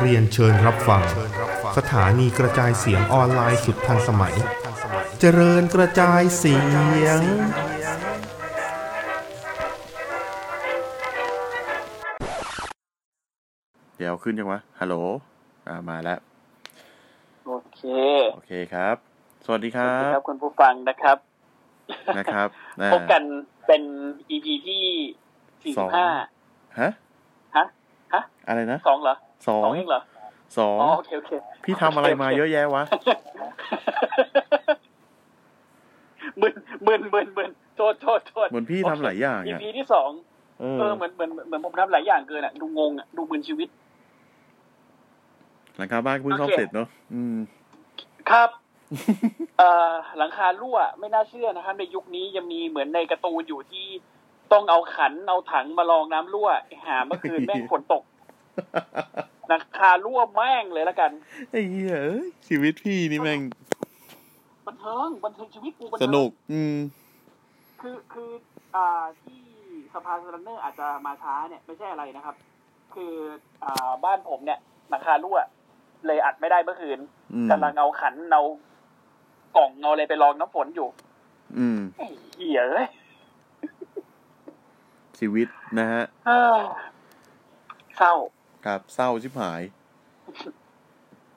เรียนเชิญรับฟัง สถานีกระจายเสียงออนไลน์สุดทันสมัย เจริญกระจายเสียง เดี๋ยวขึ้นยังวะ ฮัลโหล อ่า มาแล้ว โอเค โอเคครับ สวัสดีครั สวัสดี บ บคุณผู้ฟังนะครับ นะครับ พบกันเป็น EP ที่ สอง 45 ฮะ ฮะ ฮะ อะไรนะ สองเหรอ สอง สองเองเหรอ สอ อ๋ ง อโอเคโอเค พี่ทำอะไรมาเยอะแยะวะ มึนมึนมึนมึนโทษโทษโทษ เหมือนพี่ทำหลายอย่าง อี อ่ะ พีที่สอง เอ เอ อ อเหมือนเหมือนเหมือนผมทำหลายอย่างเกินอ่ะ ดูงงอ่ะ ดูมึนชีวิต หลังคาบ้านเพิ่งซ่อม โอเค เสร็จเนาะ อืม ครับ เอ่อหลังคารั่วไม่น่าเชื่อนะครับ ในยุคนี้ยังมีเหมือนในการ์ตูนอยู่ที่ต้องเอาขันเอาถังมาลองน้ำรั่ว หาเมื่อคืนแม่งฝนตก หลังคารั่วแม่งเลยละกัน ไอ้เหี้ยเอ้ยชีวิตพี่นี่แม่ง บันเทิงบันเทิงชีวิตกูบัน ส เทิง นุก อืม คือคืออ่าที่สภาสแลนเนอร์อาจจะมาช้าเนี่ยไม่ใช่อะไรนะครับ คืออ่าบ้านผมเนี่ยหลังคารั่ว เลยอัดไม่ได้เมื่อคืน อืม กำลังเอาขันเอากล่องเอาอะไรไปลองน้ำฝนอยู่ อืม ไอ้เหี้ยเอ้ย ชีวิตนะฮะ เอ้อเศร้า ครับเศร้าชิบหาย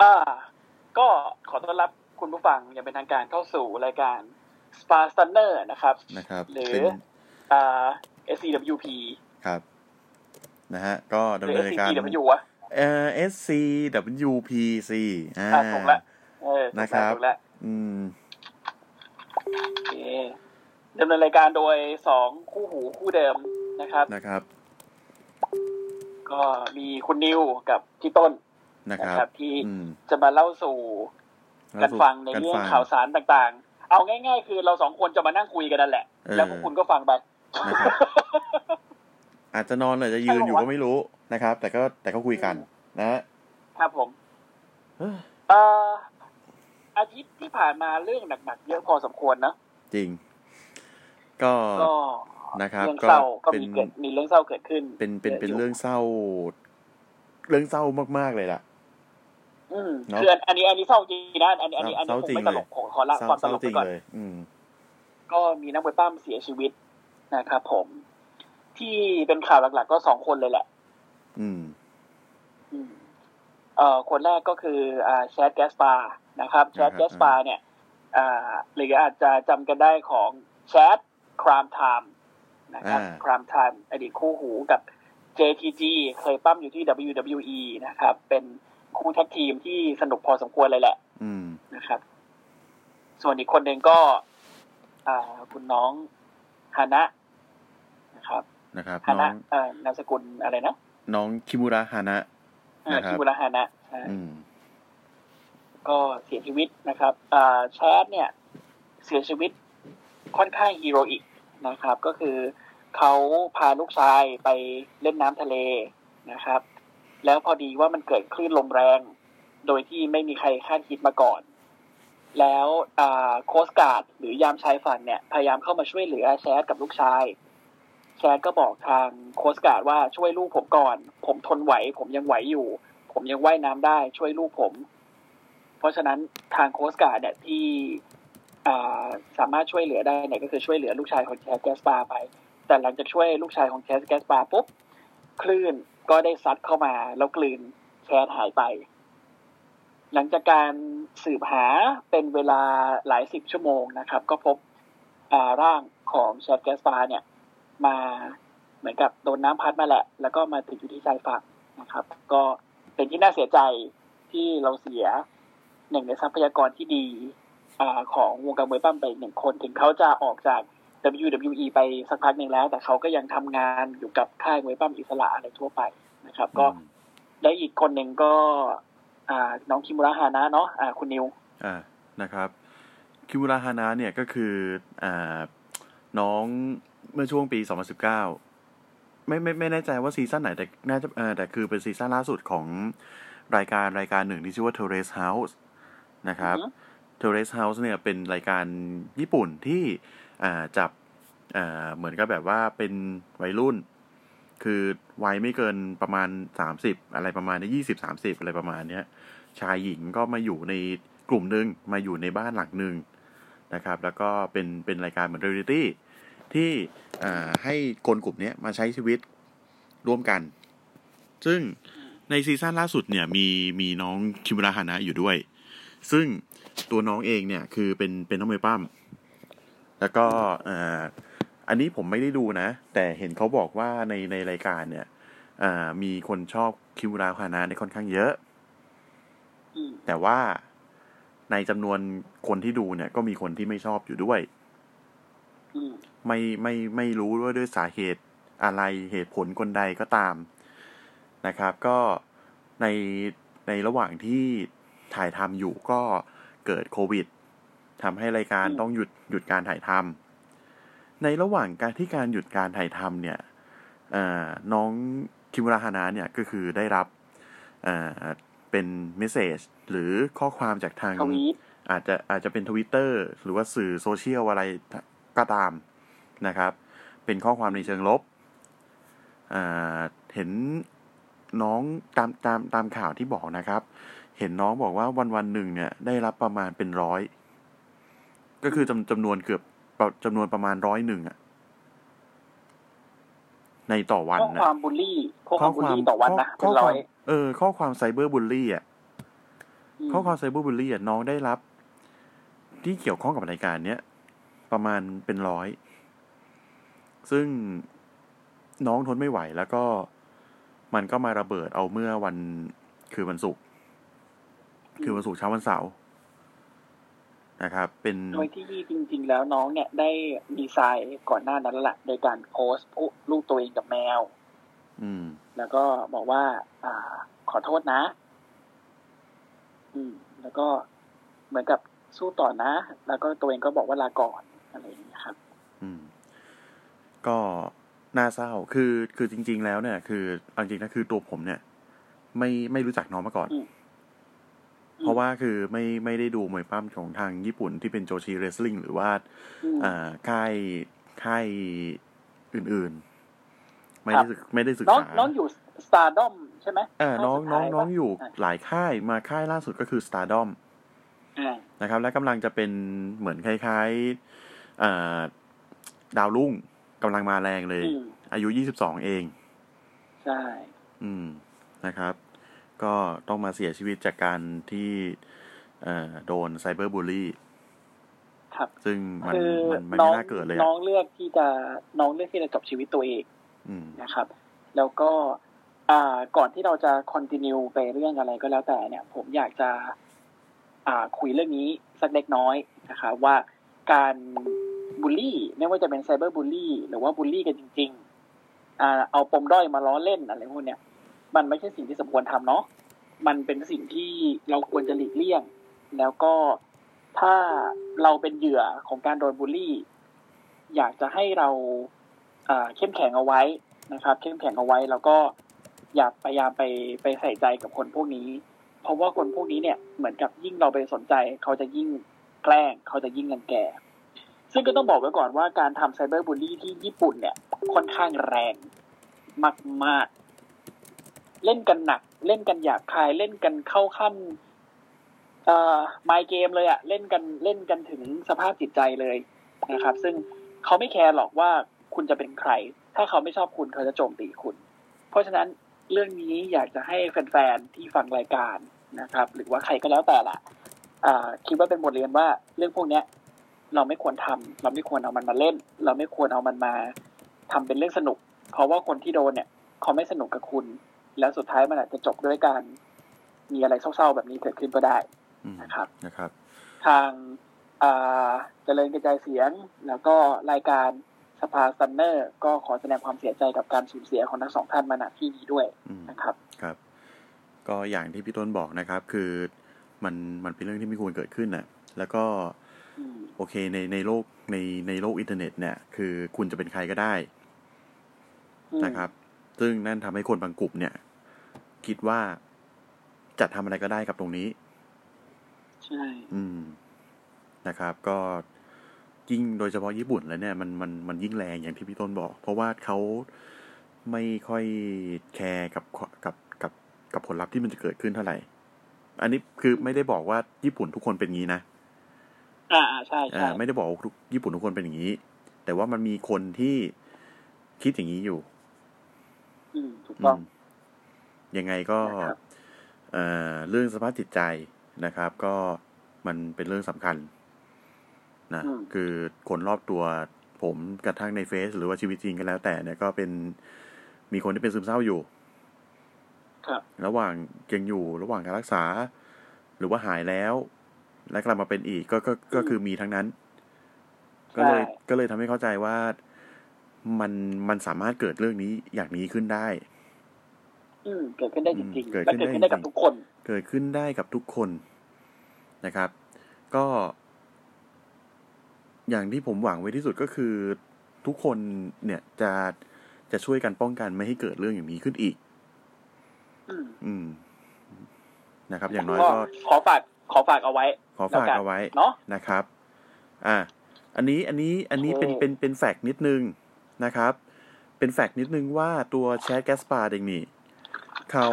อ่า ก็ขอต้อนรับคุณผู้ฟังอย่างเป็นทางการเข้าสู่รายการ Spa Stunner นะครับ นะครับ หรือ เป็น อ่า SCWP ครับ นะฮะ ก็ ห ดำ รือ เนินการ SCWP วะ เอ่อ SCWPC อ่า อ่ะถูกละ เออถูกละ นะครับ ถูกละ อืม โอเคดำเนินรายการโดยสองคู่หูคู่เดิมนะครับ นะครับ ก็มีคุณนิวกับพี่ต้น นะ นะครับ ครับ ที่ อืม จะมาเล่าสู่กันฟังในเรื่องข่าวสารต่างๆ เอาง่ายๆ คือเราสองคนจะมานั่งคุยกันนั่นแหละ แล้วพวกคุณก็ฟังไป นะครับ อาจจะนอนหรืออาจจะยืนอยู่ก็ไม่รู้นะครับ แต่ก็แต่ก็คุยกัน นะฮะ ครับผม เอ้อ เอ่ออาทิตย์ที่ผ่านมาเรื่องหนักๆ เยอะพอสมควรนะ จริง ก็ ก็ นะครับ เรื่อง ก็ เศร้าก็ เป็น มีเกิดมีเรื่องเศร้าเกิดขึ้น เป็นเป็นเป็น ยะยู่ เรื่องเศร้า เรื่องเศร้ามากๆเลยล่ะ อืม เนอะ คืออันอันนี้อันนี้เศร้าจริงนะอันนี้อันนี้อันนี้ เศร้า ผม จริง ไม่ตลก เลย ขอขอละ เศร้า ความ เศ ต ร้า ลก จ ไป ริง ก่อน เลย อืม ก็มีนักมวยปล้ำเสียชีวิตนะครับผม ที่เป็นข่าวหลักๆ ก็สองคนเลยแหละ อืม อืมเอ่อคนแรกก็คืออ่าแชดแกสปานะครับแชด นะครับ แกสปาเนี่ย อ่าหรืออาจจะจำกันได้ของแชดครามไทม์นะครับครามไทม์อดีตคู่หูกับ JTG เคยปั้มอยู่ที่ WWE นะครับ เป็นคู่แท็กทีมที่สนุกพอสมควรเลยแหละ อืม นะครับ ส่วนอีกคนหนึ่งก็ อ่าคุณน้องฮานะนะครับ นะครับ ฮา น้อนะง เอ่อนามสกุลอะไรนะ น้องคิมูระฮานะ เอ่อ นะครับ คิมุระฮานะใช่ อืม ก็เสียชีวิตนะครับอ่าแชทเนี่ย เสียชีวิตค่อนข้างฮีโรอีกนะครับ ก็คือเขาพาลูกชายไปเล่นน้ำทะเลนะครับ แล้วพอดีว่ามันเกิดคลื่นลมแรง โดยที่ไม่มีใครคาดคิดมาก่อน แล้วอ่าโคสการ์ดหรือยามชายฝั่งเนี่ย พยายามเข้ามาช่วยเหลือแชทกับลูกชาย แชทก็บอกทางโคสการ์ดว่าช่วยลูกผมก่อน ผมทนไหว ผมยังไหวอยู่ ผมยังว่ายน้ำได้ช่วยลูกผม เพราะฉะนั้นทางโค้ชการ์ดเนี่ยที่อ่าสามารถช่วยเหลือได้เนี่ยก็คือช่วยเหลือลูกชายของแคสแกสปาไป แต่หลังจากช่วยลูกชายของแคสแกสปาปุ๊บคลื่นก็ได้ซัดเข้ามา แล้วกลืนแคสหายไป หลังจากการสืบหาเป็นเวลาหลายสิบชั่วโมงนะครับ ก็พบอ่าร่างของแชทแกสปาเนี่ย มาเหมือนกับโดนน้ำพัดมาแหละ แล้วก็มาติดอยู่ที่ชายฝั่งนะครับ ก็เป็นที่น่าเสียใจที่เราเสีย หนึ่งในทรัพยากรที่ดีอาของวงการมวยปั้มไปหนึ่งคน ถึงเขาจะออกจาก WWE ไปสักพักหนึ่งแล้ว แต่เขาก็ยังทำงานอยู่กับค่ายมวยปั้มอิสระอะไรทั่วไปนะครับ ก็ อืม และอีกคนหนึ่งก็ อ่าน้องคิมุระฮานะเนาะอ่าคุณนิว อ่า นะครับ คิมูระฮานะเนี่ยก็คือ อ่า น้องเมื่อช่วงปี 2019 ไม่ไม่ไม่แน่ใจว่าซีซั่นไหนแต่น่าจะเออแต่คือเป็นซีซั่นล่าสุดของรายการรายการหนึ่งที่ชื่อว่า Terrace House นะครับ อือฮึ Terrace House เนี่ยเป็นรายการญี่ปุ่นที่ อ่า จับ อ่าเหมือนกับแบบว่าเป็นวัยรุ่น คือวัยไม่เกินประมาณสามสิบอะไรประมาณนี้ยี่สิบสามสิบอะไรประมาณเนี้ย ชายหญิงก็มาอยู่ในกลุ่มหนึ่งมาอยู่ในบ้านหลังหนึ่งนะครับ แล้วก็เป็นเป็นรายการเหมือนเรียลิตี้ที่อ่าให้คนกลุ่มเนี้ยมาใช้ชีวิตร่วมกัน ซึ่งในซีซั่นล่าสุดเนี่ยมีมีน้องคิมุระฮานะอยู่ด้วย ซึ่งตัวน้องเองเนี่ยคือเป็นเป็นน้องมวยปั้มแล้วก็อ่าอันนี้ผมไม่ได้ดูนะ แต่เห็นเขาบอกว่าในในรายการเนี่ยอ่ามีคนชอบคิมุระฮานะในยค่อนข้างเยอะ อืม แต่ว่าในจำนวนคนที่ดูเนี่ยก็มีคนที่ไม่ชอบอยู่ด้วย อืม ไม่ไม่ไม่รู้ด้วยด้วยสาเหตุอะไรเหตุผลคนใดก็ตามนะครับ ก็ในในระหว่างที่ถ่ายทำอยู่ก็เกิดโควิดทำให้รายการต้องหยุดหยุดการถ่ายทำในระหว่างการที่การหยุดการถ่ายทำเนี่ยเอ่อน้องคิมราฮานะเนี่ยก็คือได้รับเอ่อเป็นเมสเซจหรือข้อความจากทาง ทวีต อาจจะอาจจะเป็นทวิตเตอร์หรือว่าสื่อโซเชียลอะไรก็ตามนะครับ เป็นข้อความในเชิงลบอ่าเห็นน้องตามตามตามข่าวที่บอกนะครับ เห็นน้องบอกว่าวันวันหนึ่งเนี่ยได้รับประมาณเป็นร้อย ก็คือจำจำนวนเกือบจำนวนประมาณร้อยหนึ่งอะในต่อวัน ข้อ นะ ความบูลลี่ข้อความบูลลี่ต่อวันนะเป็นร้อย เออ ข้อความไซเบอร์บูลลี่อ่ะ อืม ข้อความไซเบอร์บูลลี่อ่ะน้องได้รับ ที่เกี่ยวข้องกับรายการเนี้ยประมาณเป็นร้อย ซึ่งน้องทนไม่ไหวแล้วก็มันก็มาระเบิดเอาเมื่อวันคือวันศุกร์คือวันศุกร์เช้าวันเสาร์นะครับ เป็น โดยที่จริง ๆ แล้วน้องเนี่ยได้ดีไซน์ก่อนหน้านั้นแหละโดยการโพสต์รูปตัวเองกับแมว อืม แล้วก็บอกว่า อ่า ขอโทษนะ อืม แล้วก็เหมือนกับสู้ต่อนะ แล้วก็ตัวเองก็บอกว่าลาก่อนอะไรอย่างนี้ยครับ อืมก็น่าเศร้า คือ คือจริง ๆ แล้วเนี่ย คือเอาจริงนะคือตัวผมเนี่ย ไม่ ไม่รู้จักน้องมาก่อน อืม เพราะว่าคือไม่ ไม่ได้ดูมวยปั้มของทางญี่ปุ่นที่เป็นโจชีเรสลิงหรือว่า อืม อ่า ค่าย ค่ายอื่น ๆ ไม่ ครั ได้ บ ศึก ไม่ได้ศึก น้อง ษา น้องอยู่สตาร์ดอมใช่ไหม เออน้อง น้อง น้อง สุดท้าปะ อยู่หลายค่าย มาค่ายล่าสุดก็คือ Stardom อ่า นะครับ และกำลังจะเป็นเหมือนคล้ายๆอ่าดาวรุ่งกำลังมาแรงเลย อืม อายุ 22 เอง ใช่ อืม นะครับ ก็ต้องมาเสียชีวิตจากการที่เอ่อโดนไซเบอร์บูลลี่ ครับ ซึ่งมัน คือ มันมัน น้ ไม่ อง น่าเกิดเลย น้ อะ องเลือกที่จะน้องเลือกที่จะจบชีวิตตัวเอง อืม นะครับ แล้วก็ อ่า ก่อนที่เราจะคอนติเนียไปเรื่องอะไรก็แล้วแต่เนี่ย ผมอยากจะ อ่าคุยเรื่องนี้สักเล็กน้อยนะคะว่าการบูลลี่ไม่ว่าจะเป็นไซเบอร์บูลลี่หรือว่าบูลลี่กันจริงๆอ่าเอาปมด้อยมาล้อเล่นอะไรพวกเนี้ยมันไม่ใช่สิ่งที่สมควรทำเนาะมันเป็นสิ่งที่เราควรจะหลีกเลี่ยง แล้วก็ถ้าเราเป็นเหยื่อของการโดนบูลลี่ อยากจะให้เราอ่าเข้มแข็งเอาไว้นะครับ เข้มแข็งเอาไว้แล้วก็อย่าพยายามไปไปใส่ใจกับคนพวกนี้ เพราะว่าคนพวกนี้เนี่ยเหมือนกับยิ่งเราไปสนใจ เขาจะยิ่งแกล้ง เขาจะยิ่งรังแก ซึ่งก็ต้องบอกไว้ก่อนว่าการทำไซเบอร์บูลลี่ที่ญี่ปุ่นเนี่ย ค่อนข้างแรงมากๆ เล่นกันหนัก เล่นกันหยาบคาย เล่นกันเข้าขั้น เอ่อไมเกมเลยอะเล่นกันเล่นกันถึงสภาพจิตใจเลยนะครับ ซึ่งเขาไม่แคร์หรอกว่าคุณจะเป็นใคร ถ้าเขาไม่ชอบคุณเขาจะโจมตีคุณ เพราะฉะนั้นเรื่องนี้อยากจะให้แฟนๆที่ฟังรายการนะครับ หรือว่าใครก็แล้วแต่ละอ่าคิดว่าเป็นบทเรียนว่าเรื่องพวกเนี้ย เราไม่ควรทำเราไม่ควรเอามันมาเล่น เราไม่ควรเอามันมาทำเป็นเรื่องสนุก เพราะว่าคนที่โดนเนี่ย เขาไม่สนุกกับคุณ แล้วสุดท้ายมันอาจจะจบด้วยการมีอะไรเศร้าๆแบบนี้เกิดขึ้นก็ได้ อืม นะครับ นะครับ ทางอ่าเจริญกระจายเสียง แล้วก็รายการสภาซันเนอร์ ก็ขอแสดงความเสียใจกับการสูญเสียของทั้งสองท่านมาณที่นี้ด้วย อืม นะครับ ครับ ก็อย่างที่พี่ต้นบอกนะครับ คือมันมันเป็นเรื่องที่ไม่ควรเกิดขึ้นน่ะ แล้วก็ อืม โอเคในในโลกในในโลกอินเทอร์เน็ตเนี่ย คือคุณจะเป็นใครก็ได้ นะครับ ซึ่งนั่นทำให้คนบางกลุ่มเนี่ย คิดว่าจะทำอะไรก็ได้กับตรงนี้ ใช่ อืมนะครับ ก็ ยิ่งโดยเฉพาะญี่ปุ่นแล้วเนี่ยมันมันมันยิ่งแรงอย่างที่พี่ต้นบอก เพราะว่าเขาไม่ค่อยแคร์กับกับกับกับผลลัพธ์ที่มันจะเกิดขึ้นเท่าไหร่ อันนี้คือไม่ได้บอกว่าญี่ปุ่นทุกคนเป็นงี้นะ อ่าอ่าใช่ใช่ อ่าไม่ได้บอกว่าทุกญี่ปุ่นทุกคนเป็นอย่างนี้ แต่ว่ามันมีคนที่คิดอย่างนี้อยู่ อืมถูก อื ต้อมงยังไงก็ นะครับ เอ่อเรื่องสภาพจิตใจนะครับ ก็มันเป็นเรื่องสำคัญ นะ อืม คือคนรอบตัวผมกระทั่งในเฟซหรือว่าชีวิตจริงก็แล้ว แต่เนี่ยก็เป็นมีคนที่เป็นซึมเศร้าอยู่ ครับ ระหว่างยังอยู่ระหว่างการรักษา หรือว่าหายแล้ว และกลับมาเป็นอีกก็ก็ก็คือมีทั้งนั้น ใช่ ก็เลยก็เลยทำให้เข้าใจว่ามันมันสามารถเกิดเรื่องนี้อย่างนี้ขึ้นได้ อืมเกิดขึ้นได้จริง อืม ๆ เกิด และ ขึ้นได้เกิดขึ้นจได้ริง กับทุกคน เกิดขึ้นได้กับทุกคนนะครับ ก็อย่างที่ผมหวังไว้ที่สุดก็คือทุกคนเนี่ยจะจะช่วยกันป้องกันไม่ให้เกิดเรื่องอย่างนี้ขึ้นอีก อืม อืมนะครับ อย่างน้อยก็ ขอฝากขอฝากเอาไว้ ขอฝากเอาไว้ เนาะ นะครับ อ่า อันนี้ อันนี้ อันนี้ เป็น โอเค เป็น เป็นแฟกต์นิดนึงนะครับ เป็นแฟกต์นิดนึงว่าตัวแชทแกสปาเองนี่เขา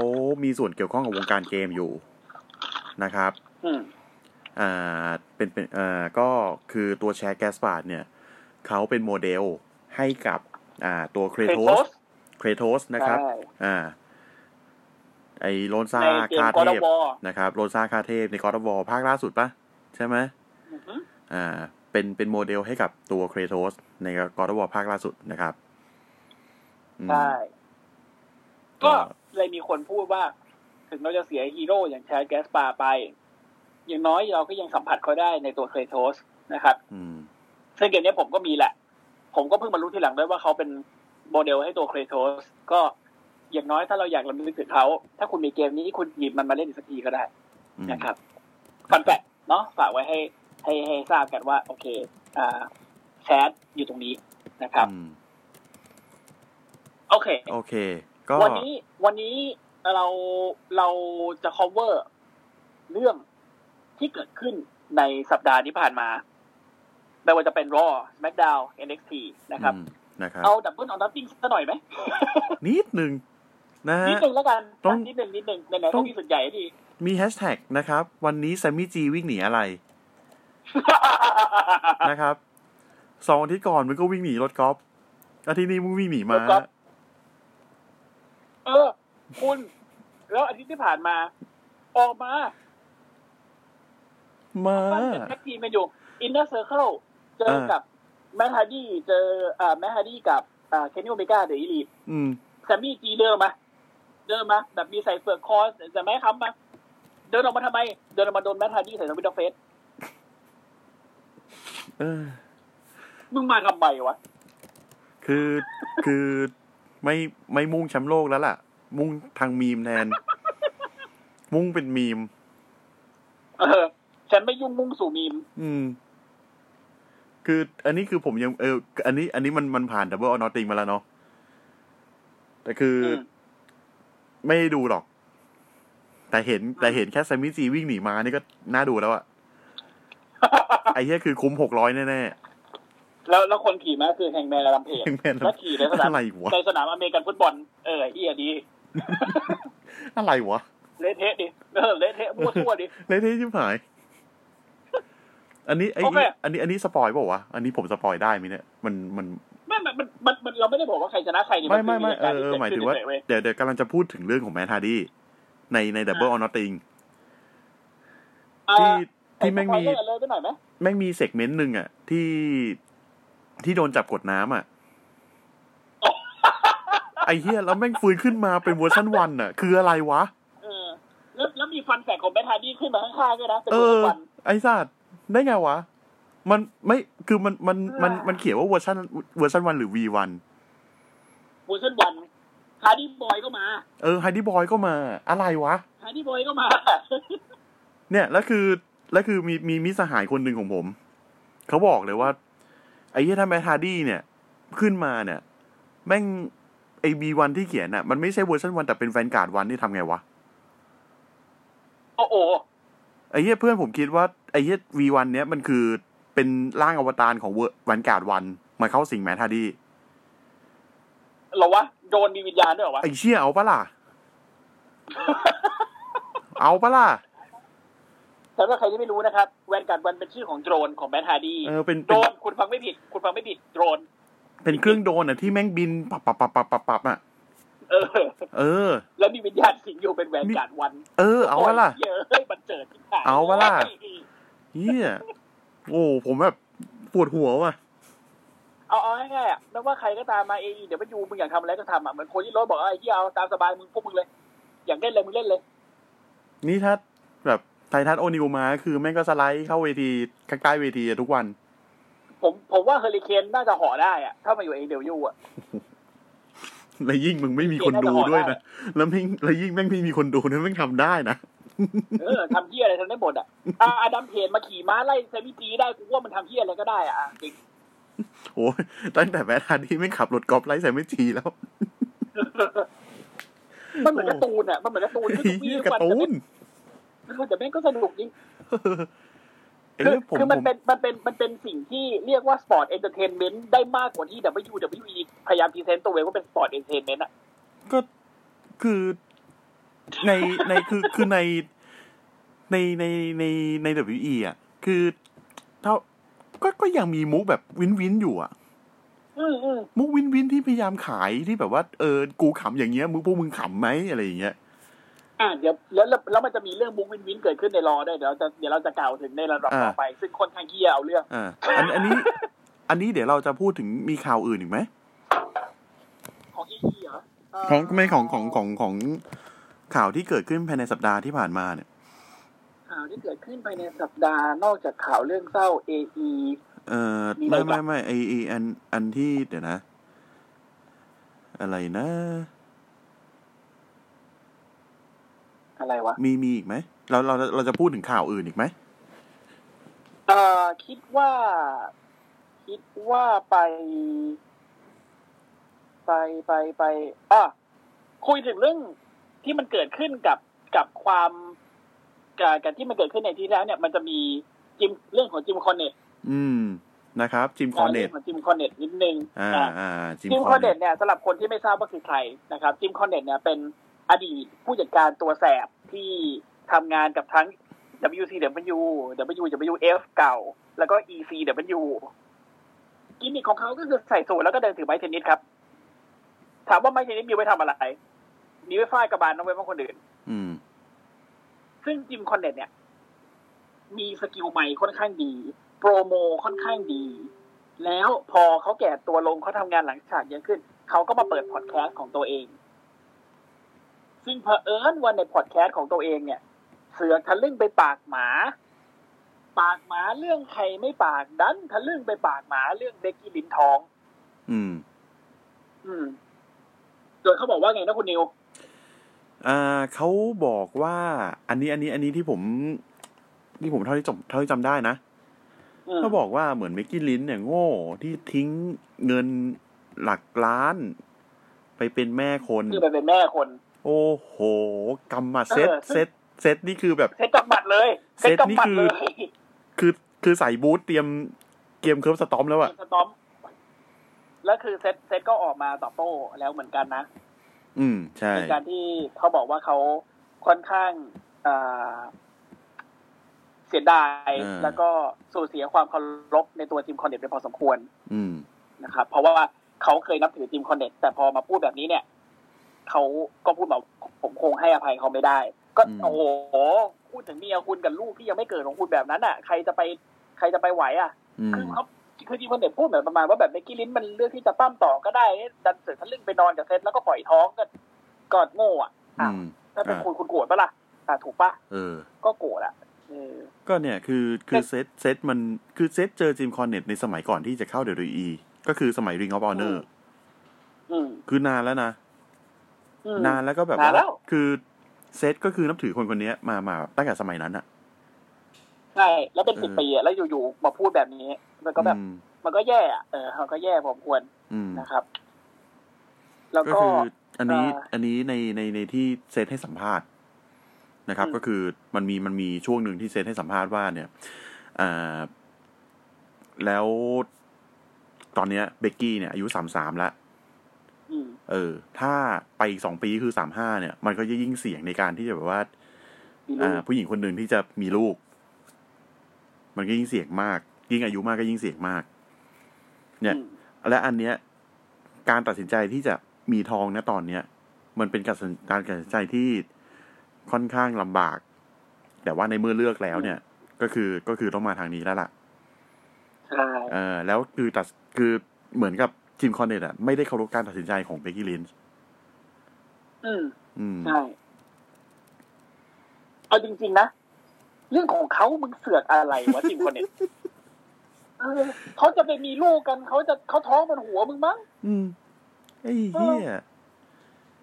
มีส่วนเกี่ยวข้องกับวงการเกมอยู่นะครับ อืม อ่า เป็น เป็น อ่า ก็คือตัวแชทแกสปาเนี่ย เขาเป็นโมเดลให้กับ อ่า ตัวเครโทส Kratos เครโทสนะครับ ใช่ อ่า ไอโลนซา ในเกม คาก อ เท ร์ด พ วอร นะครับโลนซาคาเทพในกอร์ดวอภาคล่าสุดปะใช่ไหม อ่า เป็น เป็นโมเดลให้กับตัวเครโทสในกอร์ดวอภาคล่าสุดนะครับอืม ใช่ ก็ ก็ เลยมีคนพูดว่า ถึงเราจะเสียฮีโร่อย่างแชร์แกสปาไป อย่างน้อยเราก็ยังสัมผัสเขาได้ในตัวเครโทสนะครับ อืม ซึ่งเกมเนี้ยผมก็มีแหละ ผมก็เพิ่งมารู้ทีหลังด้วยว่าเขาเป็นโมเดลให้ตัวเครโทส ก็อย่างน้อยถ้าเราอยากรำลึกถึงเขา ถ้าคุณมีเกมนี้คุณหยิบมันมาเล่นอีกสักทีก็ได้ อืม นะครับฟันแฟกเนาะฝากไว้ให้ให้ให้ทราบกันว่า โอเค อ่าแชทอยู่ตรงนี้นะครับ อืม โอเค โอเค ก็ วันนี้วันนี้เราเราจะ cover เรื่องที่เกิดขึ้นในสัปดาห์ที่ผ่านมา ไม่ว่าจะเป็น Raw SmackDown NXT นะครับ อืมนะครับ เอาดับเบิลออนดับติ้งสักหน่อยไหม นิดหนึ่งนะฮะ นิดนึงแล้วกัน ต้อง นิดนึงนิดนึงในไหนๆ ต้อก็ง มีสุดใหญ่ดี มีแฮชแท็กนะครับ วันนี้แซมมี่จีวิ่งหนีอะไร นะครับสองอาทิตย์ก่อนมึงก็วิ่งหนีรถกอล์ฟอาทิตย์นี้มึงวิ่งหนีมาร ถกอล์ฟ เออ คุณ แล้วอาทิตย์ที่ผ่านมา ออกมา มา ปั้นเป็นแท็กทีมกันอยู่ Inner Circle เจอ เออ กับแมทฮาร์ดี้เจออ่าแมทฮาร์ดี้กับอ่าเคนนี่โอเมก้าเดอะอีลี อืม แซมมี่จีเดินออกมา เดินออกมาแบบมีใส่เฟือกคอแต่ไม่ค้ำมาเดินออกมาทำไม เดินออกมาโดนแมทฮาร์ดี้ใส่สวิตเตอร์เฟส เออ มึงมาทำไมวะ คือคือไม่ไม่มุ่งแชมป์โลกแล้วล่ะ มุ่งทางมีมแทน มุ่งเป็นมีม เออ ฉันไม่ยุ่งมุ่งสู่มีม อืม คืออันนี้คือผมยังเออ อันนี้ อันนี้มันมันผ่านดับเบิลออนอติงมาแล้วเนาะแต่คืออ ม ไม่ได้ดูหรอก แต่เห็นแต่เห็นแค่แซมมี่จีวิ่งหนีมานี่ก็น่าดูแล้วอะ ไอ้เหี้ยคือคุ้มหกร้อยแน่ แล้วแล้วคนขี่ม้าคือแฮงแมนและลำเพจ ๆแม่ง และขี่ในสนาม อะไรวะ ในสนามอเมริกันฟุตบอล เออเอียดี อะไรวะ เละเทะดิ เออเละเทะมั่วทั่วดิ เละเทะชิบหาย อันนี้ไอ้ โอเค อันนี้อันนี้สปอยเปล่าวะ อันนี้ผมสปอยได้ไหมเนี่ย มันมัน ไม่มันมันมันมันเราไม่ได้บอกว่าใครชนะใครนี่ ไม่ นคือ ไม่ไม่เอ เหตุการ อ ณ์ เออหที่เกิดมายถึ ขึ้ ง น ว่า เฉยๆเว้ย เดี๋ยวเดี๋ยวกำลังจะพูดถึงเรื่องของแมทฮาร์ดี้ในในดับเบิลอ อ่า อนติง อ่า ที่ที่แม่งมี ใส่สปอยเลอร์เลยไปหน่อยไหม แม่งมีเซกเมนต์หนึ่งอ่ะ ที่ที่โดนจับกดน้ำ อ่ะ ไอ้เฮียแล้วแม่งฟื้นขึ้นมาเป็นเวอร์ชันวันอ่ะ คืออะไรวะ เออ แล้วแล้วมีฟันแฝกของแมทฮาร์ดี้ขึ้นมาข้างๆด้วยนะเป็น เอ ตัว อ ฟัน ไอ้สัตว์ได้ไงวะ มันไม่คือมันมันมันมันเขียนว่าเวอร์ชันเวอร์ชันวันหรือวีวัน เวอร์ชันวันฮาร์ดี้บอยก็มา เออไฮดี้บอยก็มา อะไรวะ ฮาร์ดี้บอย ก็มา เนี่ยแล้วคือแล้วคือมีมีมิตรสหายคนหนึ่งของผม เขาบอกเลยว่า ไอ้เหี้ยถ้าแมทฮาร์ดี้เนี่ย ขึ้นมาเนี่ย แม่งไอบีวันที่เขียนน่ะ มันไม่ใช่เวอร์ชันวันแต่เป็นแฟนการ์ดวันที่ทำไงวะ โอ้โห ไอ้เหี้ยเพื่อนผมคิดว่า ไอ้เหี้ยวีวันเนี้ยมันคือ เป็นร่างอวตารของเวอร์แวนการ์ดวัน มาเข้าสิงแมทฮาร์ดี เหรอวะโดนมีวิญญาณด้วยเหรอวะ ไอ้เชี่ยเอาปะ ล่ะ เอาปะล่ะ สำหรับใครที่ไม่รู้นะครับ แวนการ์ดวันเป็นชื่อของโดรนของแมทฮาร์ดี เออเป็นเป็ โดร น นคุณฟังไม่ผิด คุณฟังไม่ผิดโดรน เป็นเครื่องโดรนอ่ะที่แม่งบินปับปับปับปับปับปับอ่ะ เออ เออ แล้วมีวิญญาณสิงอยู่เป็นแวนการ์ดวัน เออ เอาปะล่ะ โยเยอะเฮ้ยมันเจิดจริงๆ เอาวะล่ะ เฮียโอ้ผมแบบปวดหัวว่ะ เอาเอาง่ายๆอ่ะไม่ว่าใครก็ตามมาเอเดี๋ยวไปยูมึงอยากทำอะไรก็ทำอ่ะเหมือนคนที่รถบอกว่าไอ้ที่เอาตามสบายมึงพวกมึงเลย อยากเล่นอะไรมึงเล่นเลย นี่ถ้าแบบไททัศน์โอนิวมาคือแม่งก็สไลด์เข้าเวทีข้างใต้เวทีอะทุกวัน ผมผมว่าเฮอริเคนน่าจะห่อได้อ่ะถ้ามาอยู่เอเดลยูอ่ะ แล้วยิ่งมึงไม่มีคนดูด้วยนะ แล้วมิ่งแล้วยิ่งแม่งไม่มีคนดูนะแม่งทำได้นะ เออทำเฮียอะไรทำได้หมดอ่ะอ่าอดัมเพนมาขี่ม้าไล่เซมิจีได้กูว่ามันทำเฮียอะไรก็ได้อ่ะจริง โอ้ยตั้งแต่แมทฮาร์ดี้ไม่งขับรถกอล์ฟไล่แซมไม่จีแล้ว มันเหมือนการ์ตูนอ่ะมันเหมือนการ์ตูนที่ ไอ้ วิ่ เหี้ย ง การ์ตูน นแต่แม่งก็สนุกจริง เอ้ คือย ผม คือ ผ มัน ม เป็นมันเป็นมันเป็นสิ่งที่เรียกว่าสปอร์ตเอนเตอร์เทนเมนต์ได้มากกว่าที่ WWE พยายามพรีเซนต์ตัวเองว่าเป็นสปอร์ตเอนเตอร์เทนเมนต์อ่ะ ก็คือในในคือคือในในในในใน WWE อ่ะ คือเท่าก็ก็ยังมีมุกแบบวินวินอยู่อ่ะ อืมอืม มุกวินวินที่พยายามขายที่แบบว่าเออกูขำอย่างเงี้ยมึงพวกมึงขำไหมอะไรอย่างเงี้ย อ่าเดี๋ยวแล้วแล้วแล้วมันจะมีเรื่องมุ้งวินวินเกิดขึ้นในรอด้วยเดี๋ยวเราจะเดี๋ยวเราจะกล่าวถึงในระดับ อ่า ต่อไป ซึ่งค่อนข้างเยี่ยเอาเรื่อง อ่าอันอันนี้ อันนี้เดี๋ยวเราจะพูดถึงมีข่าวอื่นอีกไหม ของเอีเหรอเ ของไม่ของของของของข่าวที่เกิดขึ้นภายในสัปดาห์ที่ผ่านมาเนี่ย ข่าวที่เกิดขึ้นภายในสัปดาห์นอกจากข่าวเรื่องเศร้า AE เออ มีอะไร ไม่ อีก ไม่ อะ ไม่ไอไอ้อันอันที่เดี๋ยวนะ อะไรนะ อะไรวะ มีมีอีกไหมเราเราเราจะพูดถึงข่าวอื่นอีกไหม เอ่อคิดว่า คิดว่าไป ไปไปไปอ่ะคุยถึงเรื่องที่มันเกิดขึ้นกับกับความกับกับที่มันเกิดขึ้นในที่แล้วเนี่ยมันจะมีจิมเรื่องของจิมคอนเนต อืมนะครับจิมคอนเนต ของจิมคอนเนตนิดนึง อ่า อ่ะ อ่าจิม จิม ค ค อ อน น เนตเนตเนี่ยสำหรับคนที่ไม่ทราบว่าคือใครนะครับ จิมคอนเนตเนี่ยเป็นอดีตผู้จัดการตัวแสบที่ทำงานกับทั้ง WCW WWF เก่า แล้วก็ ECW กิมมิคของเขาก็คือใส่สูทแล้วก็เดินถือไม้เทนนิสครับ ถามว่าไม้เทนนิสมีไว้ทำอะไร มีไว้ฟาดกระบาลน้องไว้บ้างคนอื่น อืม ซึ่งจิมคอนเนตเนี่ย มีสกิลใหม่ค่อนข้างดี โปรโมค่อนข้างดี แล้วพอเขาแก่ตัวลงเขาทำงานหลังฉากเยอะขึ้น เขาก็มาเปิดพอดแคสต์ของตัวเอง ซึ่งเผอิญวันในพอดแคสต์ของตัวเองเนี่ย เสือกทะลึ่งไปปากหมา ปากหมาเรื่องใครไม่ปากดันทะลึ่งไปปากหมาเรื่องเบกกี้ลิ้นทอง อืม อืมโดยเขาบอกว่าไงนะคุณนิว อ่าเขาบอกว่า อันนี้อันนี้อันนี้ที่ผมที่ผมเท่าที่จำเท่าที่จำได้นะ อืม เขาบอกว่าเหมือนเมกกี้ลินเนี่ยโง่ที่ทิ้งเงินหลักล้าน ไปเป็นแม่คน คือไปเป็นแม่คน โอ้โหกรรมมาเซต เออ เซตเซตนี่คือแบบ เซ็ตกับบัตรเลยเซ็ตกับบัตรเลย คือคือใส่บูธเตรียมเกมเคิร์ฟสตอมแล้วอะ สตอมแล้วคือเซตเซตก็ออกมาตอบโต้แล้วเหมือนกันนะ อืม ใช่ ในการที่เขาบอกว่าเขาค่อนข้างเอ่อเสียดาย อ่า แล้วก็สูญเสียความเคารพในตัวจิมคอนเนตไปพอสมควร อืม นะครับ เพราะว่าเขาเคยนับถือจิมคอนเนตแต่พอมาพูดแบบนี้เนี่ยเขาก็พูดแบบผมคงให้อภัยเขาไม่ได้ ก็ อืม โอ้โหพูดถึงเมียคุณกับลูกที่ยังไม่เกิดของคุณแบบนั้นอ่ะ ใครจะไปใครจะไปไหวอ่ะ อืม คือเขาคือทีมคนเด็กพูดเหมือนประมาณว่าแบบเมกกี้ลินมันเลือกที่จะปั้มต่อก็ได้ดันเสือกทะลึ่งไปนอนกับเซตแล้วก็ปล่อยท้องก็กอดโง่อ่ะ อื อ้าว ม ถ้าเป็นคุณคุณโกรธปะล่ะอ่ะถูกปะ เออ ก็โกรธอ่ะเออ ก็เนี่ยคือคือเซตเซตมันคือเซตเจอจิมคอนเนตในสมัยก่อนที่จะเข้า WWE ก็คือสมัย Ring of Honor อืม คือนานแล้วนะ อืม นานแล้วก็แบบ นานแล้ว คือเซตก็คือนับถือคนคนเนี้ยมามาตั้งแต่สมัยนั้นอะ ใช่แล้วเป็นสิบปีอ่ะแล้วอยู่ๆมาพูดแบบนี้ มันก็แบบ อืม มันก็แย่อ่ะเออมันก็แย่พอสมควร อืม นะครับ แล้ว ก็ ก็ คืออันนี้ อ่า อันนี้ในในในที่เซตให้สัมภาษณ์นะครับ อืม ก็คือมันมีมันมีช่วงหนึ่งที่เซตให้สัมภาษณ์ว่าเนี่ยอ่า แล้วตอนเนี้ยเบกกี้เนี่ยอายุสามสามละ อืม เออ ถ้าไปอีกสองปีคือสามห้าเนี่ย มันก็จะยิ่งเสี่ยงในการที่จะแบบว่า มีลู อ่าก ผู้หญิงคนหนึ่งที่จะมีลูก มันก็ยิ่งเสี่ยงมาก ยิ่งอายุมากก็ยิ่งเสี่ยงมาก เนี่ย อืม และอันเนี้ย การตัดสินใจที่จะมีทองนะตอนเนี้ย มันเป็นการตัดสินการตัดสินใจที่ค่อนข้างลำบาก แต่ว่าในเมื่อเลือกแล้วเนี่ย ก็คือก็คือต้องมาทางนี้แล้วล่ะ ใช่ เออแล้วคือตัดคือเหมือนกับจิมคอนเนตอะไม่ได้เคารพการตัดสินใจของเบกกี้ลินส์ อืม อืม ใช่ เอาจริง ๆ นะ เรื่องของเขามึงเสือกอะไรวะจิมค นเนี่ยเออเขาจะไปมีลูกกันเขาจะเขาท้องบนหัวมึงมั้ง อืมไอ้เหี้ย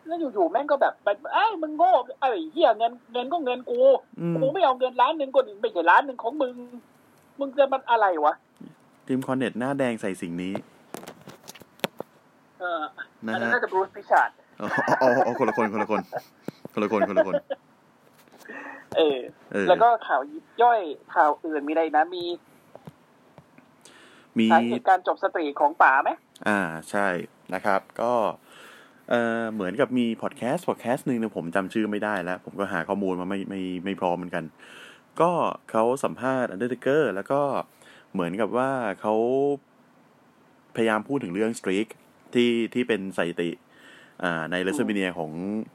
แล้วอยู่ๆแม่งก็แบบไปเอ้ยมึงโง่ไอ้เหี้ยเงินเงินก็เงินกู อืม กูไม่เอาเงินล้านหนึ่งก็ไม่ใช่ล้านหนึ่งของมึง มึงจะมันอะไรวะ จิมคอนเนตหน้าแดงใส่สิ่งนี้ เออ นะ อันนั้น ฮะ น่าจะบรูซพิชาร์ด อ๋ออ๋ออ๋อคนละคนคนละคนคนละคนคนละคน เออ เออ แล้วก็ข่าวยิบย่อยข่าวอื่นมีอะไรนะมี มี สาเหตุการจบสตรีของป๋าไหม อ่าใช่นะครับ ก็เออเหมือนกับมีพอดแคสต์พอดแคสต์หนึ่งเนี่ยผมจำชื่อไม่ได้แล้ว ผมก็หาข้อมูลมาไม่ไม่ไม่พร้อมเหมือนกัน ก็เขาสัมภาษณ์อันเดอร์เกอร์แล้วก็เหมือนกับว่าเขาพยายามพูดถึงเรื่องสตรีกที่ที่เป็นสถิติอ่าในเลสเบเนียของ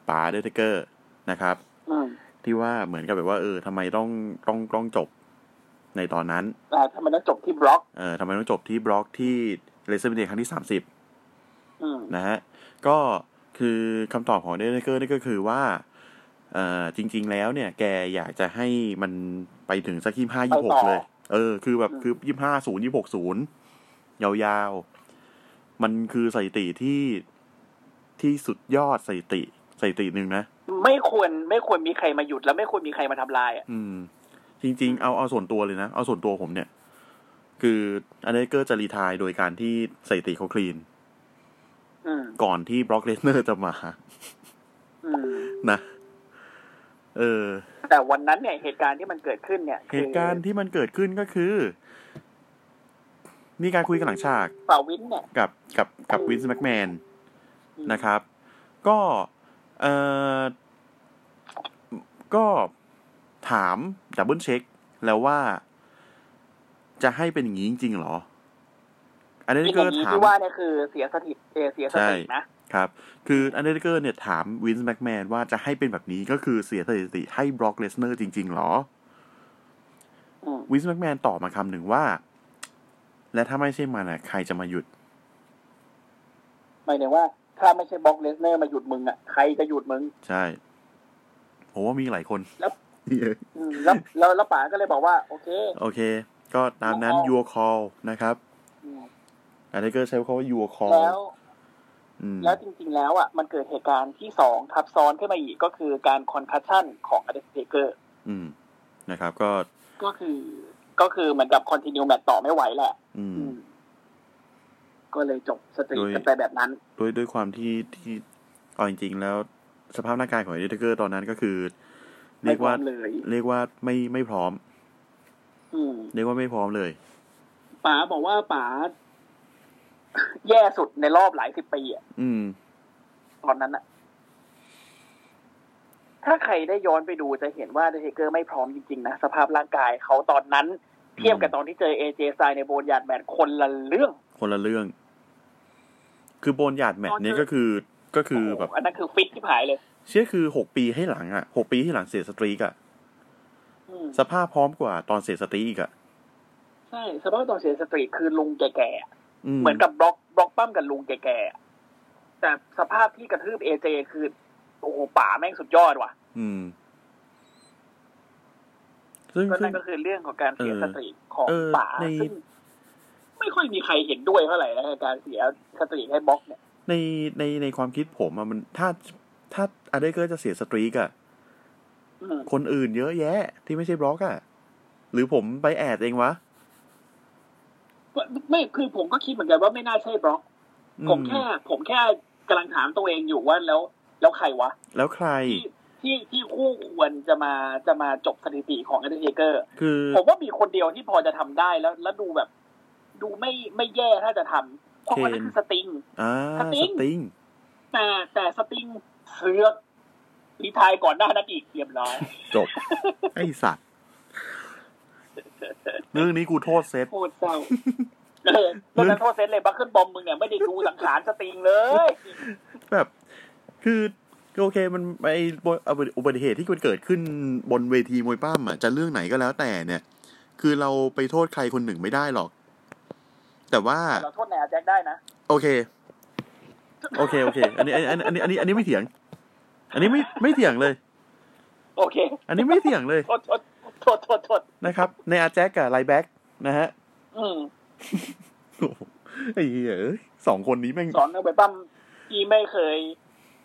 ป๋าเดอร์เกอร์นะครับ อืม ที่ว่าเหมือนกับแบบว่าเออทำไมต้องต้องต้องจบในตอนนั้น อ่าทำไมต้องจบที่บล็อก เออทำไมต้องจบที่บล็อกที่เลเซอร์เนียครั้งที่สามสิบ อืม นะฮะ ก็คือคำตอบของเดนเกอร์นี่ก็คือว่าเอ่อจริง ๆ แล้วเนี่ย แกอยากจะให้มันไปถึงสักยี่ห้า ไป ยี่ห ต่ ก อ เลย เออ คือแบบ อืม คือยี่ห้าศูนย์ยี่หกศูนย์ยาวๆ มันคือสถิติที่ที่สุดยอดสถิติสถิติหนึ่งนะ ไม่ควรไม่ควรมีใครมาหยุด แล้วไม่ควรมีใครมาทำลายอ่ะ อืม จริง ๆ เอาเอาส่วนตัวเลยนะ เอาส่วนตัวผมเนี่ย คืออันเดอร์เกอร์จะรีไทายโดยการที่สถิติเขาคลีน อืม ก่อนที่บล็อกเลสเนอร์จะมา อืม นะ เออ แต่วันนั้นเนี่ยเหตุการณ์ที่มันเกิดขึ้นเนี่ย เหตุการณ์ที่มันเกิดขึ้นก็คือ มีการคุยกันหลังฉาก ป่าวินเนี่ย กับกับกับวินส์แมกแมน อืม นะครับ ก็เออก็ถามดับเบิลเช็ค แล้วว่าจะให้เป็นอย่างนี้จริงๆเหรอ อันนี้ ที่ ก็ อย่างนี้ ถาม ที่ว่าเนี่ยคือเสียสถิตเออเสียสถิตนะครับ คืออันเดอร์เกอร์เนี่ยถามวินส์แมกแมนว่าจะให้เป็นแบบนี้ก็คือเสียสถิติให้บล็อกเลสเนอร์จริง ๆ หรอ อืม วินส์แมกแมนตอบมาคำหนึ่งว่า และถ้าไม่ใช่มันอ่ะ ใครจะมาหยุด หมายถึงว่า ถ้าไม่ใช่บล็อกเลสเนอร์มาหยุดมึงอ่ะใครจะหยุดมึง ใช่ผมว่ามีหลายคน แล้ว เยอะ อืมแล้วแล้วแล้วป๋าก็เลยบอกว่า โอเค โอเค ก็ตามนั้น Your call your call นะครับ อืม อันเดอร์เกอร์ใช้คำว่า your call แล้ว อืม แล้วจริง ๆ แล้วอ่ะมันเกิดเหตุการณ์ที่สองทับซ้อนขึ้นมาอีกก็คือการคอนคัชชั่นของอเดสเทเกอร์ อืมนะครับ ก็ ก็คือ ก็คือเหมือนกับคอนติเนียแมตต่อไม่ไหวแหละ อืม อืมก็เลยจบสตรีท โดย กันไปแบบนั้น ด้วยด้วยความที่ที่เอาจริง ๆ แล้วสภาพร่างกายของเดอร์เกอร์ตอนนั้นก็คือ เรี ไม่ ยก พร้อ ว่า มเลย เรียกว่าไม่ไม่พร้อม อืม เรียกว่าไม่พร้อมเลย ป๋าบอกว่าป๋า แย่สุดในรอบหลายสิบปีอะ อืม ตอนนั้นอะถ้าใครได้ย้อนไปดูจะเห็นว่าเดอะเทเกอร์ไม่พร้อมจริง ๆ นะ สภาพร่างกายเขาตอนนั้น เทียบกับตอนที่เจอเอเจไซในโบนยาร์ดแมนคนละเรื่อง คนละเรื่อง คือโบนหยาดแมท ตอนเจอ เนี่ยก็คือก็คือแบบ โโหอันนั้นคือฟิตที่หายเลย เชื่อคือหกปีให้หลังอ่ะหกปีที่หลังเสียสตรีกอ่ะ อืม สภาพพร้อมกว่าตอนเสียสตรีกอีกอ่ะ ใช่สภาพตอนเสียสตรีทคือลุงแก่ๆ ม เหมือนกับบล็อกบล็อกปั้มกับลุงแก่ๆอะแต่สภาพที่กระทืบเอเจคือ โอ้โหป่าแม่งสุดยอดว่ะ อืม ซึ่ง ก็ ซึ่ นั่ ง นก็คือเรื่องของการเสีย เออ สติของ เออ ป่า ใน ซึ่งไม่ค่อยมีใครเห็นด้วยเท่าไหร่นะกับการเสียสติให้บล็อกเนี่ย ในในในความคิดผมอ่ะมันถ้าถ้าอเดเกอร์จะเสียสตรีกอ่ะ อืม คนอื่นเยอะแยะ ที่ไม่ใช่บล็อกอ่ะ หรือผมไปแอดเองวะ ไม่ไม่คือผมก็คิดเหมือนกันว่าไม่น่าใช่บล็อก อื ผมแค่ ผมแค่กำลังถามตัวเองอยู่ว่าแล้ว แล้วใครวะ แล้วใคร ที่ที่ที่คู่ควรจะมาจะมาจบสถิติของเอเดเกอร์ คือ ผมว่ามีคนเดียวที่พอจะทำได้แล้ว แล้วดูแบบ ดูไม่ไม่แย่ถ้าจะทำเพราะมันนั่นคือสติง อ่า สติง สติง แต่แต่สติงเสือกรีไทายก่อนหน้านั้นอีกเรียบร้อย จบ ไอสัตว์ เรื่องนี้กูโทษเซต โคตรเศร้าเออแล้วนั้นโทษเซนเลยบัคเกิลบอมมึงเนี่ยไม่ได้ดูสังขารสติงเลย แบบ คือคือโอเคมันไออุบัติเหตุที่มันเกิดขึ้นบนเวทีมวยป้ามอ่ะจะเรื่องไหนก็แล้วแต่เนี่ย คือเราไปโทษใครคนหนึ่งไม่ได้หรอก แต่ว่า เราโทษนายอาแจ็คได้นะ โอเค โอเค โอเค อันนี้ อันนี้ อันนี้ อันนี้ อันนี้ไม่เถียง อันนี้ไม่ ไม่เถียงเลย โอเค อันนี้ไม่เถียงเลย โทษโทษโทษโทษโทษ นะครับ ในอาแจ็คกับไลแบ็กนะฮะ อืม โอ้โหไอ้เหี้ยเอ้ยสองคนนี้แม่ง สอนเอาไปปั้มที่ไม่เคย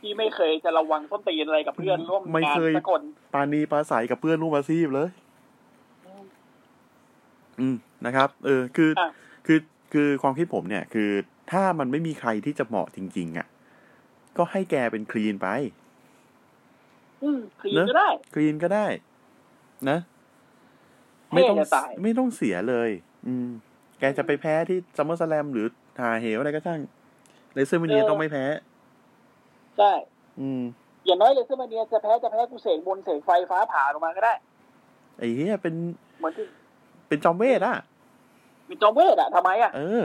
ที่ไม่เคยจะระวังส้นตีนอะไรกับเพื่อนร่วม ไม่ งาน เคย สักคน ปานีปลาใสกับเพื่อนร่วมอาชีพเลย อืม นะครับ เออ คือ อ่ะ คือ คือความคิดผมเนี่ย คือ ถ้ามันไม่มีใครที่จะเหมาะจริง ๆ อ่ะ ก็ให้แกเป็นคลีนไป อืมคลีน เนอะ ก็ได้ กรีนก็ได้ นะ เท่ ไม่ต้อง จะตาย ไม่ต้องเสียเลย อืม แกจะไปแพ้ที่ซัมเมอร์สแลมหรือทาเฮลอะไรก็ช่างเลเซอร์มิเนียต้องไม่แพ้ ใช่ อืม อย่างน้อยเลยเซอร์มาเนียจะแพ้จะแพ้กูเสกบนต์เสกไฟฟ้าผ่าลงมาก็ได้ ไอ้เหี้ยเป็น เหมือนที่ เป็นจอมเวทอ่ะ มีจอมเวทอะทำไมอะ เออ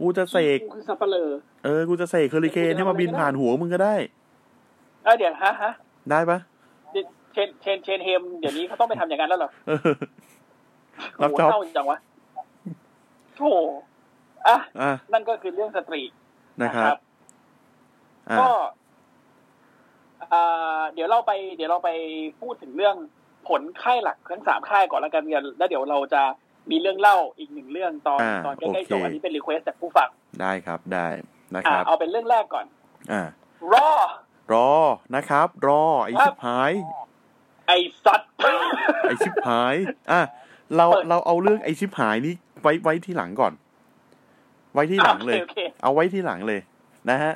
กูจะเสก กูคือสับเปลือ เออ กูจะเสกเฮอริเคนให้มาบินผ่านหัวมึงก็ได้ เอยเดี๋ยวฮะฮะ ได้ปะ เชนเชนเชนเฮมเดี๋ยวนี้เขาต้องไปทำอย่างนั้นแล้วเหรอ เออ รับจ็อบ โหเศร้าจังวะโธ่อ่ะ อ่ะ นั่นก็คือเรื่องสตรีท นะครับ อ่ะ ก็เอ่อเดี๋ยวเราไป เดี๋ยวเราไปพูดถึงเรื่องผลค่ายหลักทั้งสามค่ายก่อนแล้วกันเนี่ยแล้วเดี๋ยวเราจะมีเรื่องเล่าอีกหนึ่งเรื่องตอน อ่า ตอนใกล้ๆจบ โอเค อันนี้เป็นรีเควสจากผู้ฟัง ได้ครับ ได้ นะค อ่า รับ เอาเป็นเรื่องแรกก่อน อ่ะ รอ รอ นะครับ รอ ไอ้ ครั ชิ บ บหาย ไอสัตว์ ไอชิบหาย อ่ะ เรา เปิด เราเอาเรื่องไอชิบหายนี้ไว้ไว้ที่หลังก่อน ไว้ที่หลังเลย โอคโอเค เอาไว้ที่หลังเลย นะฮะ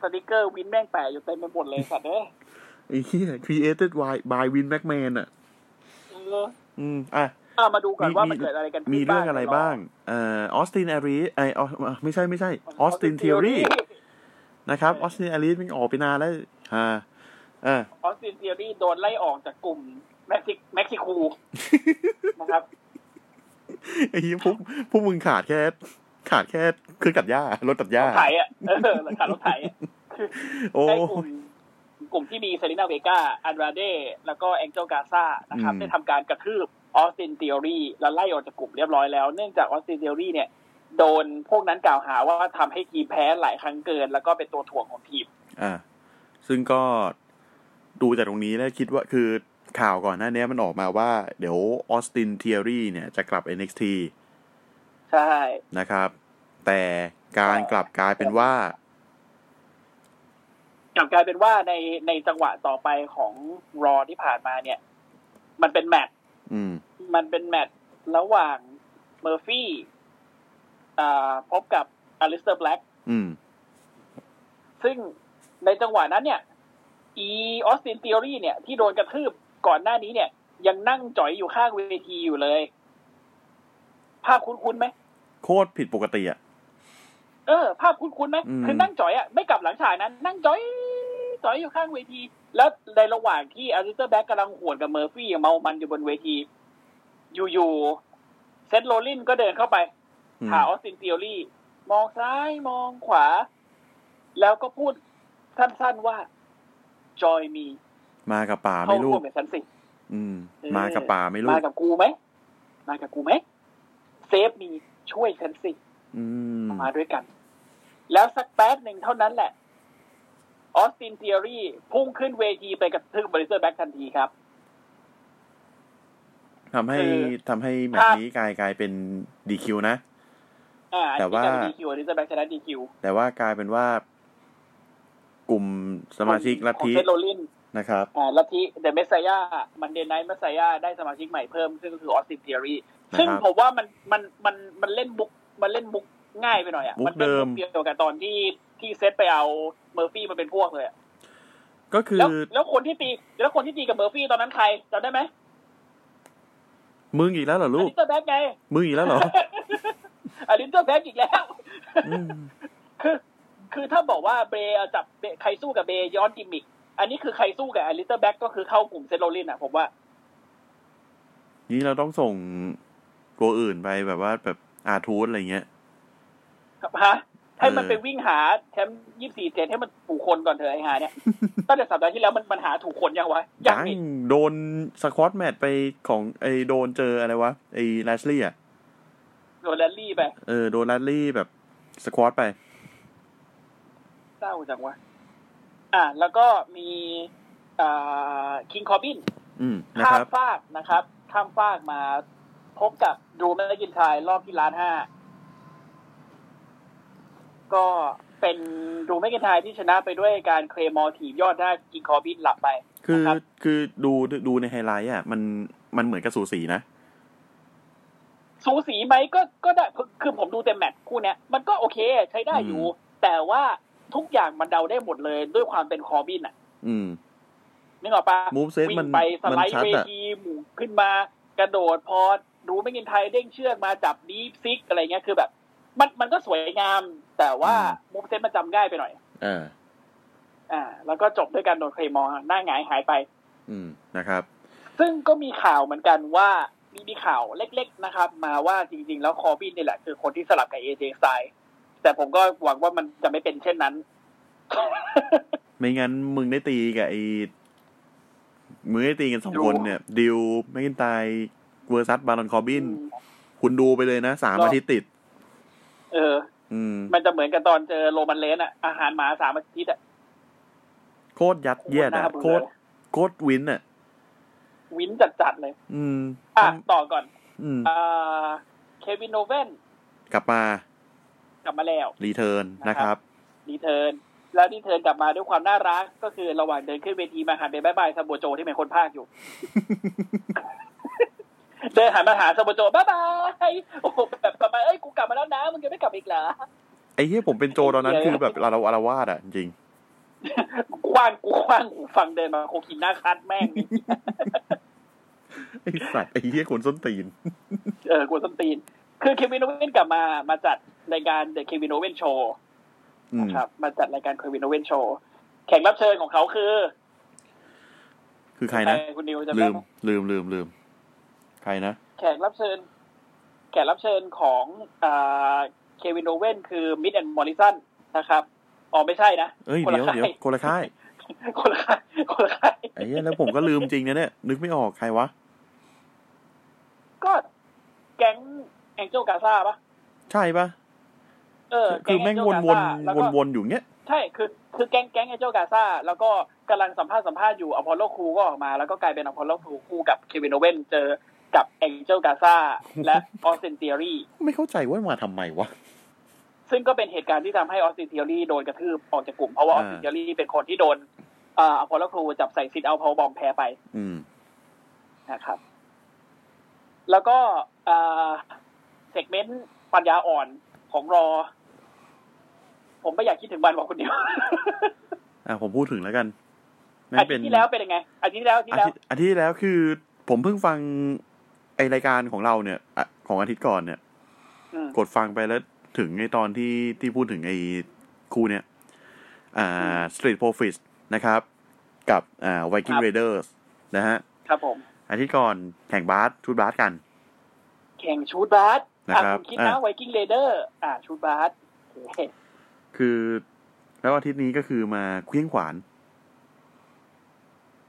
สติกเกอร์วินแม่งแปะอยู่เต็มไปหมดเลยสัตว์เอ้ย ไอ้เหี้ย created by by Win McMahon อ่ะ เออ อืม อ่ะ อ่ามาดูก่อน มี ว่า มี มันเกิดอะไรกันขึ้น มีเรื่องอะไรบ้าง เอ่อ ออสตินแอรีไอออไม่ใช่ไม่ใช่ ออสตินเทอรี่ นะครับ ออสตินแอรีมันออกไปนานแล้วฮะเออ ออสตินเทอรี่โดนไล่ออกจากกลุ่มเม็กซิเม็กซิ คูนะครับ ไอ้เหี้ยพวกพวกมึงขาดแค่ ขาดแค่เครื่องตัดหญ้า รถตัดหญ้า ไถอ่ะเออหลังคารถไถอะ โอ้ ได้กลุ่มกลุ่มที่มีเซรีนาเวกาอันราเดแล้วก็แองเจลกาซานะครับ อืม ได้ทำการกระทืบออสตินเทอรี่แล้วไล่ออกจากกลุ่มเรียบร้อยแล้ว เนื่องจากออสตินเทอรี่เนี่ย โดนพวกนั้นกล่าวหาว่าทำให้ทีมแพ้หลายครั้งเกิน แล้วก็เป็นตัวถ่วงของทีม อ่า ซึ่งก็ดูจากตรงนี้แล้วคิดว่าคือข่าวก่อนหน้านี้มันออกมาว่า เดี๋ยวออสตินเทียรี่เนี่ยจะกลับ NXT ใช่ นะครับ แต่การกลับกลายเป็นว่า กลับกลายเป็นว่าในในจังหวะต่อไปของรอที่ผ่านมาเนี่ย มันเป็นแมตช์ อืม มันเป็นแมตช์ระหว่างเมอร์ฟี่อ่าพบกับอลิสเตอร์แบล็ก อืม ซึ่งในจังหวะนั้นเนี่ย อีออสตินเทอรี่เนี่ย ที่โดนกระทืบก่อนหน้านี้เนี่ย ยังนั่งจ่อยอยู่ข้างเวทีอยู่เลย ภาพคุ้นๆไหม โคตรผิดปกติอ่ะ เออ ภาพคุ้นๆไหม อืม คือนั่งจ่อยอะไม่กลับหลังฉากนั้น นั่งจ่อยจ่อยอยู่ข้างเวที แล้วในระหว่างที่อาริสเตอร์แบ็กกำลังหวนกับเมอร์ฟี่เมามันอยู่บนเวที อยู่ๆเซนโรลลินก็เดินเข้าไป อืม หาออสตินเทอรี่มองซ้ายมองขวา แล้วก็พูดสั้นๆว่า จอยมี มากับป่า เข้า ไม่ลู ร่ว ก มกับฉันสิ อืม เออ มากับป่าไม่ลู มาก กับกูไหม มากับกูไหม เซฟมีช่วยฉันสิ อืม มาด้วยกัน แล้วสักแป๊บหนึ่งเท่านั้นแหละ ออสตินเทอรี่พุ่งขึ้นเวทีไปกับทึ่งบริเซอร์แบ็กทันทีครับ ทำให้ คือ ทำให้แม ภา ตช์ พ นี้กลายกลายเป็นดีคิวนะ อ่าอัน แต่ นี้ ว่า จะดีคิวบริเซอร์แบ็กชนะดีคิว แต่ว่ากลายเป็นว่ากลุ่มสมาชิกลัท ของ ธิ เซนโรลลิน นะครับ อ่าลัทธิเดอะเมสไซยามันเดนไนท์เมสไซยาได้สมาชิกใหม่เพิ่ม ซึ่งก็คือออสตินเทอรี่ นะครับ ซึ่งผมว่ามันมันมันมันเล่นบุกมันเล่นบุกง่ายไปหน่อยอ่ะ มุก นล่น เดิม เดียวกับตอนที่ที่เซตไปเอาเมอร์ฟี่มาเป็นพวกเลยอะ ก็คือ แล้วแล้วคนที่ตีแล้วคนที่ตีกับเมอร์ฟี่ตอนนั้นใครจำได้ไหม มึงอีกแล้วเหรอ อ ลูก ลิสเตอร์แบ็กไง มึงอีกแล้วเหรอ อลิสเตอร์แบ็กอีกแล้ว อืม คือคือถ้าบอกว่าเบย์เอาจับเบย์ใครสู้กับเบย์ย้อนกิมมิก อันนี้คือใครสู้กับอลิสเตอร์แบ็กก็คือเข้ากลุ่มเซโรลินอ่ะผมว่า นี่เราต้องส่งตัวอื่นไปแบบว่าแบบอาทูตอะไรเงี้ย ครับฮะให้มัน เออ ไปวิ่งหาแชมป์ยี่สี่เจ็ดให้มันถูกคนก่อนเถอะไอ้หา เนี่ย ตั้งแต่สัปดาห์ที่แล้วมันมันหาถูกคนยังวะยัง ง นี่ โดนสควอตแมตช์ไปของไอโดนเจออะไรวะ ไอแลชลี่อ่ะ โดนแรลลี่ไป เออ โดนแลชลี่แบบสควอตไป เศร้าจังวะอ่า แล้วก็มีอ่าคิงคอบิน อืมนะ ข้า ค ม รับ ฟากนะครับ ข้ามฟากมาพบกับดูแมกกินไทยรอบที่ล้านห้าก็เป็นดูแมกกินไทยที่ชนะไปด้วยการเคลมอลถีบยอดหน้ากิงคอบินหลับไป คือ นะครับ คือดูดูในไฮไลท์อ่ะ มันมันเหมือนกับสูสีนะ สูสีไหมก็ก็ได้คือคือผมดูแต่แมตช์คู่เนี้ยมันก็โอเคใช้ได้อยู่ อืม แต่ว่าทุกอย่างมันเดาได้หมดเลยด้วยความเป็นคอร์บินอ่ะ อืม นึกออกปะ Moveset วิ่ มั ง น ไปสไล มันชัดด์เว อะ ทีหมุนขึ้นมากระโดดพอดูไม่กินไทยเด้งเชือกมาจับดีฟซิกอะไรเงี้ยคือแบบ มันมันก็สวยงาม แต่ว่ามูฟเซ็ตมันจำง่ายไปหน่อย อ่า อ่า แล้วก็จบด้วยการโดนเคลมอร์หน้าหงายหายไป อืมนะครับ ซึ่งก็มีข่าวเหมือนกันว่ามีมีข่าวเล็ก ๆ นะครับ มาว่าจริง ๆ แล้วคอร์บินนี่แหละ คือคนที่สลับกับเอเจสไตแต่ผมก็หวังว่ามันจะไม่เป็นเช่นนั้น ไม่งั้นมึงได้ตีกับไอ้มึงได้ตีกันสองคนเนี่ย ดิวไม่กินตายเวอร์ซัสบารอนคอร์บิน คุณดูไปเลยนะสาม รอบ อาทิตย์ติด เออ อืม มันจะเหมือนกับตอนเจอโรมันเลนอะอาหารหมาสามอาทิตย์อะ โคตรยัดเยียดอ่ะ โค โค ต ต ร รโคตรวินอ่ะ วินจัดๆเลย อืม อ่ะ ต่อก่อน อืม อ่าเควินโนเวน กลับมาก ลับมาแล้ว รีเทิร์นนะครับ รีเทิร์นแล้วรีเทิร์นกลับมาด้วยความน่ารัก ก็คือระหว่างเดินขึ้นเวทีมาหันไปบายบายซาโบโจที่เป็นคนภาคอยู่ เดินหันมาหาซาโบโจบายบายโอ้โหแบบกลับมาเอ้ยกูกลับมาแล้วนะมึงยังไม่กลับอีกเหรอ ไอ้เหี้ยผมเป็นโจรตอนนั้นคือแบบเราอารวาสอ่ะ จริง คว้างกูคว้างหูฟังเดินมาโคกินหน้าคัดแม่ง ไอ้สัตว์ไอ้เหี้ยคนส้นตีน เออกวนส้นตีน คือเควินโอเว่นกลับมามาจัดรายการเดอะเควินโอเว่นโชว์ อืม นะครับมาจัดรายการเควินโอเว่นโชว์แขกรับเชิญของเขาคือ คือใครนะ ใครคุณนิวจำ ลื ได้ ม ไหม ลืมลืมลืม ใครนะ แขกรับเชิญ แขกรับเชิญของเควินโอเว่นคือมิดแอนมอริสันนะครับอ๋อไม่ใช่นะ เอ้ย คน เดี๋ย ละ ว ค่า เดี๋ยวยคนละค่าย คนละค่ายคนละค่าย ไอ้เหี้ยแล้วผมก็ลืมจริงนะเนี่ย นึกไม่ออกใครวะ ก็แก๊งแองเจลกาซาปะ ใช่ปะ เออ คือ ก๊ แม่ง Angel วน Gaza วน แล้ว ว ก็ นวนๆอยู่เงี้ย ใช่คือคือแก๊งแก๊งแองเจลกาซาแล้วก็กำลังสัมภาษณ์สัมภาษณ์อยู่อพอลโลครูก็ออกมา แล้วก็กลายเป็นอพอลโลครูคู่กับเควินโอเว่นเจอกับแองเจลกาซาและออสเซนเทียรี ไม่เข้าใจว่ามาทำไมวะ ซึ่งก็เป็นเหตุการณ์ที่ทำให้ออสตินเทียรี่โดนกระทืบออกจากกลุ่ม เพราะว่าออ อ่า สตินเทียรี่เป็นคนที่โดนเอ่ออพอลโลครูจับใส่ซิดเอาพาวบอมแพ้ไป อืม นะครับ แล้วก็เอ่อเซกเมนต์ปัญญาอ่อนของรอ ผมไม่อยากคิดถึงมันบอกคนเดียว อ่ะผมพูดถึงแล้วกัน อาทิตย์ที่แล้วเป็นยังไงอาทิตย์ที่แล้วอาทิตย์ อาทิตย์อาทิตย์ที่แล้วที่แล้วคือ ผมเพิ่งฟังไอรายการของเราเนี่ยอ่ะของอาทิตย์ก่อนเนี่ย อืม กดฟังไปแล้วถึงไอตอนที่ที่พูดถึงไอคู่เนี่ย อ่า อืม Street Profit นะครับ กับอ่า Viking ครับ Raiders นะฮะ ครับผม อาทิตย์ก่อนแข่งบาสชุดบาสกัน แข่งชูดบาส นะครับ คุณคิดนะ อ่ะ ไวกิ้งเ a เดอร์อ่าชูดบาสโอเค คือ แล้วอาทิตย์นี้ก็คือมาเคลี้ยงขวาน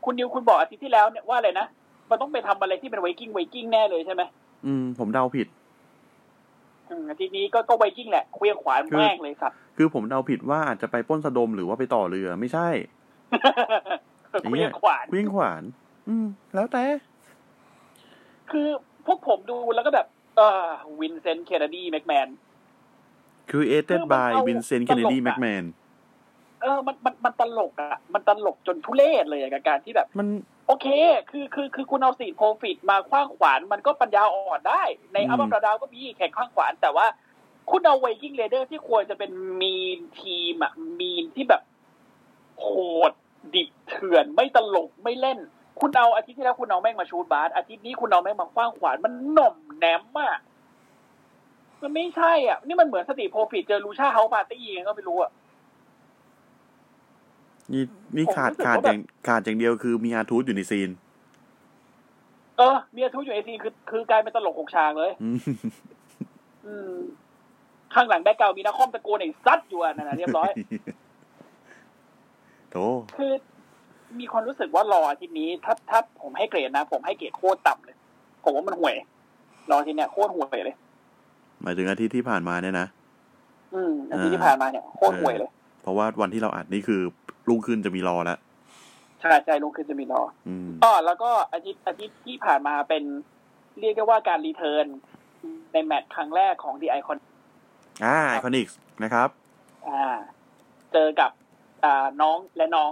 คุณนิวคุณบอกอาทิตย์ที่แล้วเนี่ยว่าอะไรนะมันต้องไปทำอะไรที่เป็นไวกิ้งไวกิ้งแน่เลยใช่ไหม อืม ผมเดาผิด อืมทีนี้ก็ก็ไวกิ้งแหละเควี้ยงขวาน คือ แม่งเลยสัตว์ คือผมเดาผิดว่าอาจจะไปปล้นสะดมหรือว่าไปต่อเรือไม่ใช่ เควี้ยงขวาน เคลี้ยงขวาน อืม แล้วแต่ คือพวกผมดูแล้วก็แบบ เออวินเซนต์เคนเนดีแม็กแมน Created คือมัน by เอา Vincent ตลก Kennedy อะ McMahon เออมันมันมันตลกอ่ะ มันตลกจนทุเรศเลยอะกับการที่แบบ มัน โอเค คือคือคือคุณเอาสีโพฟิตมาคว้างขวานมันก็ปัญญาอ่อนได้ ใน อืม อัลบั้มดาวดาวก็มีแข่งคว้างขวาน แต่ว่าคุณเอาไวกิ้งเ a เดอร์ที่ควรจะเป็นมีนทีมอ่ะมีนที่แบบโหดดิบเถื่อนไม่ตลกไม่เล่น คุณเอาอาทิตย์ที่แล้วคุณเอาแม่งมาชูดบาสอาทิตย์นี้คุณเอาแม่งมาคว้างขวานมันหน่อมแหนมมากมันไม่ใช่อ่ะ นี่มันเหมือนสติโพฟิตเจอลูชาเฮาปาร์ตี้ยังไงก็ไม่รู้อ่ะ นี่นี่ ผม ขาด รู้สึก ขาด ว่า อ แบบ ย่างขาดอย่างเดียวคือมีอาทูตอยู่ในซีน เออเมียทุกอยู่ไอซีคือคือกลายเป็นตลกหกฉากเลย อืม อืม ข้างหลังแบ็กเกราวด์มีนักคอมตะโกนไอ้ซัดอยู่อ่ะนั่นนะเรียบร้อย โถ คือมีความรู้สึกว่ารออาทิตย์นี้ถ้าถ้าผมให้เกรดนะ ผมให้เกรดโคตรต่ำเลย ผมว่ามันห่วย รออาทีเนี้ยโคตรห่วยเลย หมายถึงอาทิตย์ที่ผ่านมาเนี่ยนะ อืมอาทิตย์ที่ผ่านมาเนี่ยโคตรห่วยเลย เพราะว่าวันที่เราอัดนี่คือรุ่งขึ้นจะมีรอละ ใช่ใช่ลงคือจะมีรอ อืม อ๋อแล้วก็อาทิตย์อาทิตย์ที่ผ่านมาเป็นเรียกได้ว่าการรีเทิร์นในแมตช์ครั้งแรกของดีไอคอน อ่าไอคอนิกส์นะครับ อ่า เจอกับอ่าน้องและน้อง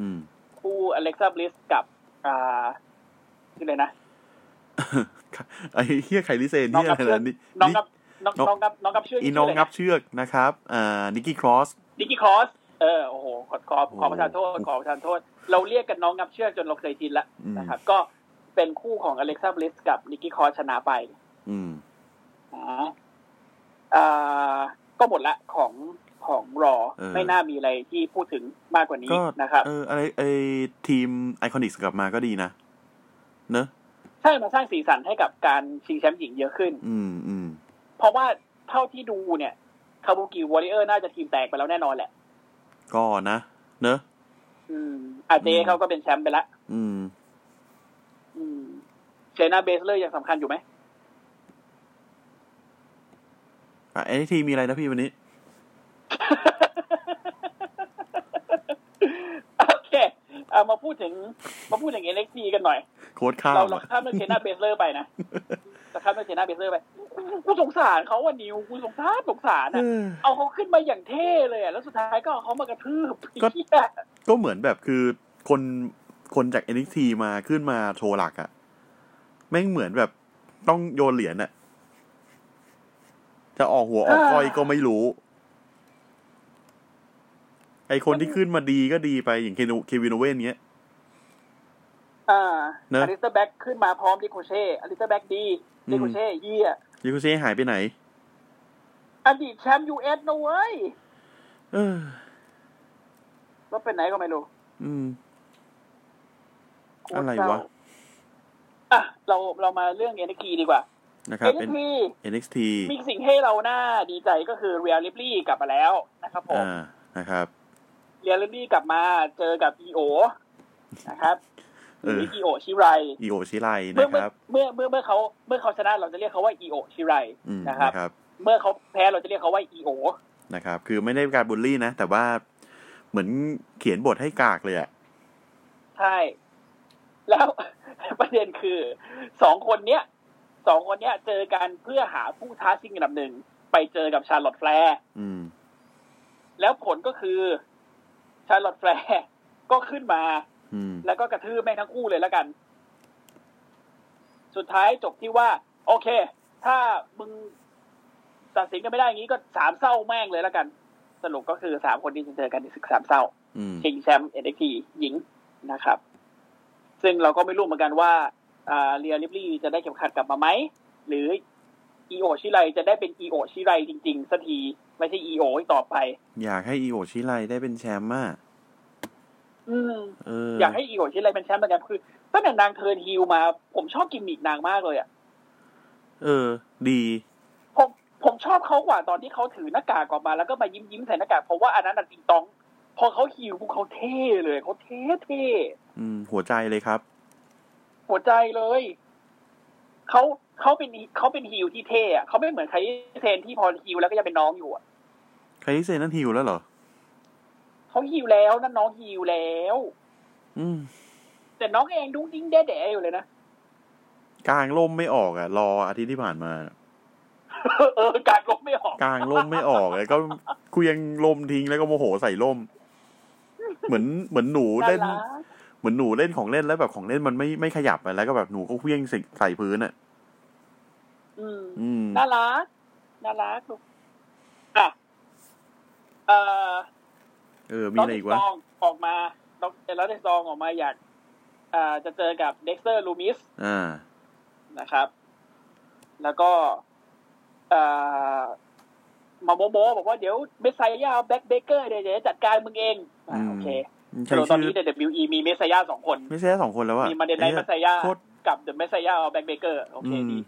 อืม คู่อเล็กซ่าบลิสกับอ่าชื่ออะไรนะ ไอเฮียไคลิเซน น้อง เนี่ย กั อะ บ ไร เชือก นะนี่ น้อง นี่ กับน้อง น้อง น้องกับน้องกับเชือก อี ชื่ น้อง อะไร งั นะ บเชือกนะครับ อ่านิกกี้ครอส นิกกี้ครอสเออโอ้โหขอขอขอประทานโทษขอประทานโทษ เราเรียกกันน้องงับเชือกจนเราเคยชินละ อืม นะครับ ก็เป็นคู่ของอเล็กซ่าบลิสกับนิกกี้ครอสชนะไป อืม นะอ่าก็หมดละของของรอ เออ ไม่น่ามีอะไรที่พูดถึงมากกว่านี้ ก็ นะครับ เอออะไรไอทีมไอคอนิกส์กลับมาก็ดีนะ เนอะ ใช่มาสร้างสีสันให้กับการชิงแชมป์หญิงเยอะขึ้น อืมอืม เพราะว่าเท่าที่ดูเนี่ยคาบูกิวอริเออร์น่าจะทีมแตกไปแล้วแน่นอนแหละ ก็นะ เนอะ อืมอาเจ อืม เขาก็เป็นแชมป์ไปละ อืม อืมเจนาเบสเลอร์ยังสำคัญอยู่ไหม อ่ะไอทีมีอะไรนะพี่วันนี้ โอเคเอามาพูดถึงมาพูดถึงเอเล็กซีกันหน่อย โค้ดข้า เรา ว เรา อะ ข้ามเรื่องเทน่าเบสเลอร์ไปนะเราข้ามเรื่องเทน่าเบสเลอร์ไปกูกูสงสารเขาว่านิวกูสงสารสงสาร เอ อ่ะ อ เอาเขาขึ้นมาอย่างเท่เลยอ่ะแล้วสุดท้ายก็เอาเขามากระทืบ ก็ เหี้ย ก็เหมือนแบบคือคนคนจาก NXT มาขึ้นมาโชว์หลักอะแม่งเหมือนแบบต้องโยนเหรียญอะจะออกหัวออกก้อยก็ไม่รู้ ไอคนที่ขึ้นมาดีก็ดีไปอย่างเควินโอเวนเงี้ย อ่า เนอะ อลิสเตอร์แบ็กขึ้นมาพร้อมดิโคเช่อลิสเตอร์แบ็กดี อืม ดิโคเช่เยี่ย ยูคุเซ่หายไปไหน อดีตแชมป์ยูเอสนะเว้ย เออ ว่าเป็นไหนก็ไม่รู้ อืม โคต อะไร เศาว ะ อ่ะเราเรามาเรื่องเอเนกีดีกว่า นะครับ เอเน เป็น กี NXT มีสิ่งให้เราน่าดีใจก็คือเรียลลิปลี่กลับมาแล้วนะครับผม อ่านะครับ เรียลลี่กลับมาเจอกับอีโอนะครับห เอ รือ อ อีโอชิไร อีโอชิไล เมื่อ นะค เมื่อ รับ เมื่อเมื่อเมื่อเขาเมื่อเขาชนะเราจะเรียกเขาว่าอีโอชิไร อืม นะครับ นะครับ เมื่อเขาแพ้เราจะเรียกเขาว่าอีโอ นะครับ คือไม่ได้การบูลลี่นะ แต่ว่าเหมือนเขียนบทให้กากเลยอะ ใช่ แล้ว ประเด็นคือสองคนเนี้ยสองคนเนี้ย เจอกันเพื่อหาผู้ท้าชิงอันดับหนึ่งไปเจอกับชาร์ลอตแฟร์ อืม แล้วผลก็คือชาร์ลอตแฟร์ ก็ขึ้นมา อืม แล้วก็กระทืบแม่งทั้งคู่เลยแล้วกัน สุดท้ายจบที่ว่า โอเค ถ้ามึงตัดสินกันไม่ได้อย่างนี้ก็สามเศร้าแม่งเลยแล้วกัน สรุปก็คือสามคนที่จะเจอกันในศึกสามเศร้า อืม ชิงแชมป์เอ็นเอ็กทีหญิงนะครับ ซึ่งเราก็ไม่รู้เหมือนกันว่าอ่าเรียลิบลี่จะได้เข็มขัดกลับมาไหม หรืออีโอชิไรจะได้เป็นอีโอชิไรจริงๆสักที ไม่ใช่อีโออีกต่อไป อยากให้อีโอชิไลได้เป็นแชมป์อ่ะ อืม เออ อยากให้อีโอชิไรเป็นแชมป์เหมือนกันคือตั้งแต่นางเทิร์นฮิลมา ผมชอบกิมมิกนางมากเลยอ่ะ เออ ดี ผมผมชอบเขากว่าตอนที่เขาถือหน้ากากออกมาแล้วก็มายิ้มยิ้มๆใส่หน้ากากเพราะว่าอันนั้นน่ะติงตอง พอเขาฮิลปุ๊บเขาเท่เลยเขาเท่เท่ อืม หัวใจเลยครับ หัวใจเลยเขาเขาเป็นเขาเป็นฮิลที่เท่อะเขาไม่เหมือนใครเซนที่พอฮิลแล้วก็ยังเป็นน้องอยู่อะ ใครที่เซนนั่นฮิวแล้วเหรอ เขาฮิลแล้วนั่นน้องฮิลแล้ว อืม แต่น้องเองดุ้งดิ้งแด่แดอยู่เลยนะ กลางล่มไม่ออกอ่ะ รออาทิตย์ที่ผ่านมา เออการลบไม่ออก กลางล่มไม่ออกแล้วก็คุยงลมทิ้งแล้วก็โมโหใส่ล่ม เหมือนเหมือนหนูเล่น น่ารัก เหมือนหนูเล่นของเล่นแล้วแบบของเล่นมันไม่ไม่ขยับอะแล้วก็แบบหนูก็เคลี้ยงใส่ใส่พื้นอ่ะ อืม อืม น่ารัก น่ารักลูกอ่ะ เอ่อ เออ มี น้อง อะไร เด อีก ซ วะ องออกมาน้องเดซองออกมาอยาก อ่าจะเจอกับเด็กเตอร์ลูมิส อ่า นะครับ แล้วก็อ่ามาโมโมบอกว่าเดี๋ยวเมสไซยาแบ็คเบเกอร์เดี๋ยวจะจัดการมึงเองอ่า อืม โอเค ใช้ แต่ตอน ชื่อ นี้ WWE มีเมสไซยาสองคน ไม่ใช่สองคนแล้วอะ มีมาเดนไนท์เมสไซยา โคตร กับเดอะเมสไซยาแบ็คเบเกอร์โอเค อืม ดี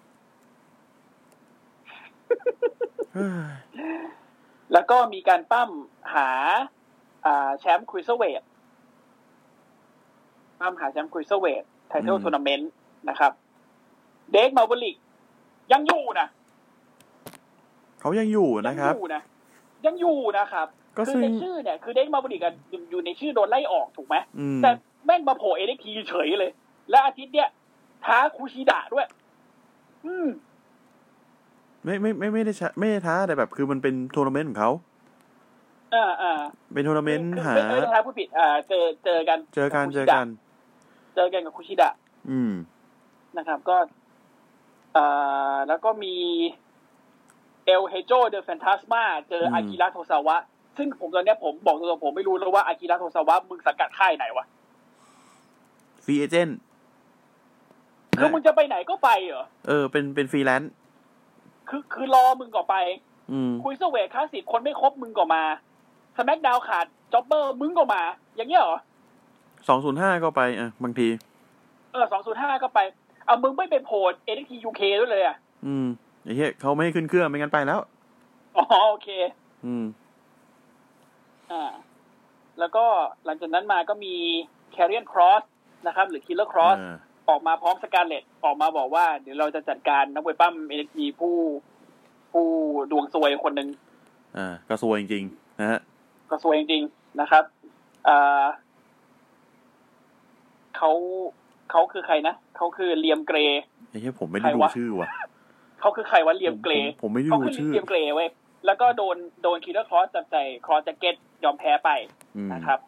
เฮ้ย แล้วก็มีการปั้มหาอ่าแชมป์ครูเซเวทปั้มหาแชมป์ครูเซเวทไทเทลทัวร์นาเมนต์นะครับ เด็กมาบลิกยังอยู่นะ เขายังอยู่ ยั นะครับ อยู่นะ ยังอยู่นะครับ ก็ คือ ซึ่ง ในชื่อเนี่ย คือเด็กมาบลิกอะอยู่อยู่ในชื่อโดนไล่ออกถูกไหม อืม แต่แม่งมาโผล่เอ t ็กทีเฉยเลย และอาทิตย์เนี่ยท้าคูชิดะด้วย อืม ไม่ไม่ไม่ไม่ได้ชะไม่ได้ท้าแต่แบบคือมันเป็นทัวร์นาเมนต์ของเขา อ่าอ่า เป็นทัวร์นาเมนต์หา ไม่ไม่ได้ท้าผู้ผิด อ่า เจอเจอกัน เจอกัน บ เจอ คุชิดะ กัน เจอกันกับคูชิดะ อืม นะครับก็เอ่อแล้วก็มีเอลเฮโจเดอะแฟนตาสมาเจออากิระโทซาวะ ซึ่งผมตอนเนี้ยผมบอกตรงๆผมไม่รู้แล้วว่าอากิระโทซาวะมึงสังกัดค่ายไหนวะ ฟรีเอเจนต์ คือมึงจะไปไหนก็ไปเหรอ เออ เป็นเป็นฟรีแลนซ์ คือคือรอมึงก่อไป อืม คุยเซเวทคลาสสิกคนไม่ครบมึงก่อมาสแมกดาวขาดจ็อบเบอร์มึงก่อมา อย่างเงี้ยเหรอ สองศูนย์ห้าก็ไปอ่ะบางที เออสองศูนย์ห้าก็ไป เอามึงไม่ไปโผล่เอ็นทียูเคด้วยเลยอ่ะ อืมไอ้เหี้ยเขาไม่ให้ขึ้นเครื่องไม่งั้นไปแล้ว อ๋อโอเค อืม อ่า แล้วก็หลังจากนั้นมาก็มีแคเรียนครอสนะครับ หรือคิลเลอร์ครอส เออ ออกมาพร้อมสการเลตออกมาบอกว่า เดี๋ยวเราจะจัดการนักเวยปั้มเอเนจีผู้ผู้ดวงซวยคนหนึ่ง อ่าก็สวยจริงๆนะฮะ ก็ซวยจริงๆนะครับอ่าเขาเขาคือใครนะเขาคือเลียมเกรย์ ไอ้เหี้ยผมไม่ได้ดู ใครวะ ชื่อว่ะ เขาคือใครวะเลียมเกรย์ ผมผมไม่ได้ เขา ดู คือ ชื่อ เลียมเกรย์เว้ยแล้วก็โดนโดนคิลเลอร์ครอสจับใจครอสแจ็คเก็ตยอมแพ้ไป อืม นะครับ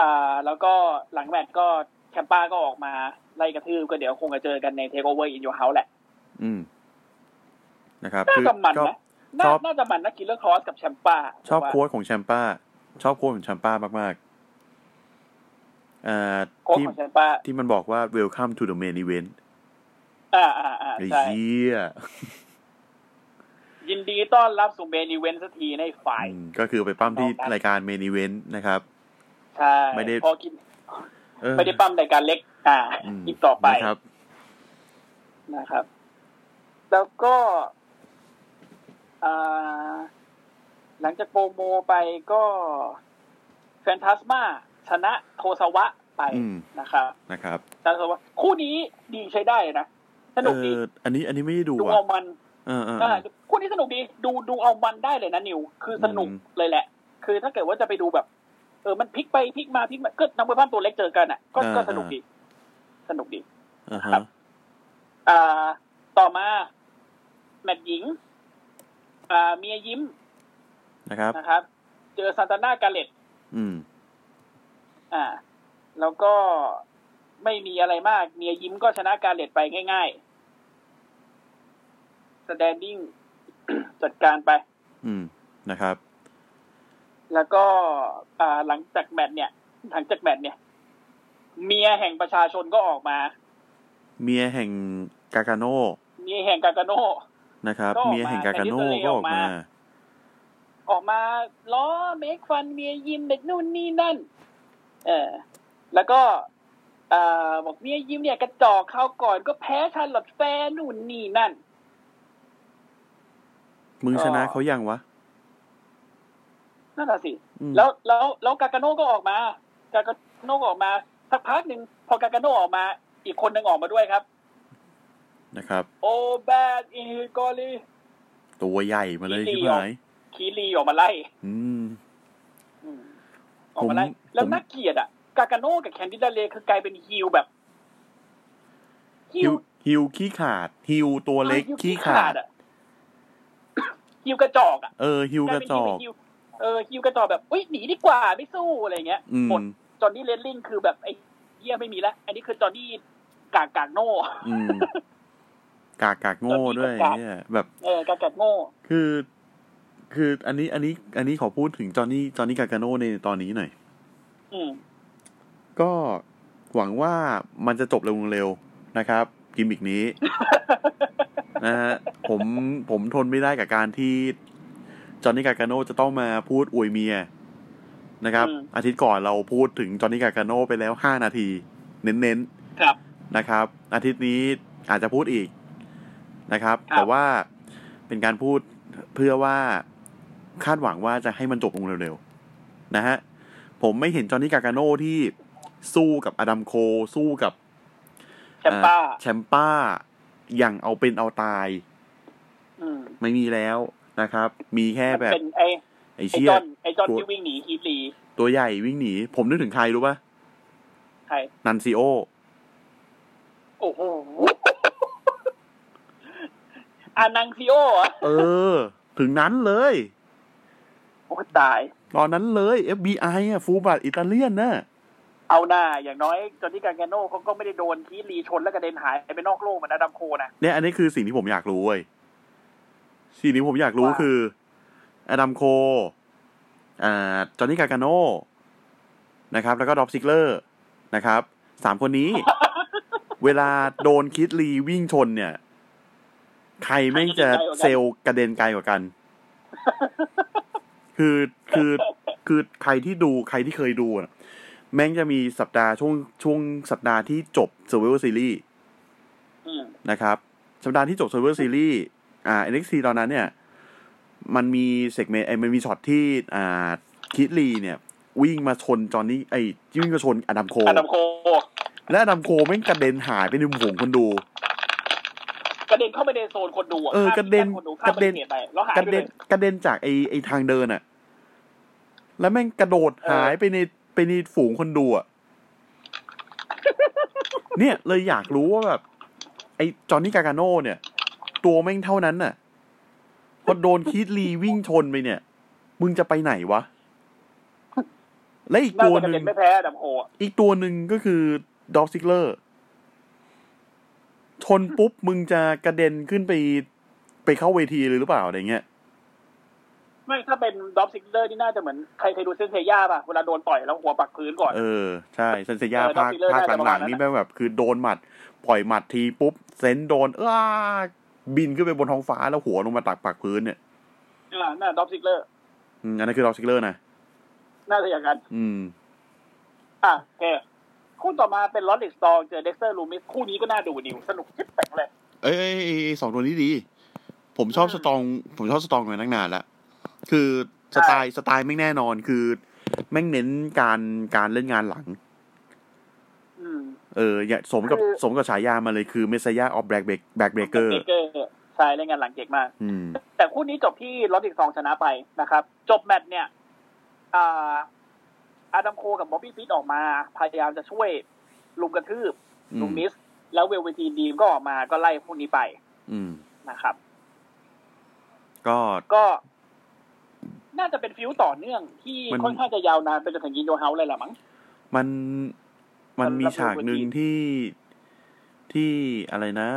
อ่า แล้วก็หลังแมตช์ก็แคมป้าก็ออกมาไล่กระทืบก็เดี๋ยวคงจะเจอกันในเทคโอเวอร์อินยูเฮาแหละ อืม นะครับ น่า คือ จะมัน ก็ นะน่า ชอบ น่าจะมันนะกิลเลอร์คอสกับแชมป้า ชอบ ผมโค้ดว่าของแชมป้า ชอบโค้ดของแชมป้ามากๆอ่า โค้ช ที่ ของแชมป้า ที่มันบอกว่า welcome to the main event อ่าอ่าอ่า ไอ้ ใช่ เหี้ย ยินดีต้อนรับสู่เมนิเวนสักทีในฝ่าย อืมก็คือไปปั้มที่ ชอบครับ รายการ main event นะครับ ใช่ ไม่ได้ พอกิน เออ ไม่ได้ปั้มรายการเล็ก อ่า อืม อีกต่อไป นะครับ นะครับ แล้วก็อ่าหลังจากโปรโมไปก็แฟนตาสมาชนะโทสวะไป อืม นะครับ นะครับ โทสวะคู่นี้ดีใช้ได้นะสนุกดี เอออันนี้อันนี้ไม่ได้ดู ดู อ่ะ เอามัน เออเออเอ อ่า อ คู่นี้สนุกดี ดูดูเอามันได้เลยนะนิว คือสนุก อืม เลยแหละ คือถ้าเกิดว่าจะไปดูแบบ เออมันพลิกไปพลิกมาพลิกมาก็นักมวยปั้มตัวเล็กเจอกันอ่ะก็ก็สนุกดี สนุกดี อ่าฮะ ครับ อ่า ต่อมา แมตช์หญิง อ่า เมียยิ้ม นะครับ นะครับ เจอซานตาน่ากาเลต อืม อ่า แล้วก็ไม่มีอะไรมาก เมียยิ้มก็ชนะกาเลตไปง่ายๆ สแตนดิ้ง จัดการไป อืมนะครับ แล้วก็อ่าหลังจากแมตช์เนี่ย หลังจากแมตช์เนี่ย เมียแห่งประชาชนก็ออกมา เมียแห่งกากาโน เมียแห่งกากาโน นะครับ ก็ออกมา เมียแห่งกากาโนก็แต่นี่เธอเลยอ อ อ อก ก มา มา ออกมาล้อเมคฟันเมียยิ้มเด็กนู่นนี่นั่น เออ แล้วก็อ่าบอกเมียยิ้มเนี่ยกระจอกเขาวก่อนก็แพ้ชันหลอดแฟนนู่นนี่นั่น มึงชนะ ก็ เขายังวะ นั่นแหะสิ อืม แล้วแล้วแล้วกากาโนก็ออกมา กากาโนก็ออกมาสักพักหนึ่งพอกากาโนออกมา อีกคนหนึ่งออกมาด้วยครับ นะครับ โอแบดอินกอลี ตัวใหญ่มาเลยใช่ที่เดียว ไหม คีรีออกมาไล่ อืม อืมออกมาได้ ผม แล้ว ผม น่าเกลียดอ่ะ กากาโน่กับแคนดิดาเลคือกลายเป็นฮิวแบบฮิ ฮิ ว วฮิวขี้ขาด ฮิวตัวเล็ก ออฮิว ขี้ขาด อะฮิวกระจอกอ่ะ เออ ฮิวกระจอก ลายเป็นฮิวเออฮิวกระจอกแบบอุ้ยหนีดีกว่าไม่สู้อะไรเงี้ย อืม หมดจอห์นนี่เลนลิงคือแบบไอ้เหี้ยไม่มีแล้วอันนี้คือจอห์นนี่กากกากโน่ อืม กากกากโง่ แล้วมี ด้วย กาก เนี่ยแบบ เออกากกากโง่ คือ คืออันนี้ อันนี้ อันนี้ขอพูดถึงจอห์นนี่ จอห์นนี่กากาโนในตอนนี้หน่อย อืม ก็ หวังว่ามันจะจบเร็วๆนะครับ กิมมิก นี้ นะฮะผมผมทนไม่ได้กับการที่จอห์นนี่กาการโนจะต้องมาพูดอวยเมียนะครับ อืม อาทิตย์ก่อนเราพูดถึงจอห์นนี่กาการโนไปแล้วห้านาที เน้นๆ ครับ นะครับ อาทิตย์นี้อาจจะพูดอีกนะครับ ครับ แต่ว่าเป็นการพูดเพื่อว่าคาดหวังว่าจะให้มันจบลงเร็วๆ นะฮะ ผมไม่เห็นจอห์นนี่กาการโน่ที่สู้กับอดัมโคสู้กับ แชมป้า เอ่อแชมป้าอย่างเอาเป็นเอาตาย อืม ไม่มีแล้วนะครับ มีแค่ มัน แบบ เป็นไอ้ ไอ้ ไอ้ เชี่ย จอนไอ้จอน ตัว ที่วิ่งหนีอีฟลี ตัวใหญ่วิ่งหนี ผมนึกถึงใครรู้ป่ะ ใคร นันซิโอ โอ้โห อานังซิโอเหรอ เออ ถึงนั้นเลย โอ้ตาย ตอนนั้นเลย FBI อ่ะฟูบัตอิตาเลียนน่ะ เอาหน้า อย่างน้อยจอนนี่การแกโน่เขาก็ไม่ได้โดนที่รีชนแล้วกระเด็นหายไปนอกโลกเหมือนอดัมโคนะ เนี่ยอันนี้คือสิ่งที่ผมอยากรู้เว้ย สิ่งที่ผมอยากรู้ ว่า คืออดัมโค อ่า จอห์นนี่กาการโนนะครับ แล้วก็ดอบซิกเลอร์ นะครับ สามคนนี้ เวลาโดนคิดลีวิ่งชนเนี่ย ใครแม่งจะเซลล์กระเด็นไกลกว่า กัน คือคือคือใครที่ดูใครที่เคยดูอะแม่งจะมีสัปดาห์ช่วงช่วงสัปดาห์ที่จบ Survivor Series อืม นะครับสัปดาห์ที่จบ Survivor Series อ่า NXT ตอนนั้นเนี่ย มันมีเซกเมนต์ไอ้ยมันมีช็อตที่อ่าคิดลีเนี่ย วิ่งมาชนจอนนี่ไอ้วิ่งมาชนอดัมโค อดัมโค และอดัมโคแม่งกระเด็นหายไปในหมู่คนดู กระเด็นเข้าไปในโซนคนดู เออ ข้าม กระเด็น ที่กั้คนดูข้าม กระเด็น บาริเกตไปแล้วหาย กระ ไปเล เด็น ย กระเด็นจากไอ้ไอ้ทางเดินอะแล้วแม่งกระโดดหายไปในไปในฝูงคนดู อะเนี่ยเลยอยากรู้ว่าแบบ ไอ้จอห์นนี่กาการโน่เนี่ย ตัวแม่งเท่านั้นน่ะพอโดนคีตลีวิ่งชนไปเนี่ย มึงจะไปไหนวะ และอีก น่า ตัวหจะกระ นึ่ เด็ ง นไม่แพ้อดัมโคอะ อีกตัวหนึ่งก็คือดอฟซิกเลอร์ ชนปุ๊บ มึงจะกระเด็นขึ้นไปไปเข้าเวทีเลยหรือเปล่าอะไรเงี้ย ไม่ถ้าเป็นดอฟซิกเลอร์นี่น่าจะเหมือนใครเคยดูเซนเซย่าป่ะ เวลาโดนต่อยแล้วหัวปักพื้นก่อน เออ ใช่เซนเซียา เออ ภาค Dolph Ziggler ภาค น่าจะประ หลัมาณ งๆนั้น นี่แม่งแบบ คือโดนหมัด ปล่อยหมัดทีปุ๊บ เซนโดนเอ้าบินขึ้นไปบนท้องฟ้าแล้วหัวลงมาตักปากพื้นเนี่ย อ่าน่าดอฟซิกเลอร์ อืมอันนั้นคือดอฟซิกเลอร์นะ น่าจะอย่างนั้น อืม อ่ะโอเค คู่ต่อมาเป็นลอริสตองเจอเด็กเตอร์ลูมิส คู่นี้ก็น่าดูนิว สนุกจิ๊บแปงเลย เอ้ยเอ้ยเอ้ยเอ้ยสองตัวนี้ดี ผมชอบ อืม สตอง ผมชอบสตองมาตั้งนานละคือสไตล์สไตล์แม่งแน่นอนคือ แม่งเน้นการการเล่นงานหลัง เอออย่าสมกับ คือ สมกับฉายามาเลยคือเมสยาออฟแบล็กเบรกแบล็กเบรกเกอร์ เกอร์ใช่เล่นงานหลังเก่งมาก อืม แต่คู่นี้จบที่ลอริสตองชนะไปนะครับ จบแมตช์เนี่ย อ่า อาดัมโคกับบ๊อบบี้ฟิตออกมา พยายามจะช่วยลุมกระทืบ อืม ลูมิส แล้วเวลเวทีดีมก็ออกมาก็ไล่พวกนี้ไป อืม นะครับ ก็ ก็น่าจะเป็นฟิวต่อเนื่องที่ มัน ค่อนข้างจะยาวนานไปจนถึงยินโยเฮาส์เลยล่ะมั้ง มันมัน มัน มี ระเบิด ฉากหนึ่ง เวที ที่ที่อะไรนะ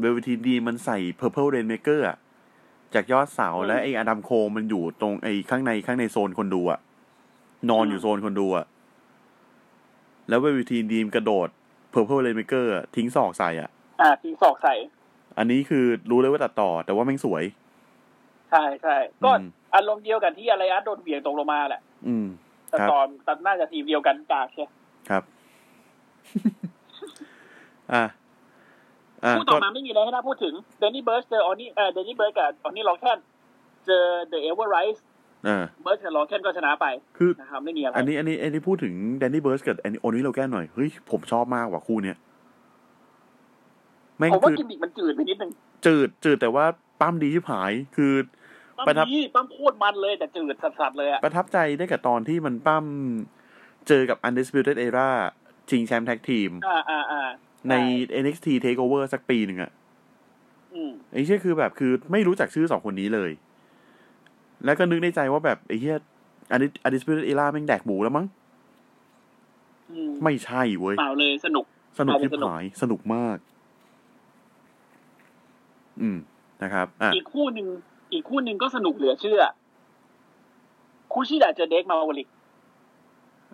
เวลทีดีมันใส่ Purple Rainmaker อะจากยอดเสาและไอ้อดัมโคมันอยู่ตรงไอ้ข้างในข้างในโซนคนดูอะนอนอยู่โซนคนดูอะแล้วเวลทีดีมกระโดด Purple Rainmaker อะทิ้งศอกใส่อะ อ่าทีศอกใส่ อันนี้คือรู้เลยว่าตัดต่อ แต่ว่าแม่งสวย ใช่ใช่ก็ อืม อารมณ์เดียวกันที่อะไรอัดโดนเบี่ยงตกลงมาแหละ อืม แต่ ครับ ตอนตัดน่าจะทีมเดียวกันกากใช่ ครับ อ่ะอ่ะ คู่ต่อมาไม่มีอะไรให้น่าพูดถึงเดนนี่เบิร์ชเจอออนนี่เออเดนนี่เบิร์ชกับออนนี่ลอแคนเจอเดอะเอเวอร์ไรส์ เออ เบิร์ชกับลอแคนก็ชนะไป คือ นะครับไม่มีอะไร อันนี้อันนี้อันนี้พูดถึงแดนนี่เบิร์สกับแอนโอนิโลแกนหน่อย เฮ้ย ผมชอบมากว่ะคู่เนี้ยแม่ง ผมว่า คือ กิมมิกมันจืดไปนิดนึง จืดจืดแต่ว่าปั้มดีที่ผาย คือ ป ปั้ ระทัมบ นี้ปั้มโคตรมันเลยแต่จืดสัสๆเลยอะ ประทับใจได้กับตอนที่มันปั้มเจอกับ Undisputed Era ชิงแชมป์แท็กทีม อ่าอ่าอ่า ใน NXT Takeover สักปีหนึ่งอะ อืม ไอ้เชี่ยคือแบบคือไม่รู้จักชื่อสองคนนี้เลย แล้วก็นึกในใจว่าแบบไอ้เชี่ย Undis- Undisputed Era แม่งแดกหมูแล้วมั้ง อืม ไม่ใช่เว้ย เปล่าเลยสนุก สนุก น่าจะ ที่ สนุก หายสนุกมาก อืมนะครับอ่ะ อีกคู่หนึ่งอีกคู่หนึ่งก็สนุกเหลือเชื่อ คู่ชิดาเจอเด็กมาวลิก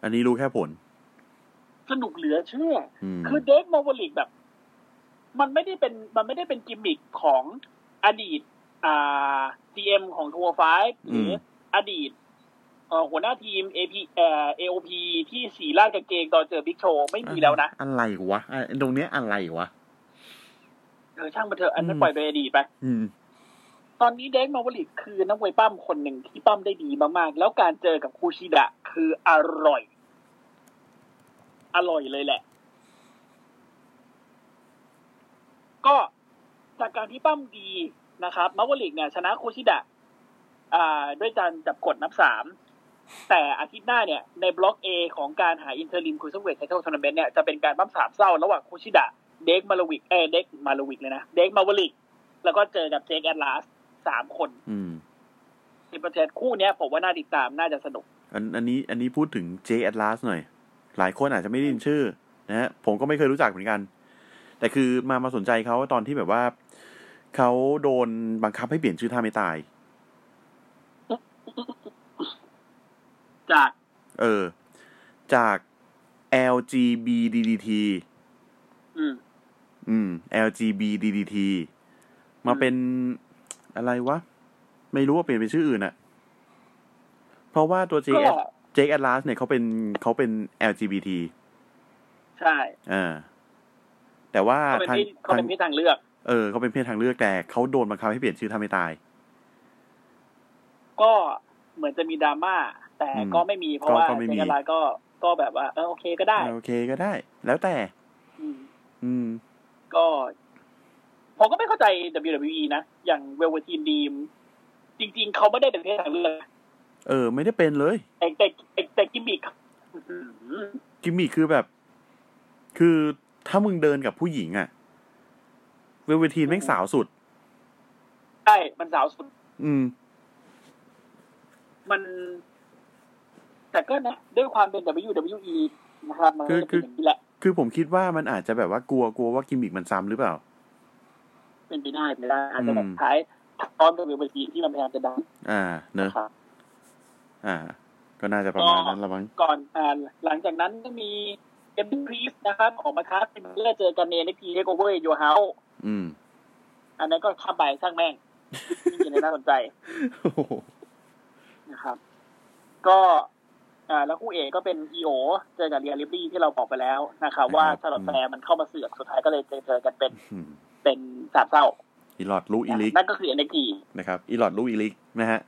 อันนี้รู้แค่ผล สนุกเหลือเชื่อ อืม คือเดฟมอวลิกแบบ มันไม่ได้เป็นมันไม่ได้เป็นกิมมิคของอดีต อ่าซีเอ็มของทัวร์ไฟหรือออดีตเอ่อหัวหน้าทีมเอพีเอ่อเอโอพีที่สีลาดกางเกงตอนเจอบิ๊กโชว์ไม่มีแล้วนะ อะไรวะอ่ะตรงเนี้ยอะไรวะ เออช่างมันเถอะอันนั้ อื น ม ปล่อยไปอดีตไป อืม ตอนนี้เดฟมอวลิกคือนักมวยปั้มคนหนึ่งที่ปั้มได้ดีมากๆ แล้วการเจอกับคูชิดะคืออร่อย อร่อยเลยแหละ ก็จากการที่ปั้มดีนะครับมาวลิกเนี่ย ชนะคูชิดะอ่าด้วยการจับกดนับสาม แต่อาทิตย์หน้าเนี่ย ในบล็อก A ของการหาอินเทอร์ลิมคูซเวทไทเทิลทัวร์นาเมนต์เนี่ย จะเป็นการปั้มสามเศร้าระหว่างคูชิดะ เด็กมาลวิกเอยเด็กมาลวิกเลยนะ เด็กมาวลิก แล้วก็เจอกับเจคแอดลาสสามคน อืม ในประเทศคู่เนี้ย ผมว่าน่าติดตามน่าจะสนุก อันอันนี้อันนี้พูดถึง J Atlas หน่อย หลายคนอาจจะไม่ได้ยินชื่อนะฮะผมก็ไม่เคยรู้จักเหมือนกัน แต่คือมามาสนใจเขาตอนที่แบบว่าเขาโดนบังคับให้เปลี่ยนชื่อท่าไม่ตาย จาก เออ จาก LGBDDT อืม อืม LGBDDT มา อืม เป็นอะไรวะ ไม่รู้ว่าเปลี่ยนเป็นชื่ออื่นอะเพราะว่าตัว J ก็ J Atlas เนี่ยเขาเป็นเขาเป็น LGBT ใช่ อ่าแต่ว่า เขาเป็ทางนที่เขา ทาง เป็นที่ทางเลือก เออเขาเป็นเพศทางเลือกแต่เขาโดนบังคับให้เปลี่ยนชื่อทำให้ตาย ก็เหมือนจะมีดราม่า แต่ อืม ก็ไม่มีเพ ก็ ราะว่า ก็ไม่ เจ มี คแอดลาสก็ก็แบบว่าเออโอเคก็ได้ โอเคก็ได้ แล้วแต่ อืม อืม ก็ ผมก็ไม่เข้าใจ WWE นะ อย่างเวลเวทีนดีม จริง ๆ เขาไม่ได้เป็นเพศทางเลือก เออ ไม่ได้เป็นเลย แต่แต่แต่แต่กิมมิคอื้อหือ กิมมี่คือแบบ คือถ้ามึงเดินกับผู้หญิงอะเวลเวทีนแม่งสาวสุด ใช่มันสาวสุด อืม มัน แต่ก็นะด้วยความเป็น WWE นะครับมันก็จะ คื เป็อนอย่างนี้แหละ คือผมคิดว่ามันอาจจะแบบว่ากลัวกลัวว่ากิมมิกมันซ้ำหรือเปล่า เป็นไปได้เป็นไปได้อาจจะแบ อื บ ม ท้ายตอนเป็นเวทีที่มันพยายามจะดัง อ่า เนอะ นะครับ อ่า ก็น่าจะประมาณนั้นละมั้ง ก่อนอ่าหลังจากนั้นก็มีเอ็มพรีสนะครับ ออกมาท้าเป็นเลอร์เจอกันในเอ็กพีเทคโอเวอร์ยูเฮา อืม อันนั้นก็ข้ามไปช่างแม่งไม่มีอะไรน่าสนใจ โอ้โห นะครับ ก็อ่าแล้วคู่เอกก็เป็นอีโอเจอกับเรียลิบลี่ที่เราบอกไปแล้วนะครับ ว่าชาร์ลอตแฟร์มันเข้ามาเสือกสุดท้ายก็เลยเจอกันเป็น อืม เป็นสามเศร้า อีหลอดลูอีลิก นั่นก็คือ NXT นะครับ อีหลอดลูอีลิกนะฮะ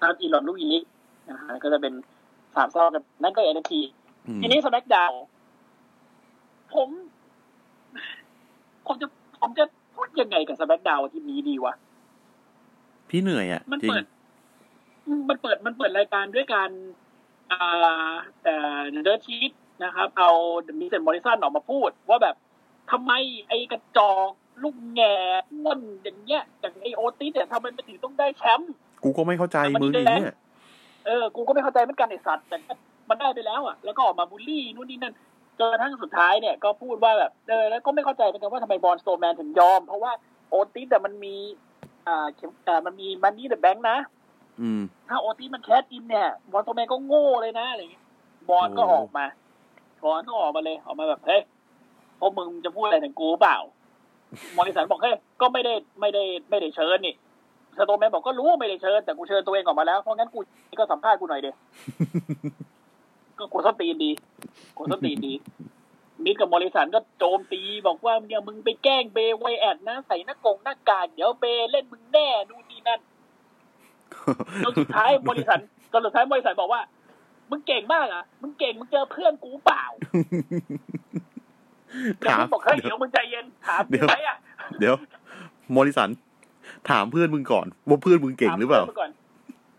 ถ้าอีลอนลูกอีลิกนะฮะก็จะเป็นสามเศร้ากันนั่นก็ NXT อืม ทีนี้ส c ็กดาวผม ผมจะผมจะพูดยังไงกับส c ็กดาวทีมนี้ดีวะ พี่เหนื่อยอ่ะ มัน จริง เปิด มันเปิดมันเปิดรายการด้วยการอ่าเอ่อเดอร์ชีตนะครับ เอามิสเซนมอริสันออกมาพูด ว่าแบบทำไมไอ้กระจอกลูกแง่อ้วนอย่างเงี้ยอย่างไอโอติสเนี่ยทำไมมันถึงต้องได้แชมป์ กูก็ไม่เข้าใจมึงอีกเนี่ย เออ กูก็ไม่เข้าใจเหมือนกันไอสัตว์ แต่มันได้ไปแล้วอ่ะ แล้วก็ออกมาบูลลี่นู่นนี่นั่น จนกระทั่งสุดท้ายเนี่ย ก็พูดว่าแบบเออแล้วก็ไม่เข้าใจเหมือนกันว่าทำไมบอลสโตแมนถึงยอม เพราะว่าโอติสแต่มันมี อ่าเข็มอ่ามันมีมันนี่เดอะแบงค์นะ อื ม ถ้าโอติสมันแคสอินเนี่ย บอลสโตแมนก็โง่เลยนะอะไรอย่างเงี้ย บอลก็ โอ้ ออกมา บอลก็ออกมาเลย ออกมาแบบ เฮ้ย พวกมึงจะพูดอะไรถึงกูเปล่า มอริสันบอกเฮ้ย ก็ไม่ได้ไม่ได้ไม่ได้เชิญนี่สโตแมนบอกก็รู้ว่าไม่ได้เชิญ แต่กูเชิญตัวเองออกมาแล้ว เพราะงั้นกูก็สัมภาษณ์กูหน่อยเด ก็กดส้นตีนดีกดส้นตีนดี มิกกับมอริสันก็โจมตีบอกว่าเนี่ยมึงไปแกล้งเบย์ไวแอดนะ ใส่หน้ากงหน้ากากเดี๋ยวเบย์เล่นมึงแน่นู่นนี่นั่น จนสุดท้าย บริษัทจนสุดท้ายบริษัทบอกว่า มึงเก่งมากอ่ะ มึงเก่ง มึงเจอเพื่อนกูเปล่าแต่ ถาม มึงบอกเฮ้ยเดี๋ยวมึงใจเย็นถามกูไหมอ่ะ เดี๋ยวมอริสัน ถามเพื่อนมึงก่อน ว่าเพื่อนมึงเก่งหรือเปล่า ถมพื่นมึก่อน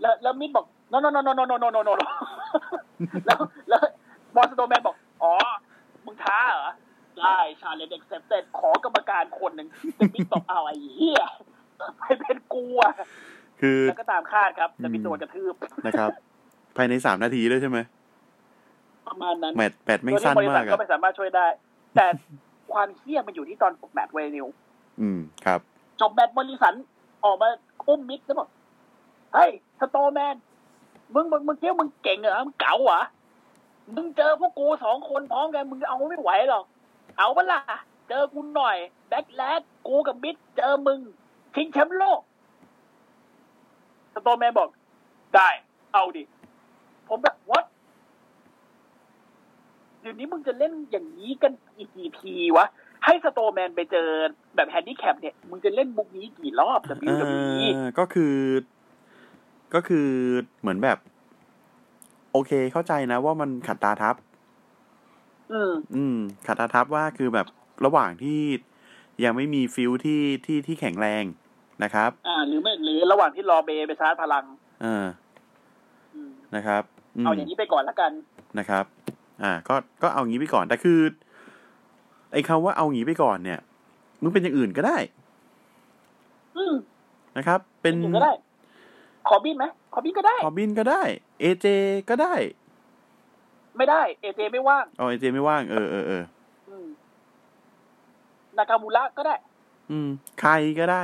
แล้วแล้วมิดบอก no no no no no no no no no no แล้วแล้วบอสโตแมนบอก อ๋อ มึงท้าเหรอ ได้ชาเลนจ์เอ็กเซปเต็ดขอกรรมการคนหนึ่งแต่มิดบอกเอาไอ้เหี้ย ไม่เป็นกูอ่ะ คือ แล้วก็ตามคาดครับแต่มิดโดนกระทืบ นะครับ ภายในสามนาทีด้วยใช่ไหม ประมาณนั้น แมตช์แปดไม่งสั้น โดยที่บริ มา ษั ก ท อะ ก็ไม่สามารถช่วยได้ แต่ ความเครียดมันอยู่ที่ตอนจบแมตช์เวนิว อืม ครับ จบแมตช์มอริสันออกมาอุ้มมิดแล้วบอกเฮ้ยสโตแมนมึงมึงมึงเที่ยวามึงเก่งเหรอมึงเก๋าเหรอ มึงเจอพวกกูสองคนพร้อมกันมึงเอาไม่ไหวหรอก เอาเปะล่ะเจอกูหน่อย แบ็คแลดกูกับบิ๊กเจอมึงชิงแชมป์โลก สโตแมนบอก ได้ เอาดิ ผมแบบวัดเดี๋ยวนี้มึงจะเล่นอย่างนี้กันอีกกี่ทีวะ ให้สโตแมนไปเจอแบบแฮนดี้แคปเนี่ย มึงจะเล่นบุกนี้กี่รอบ WWE เออก็คือ ก็คือเหมือนแบบ โอเคเข้าใจนะว่ามันขัดตาทับ อืม อืมขัดตาทับว่าคือแบบระหว่างที่ยังไม่มีฟิลที่ที่ที่แข็งแรงนะครับ อ่า หรือไม่หรือระหว่างที่รอเบย์ไปชาร์จพลัง เออ อืม นะครับม เอาอย่างนี้ไปก่อนละกัน นะครับ อ่า ก็ ก็เอางี้ไปก่อน แต่คือ ไอ้คำว่าเอางี้ไปก่อนเนี่ย มึงเป็นอย่างอื่นก็ได้ อืม นะครับ เป็น ถึงก็ได้ ขอบินไหมขอบินก็ได้ คอบินก็ได้ เอเจก็ได้ ไม่ได้ เอเจไม่ว่าง เอาเอเจไม่ว่าง เออเออเออ อืมนากามูระก็ได้ อืม ใครก็ได้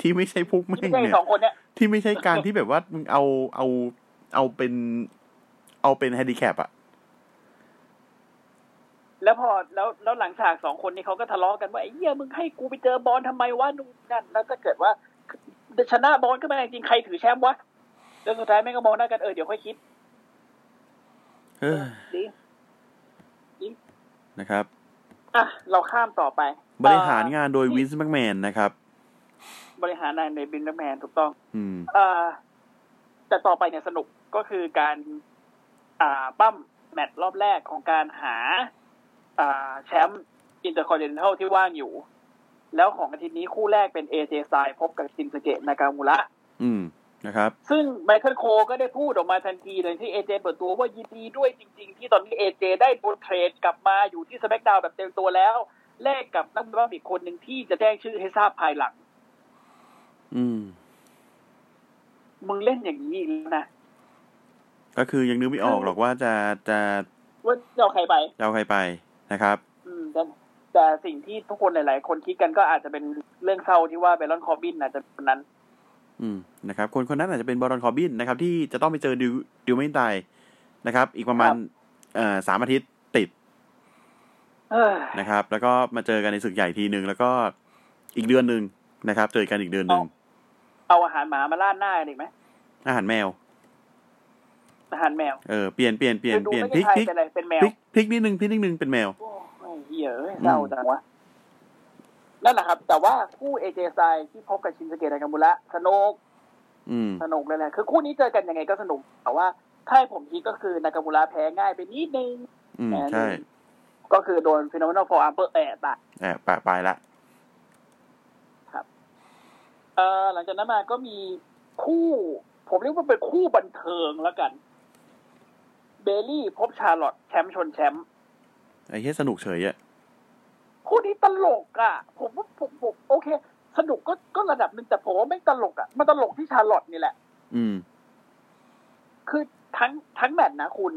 ที่ไม่ใช่พวก ที่ แม่ ไม่ ง ใช่ เนี่ย สองคนเนี่ย ที่ไม่ใช่การที่แบบว่า มึงเอา เอา เอาเป็น เอาเป็นแฮนดิแคปอะ แล้วพอแล้วแล้วหลังฉากสองคนนี้เขาก็ทะเลาะกันว่าไอ้เหี้ยมึงให้กูไปเจอบอลทำไมวะนู่นนั่น แล้วถ้าเกิดว่าชนะบอลขึ้นมาจริงๆใครถือแชมป์วะแล้วสุดท้ายแม่งก็มองหน้ากันเออเดี๋ยวค่อยคิด เออ ดิ นะครับ อ่ะเราข้ามต่อไป บริหารงานโดยวินส์แมกแมนนะครับ บริหารนายในบินแมนถูกต้อง อืม เอ่อแต่ต่อไปเนี่ยสนุกก็คือการ อ่าปั้มแมตช์รอบแรกของการหา อ่าแชมป์อินเตอร์คอนเ n นทัลที่ว่างอยู่ แล้วของอาทิตย์นี้คู่แรกเป็นเอเจสไตพบกับชินสเกะนากามูระ อืม นะครับ ซึ่งไมเคิลโคก็ได้พูดออกมาทันทีเลยที่เอเจเปิดตัวว่ายินดีด้วยจริงๆ ที่ตอนนี้เอเจได้โดนเทรดกลับมาอยู่ที่ส c k กดาวแบบเต็มตัวแล้ว แลกกับนักบ้าอีกคนหนึ่งที่จะแจ้งชื่อให้ทราบภายหลัง อืม มึงเล่นอย่างนี้อีกแล้วนะ ก็คือยังนึกไม่ออกหรอกว่าจะ จะ ว่าจะเอาใครไป จะเอาใครไปนะครับ อืมแต่แต่สิ่งที่ทุกคนหลาย ๆ คนคิดกันก็อาจจะเป็นเรื่องเศร้าที่ว่าเบลลอนคอร์บินอาจจะเป็นคนนั้น อืมนะครับคนคนนั้นอาจจะเป็นบอรอนคอร์บินนะครับที่จะต้องไปเจอดิวดิวไม่ตายนะครับ อีกประมาณ ครับ เอ่อสามอาทิตย์ติด เอ้ย นะครับ แล้วก็มาเจอกันในศึกใหญ่ทีหนึ่งแล้วก็อีกเดือนหนึ่งนะครับ เจอกันอีกเดือนหนึ่ง เอาอาหารหมามาล่าดหน้ากันอีกไหม อาหารแมว อาหารแมว เออเปลี่ยนเปลี่ยนเปลี่ยน ดู เปลี่ยน ไม่ พลิ ใช่ ก ไทพยลิก เป็นอะไรเป็นแม พ ว ลิกพลิกนิดนึงพลิกนิดนึงเป็นแมว โอ้ยเหี้ยเอ้ยเศร้าจังวะนั่นแหละครับ แต่ว่าคู่เอเจไซที่พบกับชินสเกะนากามุระสนุก อืม สนุกเลยแหละคือคู่นี้เจอกันยังไงก็สนุก แต่ว่าถ้าให้ผมคิดก็คือนากามุระแพ้ง่ายไปนิดนึง อืม แพ้ ใช่ นิดนึงก็คือโดนฟิโนเมนอลฟอร์อาร์เปอร์แอบอะ แอบปะไปละ เอ่อหลังจากนั้นมาก็มีคู่ ผมเรียกว่าเป็นคู่บันเทิงแล้วกัน เบลลี่พบชาร์ลอตแชมป์ชนแชมป์ ไอ้เหี้ยสนุกเฉยอะ คู่นี้ตลกอะ่ะ ผมว่าผมผมโอเค สนุกก็ก็ระดับหนึ่งแต่ผมว่าไม่งตลกอะ่ะ มันตลกที่ชาร์ลอตนี่แหละ อืม คือทั้งทั้งแมตช์นะคุณ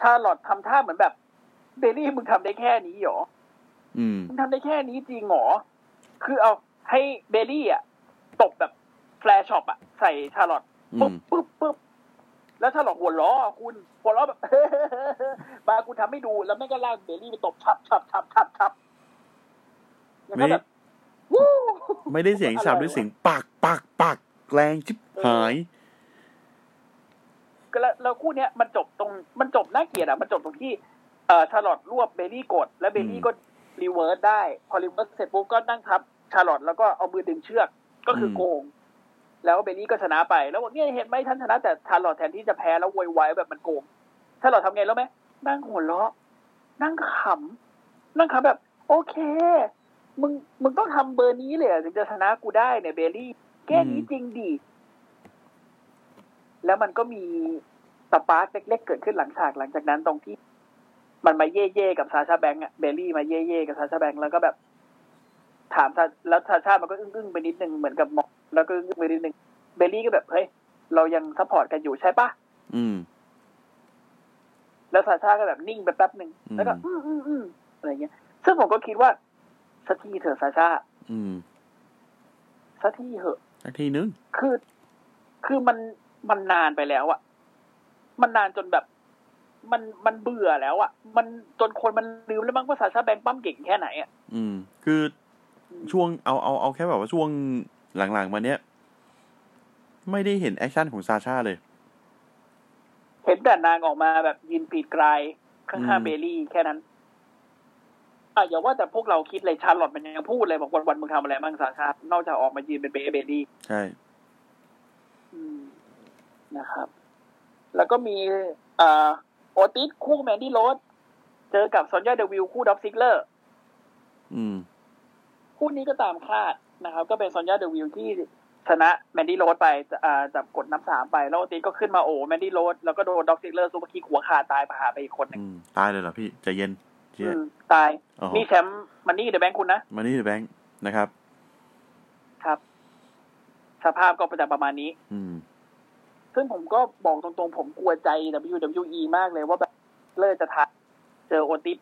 ชาร์ลอตทำท่าเหมือนแบบ เบลลี่มึงทำได้แค่นี้เหรอ อืม มึงทำได้แค่นี้จริงเหรอ คือเอาให้เบลลี่อ่ะตบแบบแฟลชช็อปอ่ะ ใส่ชาร์ลอต อื ปุ๊บ ม ปุ๊บปุ๊บแล้วถ้าหลอกหัวล้ออ่ะคุณหัวล้อแบบ มากูทำให้ดูแล้วแม่งก็ลากเบลลี่ไปตบชับชับชับชับชับแล้วก็แบบวู้ ไม่ได้เสียงสับด้วยเสียงปักปักปักแรงชิบหาย ก็แล้วแล้วคู่เนี้ยมันจบตรงมันจบน่าเกลียดอ่ะ มันจบตรงที่เอ่อชาร์ลอตรวบเบลลี่กด แล้วเบลลี่ อืม ก็รีเวิร์สได้ พอรีเวิร์สเสร็จปุ๊บก็นั่งทับ ชาร์ลอตแล้วก็เอามือดึงเชือกก็คืออ ม โกง แล้วเบลลี่ก็ชนะไป แล้วบอกเนี่ยเห็นไหมท่านชนะ แต่ชาร์ลอตแทนที่จะแพ้แล้วโวยวายแบบมันโกง ถ้าเราทำไงแล้วไหมนั่งหัวเราะ นั่งขำนั่งขำแบบ โอเค มึงมึงต้องทำเบอร์นี้เลยอะถึงจะชนะกูได้เนี่ยเบลลี่ แก้นี้จริงดิแล้วมันก็มีสปาร์กเล็กๆเกิดขึ้นหลังฉากหลังจากนั้นตรงที่ มันมาเย่ๆกับซาชาแบงก์อะเบลลี่มาเย่ๆกับซาชาแบงก์แล้วก็แบบ ถามซาแล้วซาชามันก็อึ้งๆไปนิดนึงเหมือนกับมองแล้วก็อึ้งๆไปนิดนึงเบลลี่ก็แบบเฮ้ยเรายังซัพพอร์ตกันอยู่ใช่ปะ อืม แล้วซาชาก็แบบนิ่งไปแป๊บหนึ่ง อืม แล้วก็ อืมอืมอืมอะไรเงี้ย ซึ่งผมก็คิดว่าสักทีเถอะซาชา อืม สักทีเถอะ สักทีนึง คือ คือมันมันนานไปแล้วอะมันนานจนแบบ มันมันเบื่อแล้วอ่ะ มันจนคนมันลืมแล้วมั้งว่าซาชาแบงค์ปั้มเก่งแค่ไหนอ่ะ อืม คือช่วงเอาเอาเอาแค่แบบว่าช่วงหลังๆมาเนี้ย ไม่ได้เห็นแอคชั่นของซาชาเลย เห็นแต่นางออกมาแบบยืนปีดกลายข้า อื งๆ ม เบลลี่แค่นั้นอ่ะอย่าว่าแต่พวกเราคิดเลยชาร์ลอตมันยังพูดเลยบอกวันวันๆมึงทำอะไรบ้างสาชาตินอกจากออกมายืนเป็นเบเบลลี่ ใช่ อืมนะครับ แล้วก็มีเอ่อโอติสคู่แมนดี้โรสเจอกับซอนยาเดวิลคู่ดับซิกเลอร์ อืม คู่นี้ก็ตามคาดนะครับ ก็เป็นซอนยาเดวิลที่ชนะแมนดี้โรสไปอ่าจับกดน้ำสามไป แล้วโอติสก็ขึ้นมาโอ้แมนดี้โรสแล้วก็โดนด็อกซิกเลอร์ซูเปอร์คิกหัวขาดตายประหารไปอีกคนหนึ่ง อืม ตายเลยเหรอพี่ใจเย็นเจี๊ยบ อืมตาย โอ้โห นี่แชมป์มันนี่เดอะแบงค์คุณนะ มานี่เดอะแบงค์นะครับ ครับ สภาพก็ประจะประมาณนี้ อืม ซึ่งผมก็บอกตรงๆ ผมกลัวใจ WWE มากเลยว่าแบบเลอร์จะทักเจอโอติส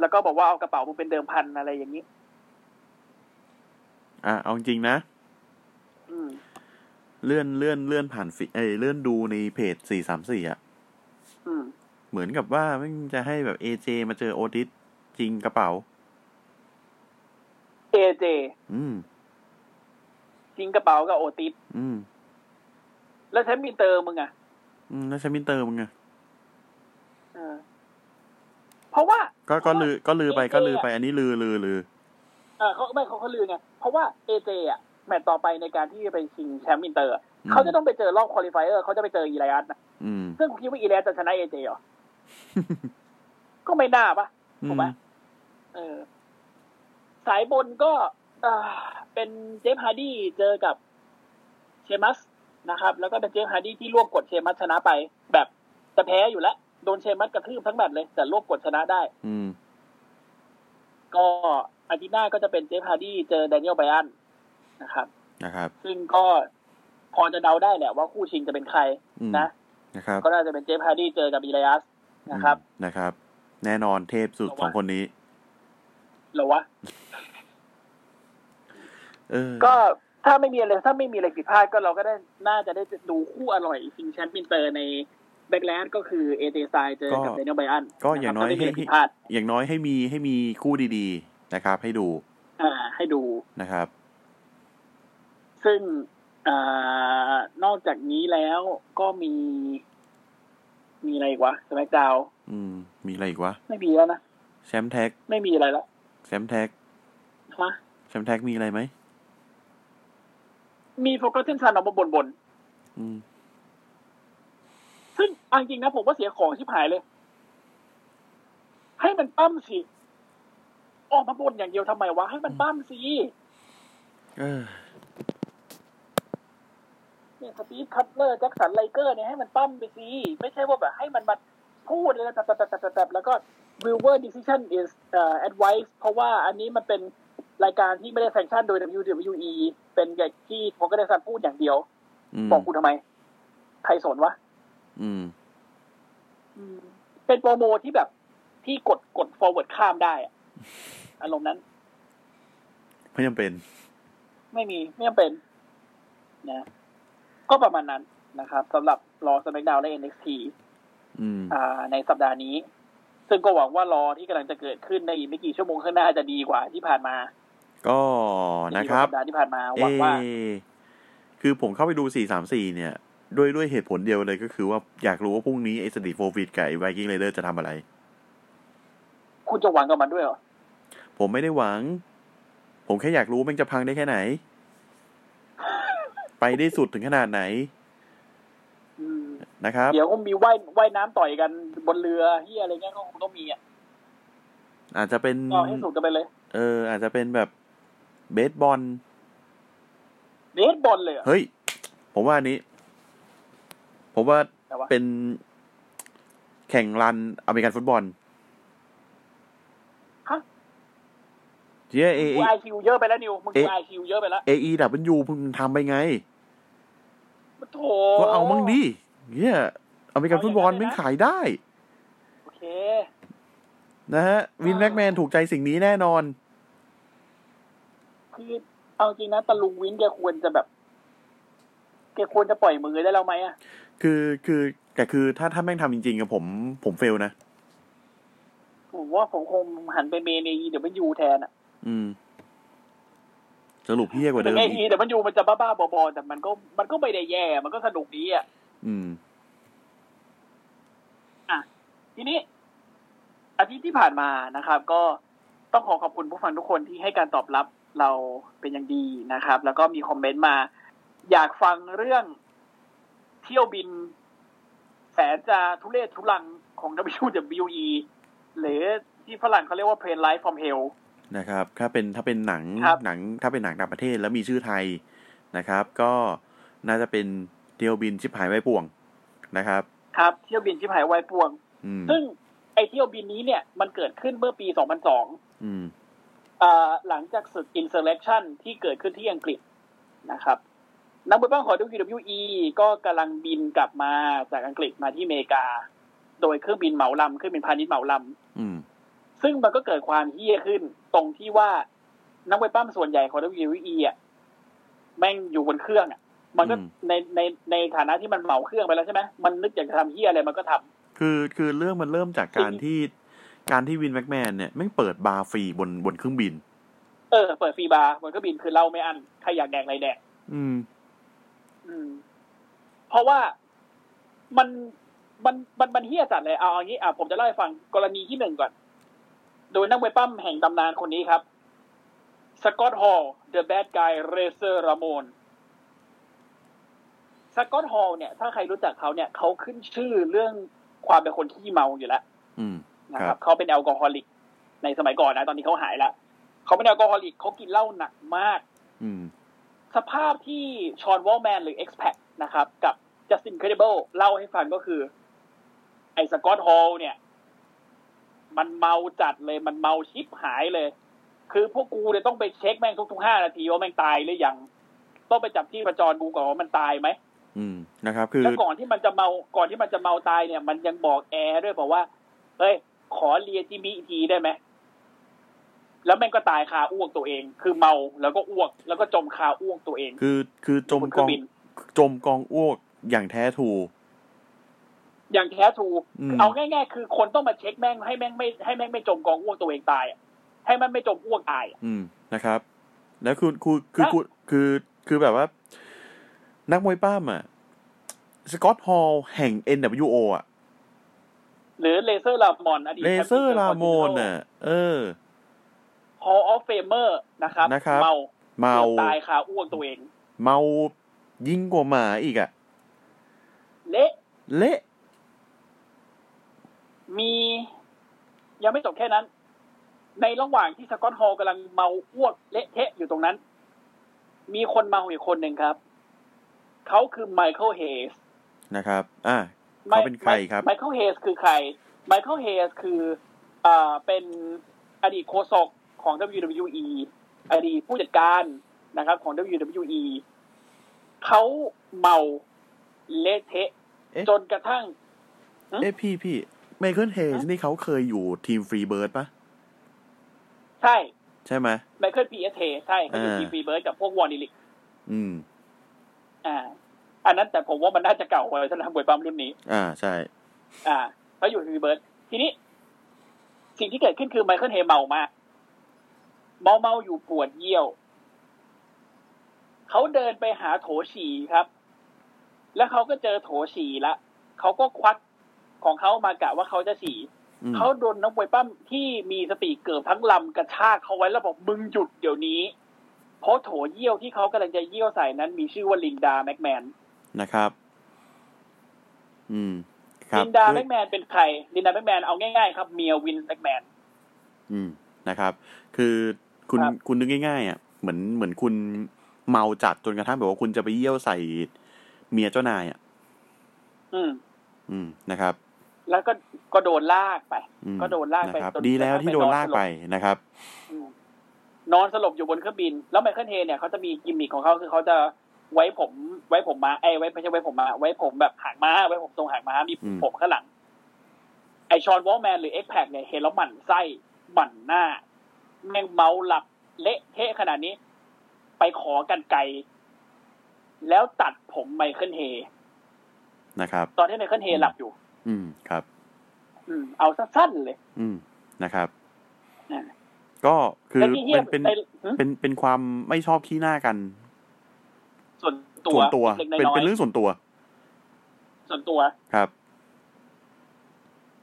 แล้วก็บอกว่าเอากระเป๋ามึงเป็นเดิมพันอะไรอย่างนี้ อ่ะเอาจริงๆนะ อืม เลื่อนเลื่อนเลื่อนผ่านฟีเอยเลื่อนดูในเพจสี่สามสี่อ่ะ อืม เหมือนกับว่ามันจะให้แบบเอเจมาเจอโอติสจริงกระเป๋า เอเจ อืม จริงกระเป๋ากับโอติส อืม แล้วแชมป์มีเตอร์มึงอะ อืมแล้วใช้มินเตอร์มึงไง เออ เพราะว่า ก็ก็ลือก็ลือไปก็ลือไป เจ อันนี้ลือลือลือ เออเขาไม่เขาเขาลือไงเพราะว่าเอเจอะแมตช์ต่อไปในการที่จะไปชิงแชมป์อินเตอร์อะ อืม เขาจะต้องไปเจอรอบควอลิฟายเออร์เขาจะไปเจออีไรอัสนะ อืม ซึ่งคุณคิดว่าอีแลนด์จะชนะเอเจเหร อ ก็ไม่น่าปะ ถูกไหม เออ สายบนก็เอ่อเป็นเจฟฮาร์ดี้เจอกับเชมัสนะครับ แล้วก็เป็นเจฟฮาร์ดี้ที่ร่วมกดเชมัสชนะไป แบบจะแพ้อยู่แล้ว โดนเชมัสกระทืบทั้งแมตช์เลย แต่ร่วมกดชนะได้ อืม ก็อาทิตย์หน้าก็จะเป็นเจฟฮาร์ดี้เจอแดเนียลไบรอันนะครับ นะครับ ซึ่งก็พอจะเดาได้แหละว่าคู่ชิงจะเป็นใคร อืม นะ นะครับ ก็น่าจะเป็นเจฟฮาร์ดี้เจอกับอีไลอัสนะครับ อืมนะครับ แน่นอนเทพสุดสองคนนี้ เหรอวะ เออ ก็ถ้าไม่มีอะไรถ้าไม่มีอะไรผิดพลาดก็เราก็ได้น่าจะได้ดูคู่อร่อยชิงแชมป์อินเตอร์ในแบ็กแลนด์ก็คือเอเจสไตเจอกับเดน i e l ไบอัน ก็อย่างน้อย ถ้าไม่มี ให้ อะไรผิ ให้ ดพลาด อย่างน้อยให้มีให้มีคู่ดีๆนะครับ ให้ดู อ่า ให้ดู นะครับ ซึ่งอ่านอกจากนี้แล้วก็มี มีอะไรอีกวะสมัยดาว อืม มีอะไรอีกวะ ไม่มีแล้วนะ แชมป์แท็ก ไม่มีอะไรแล้ว แชมป์แท็ก ฮะ แชมป์แท็กมีอะไรไหม มีโฟกัสเซนซันออกมาบนบน อืม ๆซึ่งเอาจริงๆนะผมว่าเสียของชิบหายเลย ให้มันปั้มสิ ออกมาบนอย่างเดียวทำไมวะ ให้มันปั้มสิ เออ เนี่ยสตีฟคัตเลอร์แจ็คสันไลเกอร์เนี่ยให้มันปั้มไปสิไม่ใช่ว่าแบบให้มันมาพูดเลยนะแต่แต่แต่แต่แต่แล้วก็ viewer decision is uh, advice เพราะว่าอันนี้มันเป็นรายการที่ไม่ได้แซงชั่นโดย WWE เป็นอย่างที่ผมก็ได้สันพูดอย่างเดียว อืม บอกกูทำไม ใครสนวะ อืม เป็นโปรโมที่แบบที่กดกด forward ข้ามได้อะอารมณ์นั้น ไม่จำเป็น ไม่มีไม่จำเป็นนะ ก็ประมาณนั้นนะครับสำหรับรอส c k กดาวและ NXT อืม อ่าในสัปดาห์นี้ ซึ่งก็หวังว่ารอที่กำลังจะเกิดขึ้นในอีกไม่กี่ชั่วโมงข้างหน้าจะดีกว่าที่ผ่านมา ก็ ดี นะ ก ค ว่า รับ สัปดาห์ที่ผ่านมาห เอ วังว่า อคือผมเข้าไปดู 4 3 4 เนี่ย ด้วยด้วยเหตุผลเดียวเลยก็คือว่าอยากรู้ว่าพรุ่งนี้ไอ้สตีโฟฟิตกับไอ้ไวกิ้งเรเดอร์จะทำอะไร คุณจะหวังกับมันด้วยเหรอ ผมไม่ได้หวัง ผมแค่อยากรู้มันจะพังได้แค่ไหน ไปได้สุดถึงขนาดไหน อืม นะครับ เดี๋ยวคงมีว่ายว่ายน้ำต่อยกันบนเรือที่อะไรเงี้ยก็คงต้องมีอ่ะ อาจจะเป็น ก็ให้สุดกันไปเลย เออ อาจจะเป็นแบบเบสบอล เดทบอลเลยเหรอ เฮ้ย ผมว่าอันนี้ ผมว่า แต่ว่า เป็นแข่งรันอเมริกันฟุตบอลเจ๊เอ กูไอคิวเยอะไปแล้วนิวมึงกู เอ๊ะ ไอคิวเยอะไปแล้ว เอไอดับเบิลยูเพิ่งทำไปไง โถ ก็เอามั่งดิเนี่ยอเมริกันฟุตบอลไม่งขายได้ โอเค นะฮะ วินแม็กแมนถูกใจสิ่งนี้แน่นอน คือเอาจริงนะตะลุงวินแกควรจะแบบแกควรจะปล่อยมือได้แล้วไหมอ่ะ คือคือ แต่คือถ้าถ้าแม่งทำจริงๆกับผมผมเฟลนะ ผมว่าผมคงหันไปเมนเอเดี๋ยวมันยูแทนอ่ะ อืม สรุปเฮี้ยกว่า ถึ เดิ ง ม ไอ อีก เดี๋ยวมันยูมันจะบ้าๆบอๆแต่มันก็มันก็ไม่ได้แย่ มันก็สนุกดีอ่ะ อืม ทีนี้อาทิตย์ที่ผ่านมานะครับ ก็ต้องขอขอบคุณผู้ฟังทุกคนที่ให้การตอบรับเราเป็นอย่างดีนะครับ แล้วก็มีคอมเมนต์มา อยากฟังเรื่องเที่ยวบิน แสนจะทุเรศทุลังของ WWE หรือที่ฝรั่งเขาเรียกว่า Plane Life from Hell นะครับ ถ้าเป็นถ้าเป็นหนัง ครับ หนัง ถ้าเป็นหนังต่างประเทศแล้วมีชื่อไทยนะครับ ก็น่าจะเป็นเดียวบินชิบหายไว้ป่วงนะครับ ครับ เที่ยวบินชิบหายวายป่วง อืม ซึ่งไอเที่ยวบินนี้เนี่ยมันเกิดขึ้นเมื่อปี 2002 อืม อ่าหลังจากศึก insurrection ที่เกิดขึ้นที่อังกฤษนะครับ นักมวยปล้ำของ WWE ก็กำลังบินกลับมาจากอังกฤษมาที่อเมริกา โดยเครื่องบินเหมาลำเครื่องบินพาณิชย์เหมาล อืม ำซึ่งมันก็เกิดความเฮี้ยขึ้น ตรงที่ว่านักมวยปล้ำส่วนใหญ่ของ WWE อ่ะแม่งอยู่บนเครื่องอ่ะ มันก็ อืม ในในในฐานะที่มันเหมาเครื่องไปแล้วใช่ไหมมันนึกอยากจะทำเฮี้ยอะไรมันก็ทำ คือคือเรื่องมันเริ่มจากการ จริง ที่การที่วินแม็กแมนเนี่ยไม่งเปิดบาร์ฟรีบนบนเครื่องบิน เออเปิดฟรีบาร์มันก็บินคือเหล่าไม่อันใครอยากแดกอะไรแดก อืม อืมเพราะว่ามันมันมันมันเฮี้ยจัดเลยเอาเอางี้อ่ะผมจะเล่าให้ฟังกรณีที่หนึ่งก่อน โดยนักมวยปั้มแห่งตำนานคนนี้ครับสกอตฮอลเดอะแบดกายเรเซอร์รามนสกอตฮอลเนี่ย ถ้าใครรู้จักเขาเนี่ยเขาขึ้นชื่อเรื่องความเป็นคนขี้เมาอยู่แล้ว อืม นะ ค ค รั รับ บเขาเป็นแอลกอฮอลิก ในสมัยก่อนนะ ตอนนี้เขาหายละเขาเป็นแอลกอฮอลิกเขากินเหล้าหนักมาก อืม สภาพที่ชอนวอลแมนหรือ x p a c นะครับ กับจัสตินเครดิเบิลเล่าให้ฟังก็คือ ไอ้สกอตฮอลเนี่ย มันเมาจัดเลยมันเมาชิบหายเลย คือพวกกูเนี่ยต้องไปเช็คแม่งทุกๆห้านาทีว่าแม่งตายหรือยัง ต้องไปจับที่ประจรดูก่อนว่ามันตายไหม อืม นะครับ คือ แล้วก่อนที่มันจะเมา ก่อนที่มันจะเมาตายเนี่ย มันยังบอกแอร์ด้วยบอกว่า เฮ้ย ขอเลียจิมิอีกทีได้ไหม แล้วแม่งก็ตายคาอ้วกตัวเอง คือเมาแล้วก็อ้วก แล้วก็จมคาอ้วกตัวเอง คือคือจม บนเค ก รื่ อ อง งบิน จมกองอ้วกอย่างแท้ทรู อย่างแท้ทรู อืม เอาง่ายๆ คือคนต้องมาเช็คแม่งให้แม่งไม่ให้แม่งไม่จมกองอ้วกตัวเองตายอะให้มันไม่จมอ้วกตายอะ อืมนะครับ แล้วคือคือคือ และ คือคือคือแบบว่า นักมวยป้ามอ่ะสกอตฮอลแห่ง NWO อ่ะ หรือเลเซอร์ลามอนอดีต เลเซอร์ลาโมนอ่ะ เออ ฮอลออฟเฟเมอร์นะครับ นะครับ เมา เมา ตายคาอ้วกตัวเอง เมายิ่งกว่าหมาอีกอ่ะ เละ เละ มี ยังไม่จบแค่นั้น ในระหว่างที่สกอตฮอลกำลังเมาอ้วกเละเทะอยู่ตรงนั้น มีคนเมาอีกคนหนึ่งครับ เขาคือไมเคิลเฮส นะครับ อ่ะ เขาเป็นใครครับ ไมเคิลเฮสคือใคร ไมเคิลเฮสคืออ่าเป็นอดีตโฆษกของ WWE อดีตผู้จัดการนะครับ ของ WWE เขาเมาเละเทะ เอ๊ะ จนกระทั่ง เอ๊ะพี่พี่ไมเคิลเฮสนี่เขาเคยอยู่ทีมฟรีเบิร์ดปะ ใช่ ใช่ไหม ไมเคิลพีเอสเทใช่เขาอยู่ อ่า ทีฟีเบิร์ดกับพวกวอร์นิลิก อืม อ่า อันนั้นแต่ผมว่ามันน่าจะเก่ากว่าท่านทำบวยปั๊มรุ่นนี้ อ่าใช่ อ่าเขาอยู่ทีวีเบิร์ดทีนี้ สิ่งที่เกิดขึ้นคือไมเคิลเฮเมามาก เมาเมาอยู่ปวดเยี่ยว เขาเดินไปหาโถฉี่ครับ แล้วเขาก็เจอโถฉี่ละเขาก็ควักของเขามากะว่าเขาจะฉี่ อืม เขาโดนน้องมวยปั้มที่มีสติเกือบทั้งลำกระชากเขาไว้แล้วบอกมึงหยุดเดี๋ยวนี้ เพราะโถเยี่ยวที่เขากำลังจะเยี่ยวใส่นั้นมีชื่อว่าลินดาแม็กแมน นะครับ อืม ครับ ลินดา ด้ แม็ วย กแมนเป็นใคร ลินดาแม็กแมนเอาง่ายๆครับเมียวินแม็กแมน อืมนะครับ คือคุณ ครับ คุณนึกง่ายๆอ่ะเหมือนเหมือนคุณเมาจัดจนกระทั่งแบบว่าคุณจะไปเยี่ยวใส่เมียเจ้านายอ่ะ อืม อืมนะครับ แล้วก็ก็โดนลากไป อืม ก็โดนลากไป ะครับ จน ดีแล้วที่โดนลากไป นอนสลบ นะครับ อืมนอนสลบอยู่บนเครื่องบิน แล้วไมเคิลเฮเนี่ยเขาจะมีกิมมิคของเขาคือเขาจะไว้ผมไว้ผมมาไอ้ยไว้ไม่ใช่ไว้ผมมา ไว้ผมแบบหางม้าไว้ผมทรงหางม้ามี อืม ผมข้างหลัง ไอชอนวอลแมนหรือเอ็กแพกเนี่ยเห็นแล้วหมั่นไส้หมั่นหน้า แม่งเมาหลับเละเทะขนาดนี้ ไปขอกันไกลแล้วตัดผมไมเคิลเฮ นะครับ ตอนที่ไมเคิลเฮหลับอยู่ อืมครับ อืมเอาสั้นๆเลย อืมนะครับ นะ ก็คือ แล้วที่เฮีย มันเป็น ไป เป็นเป็นความไม่ชอบขี้หน้ากัน ส่วนตั ส่วนตัว เล็ก เป็น น้อย เป็นเรื่องส่วนตัว ส่วนตัว ครับ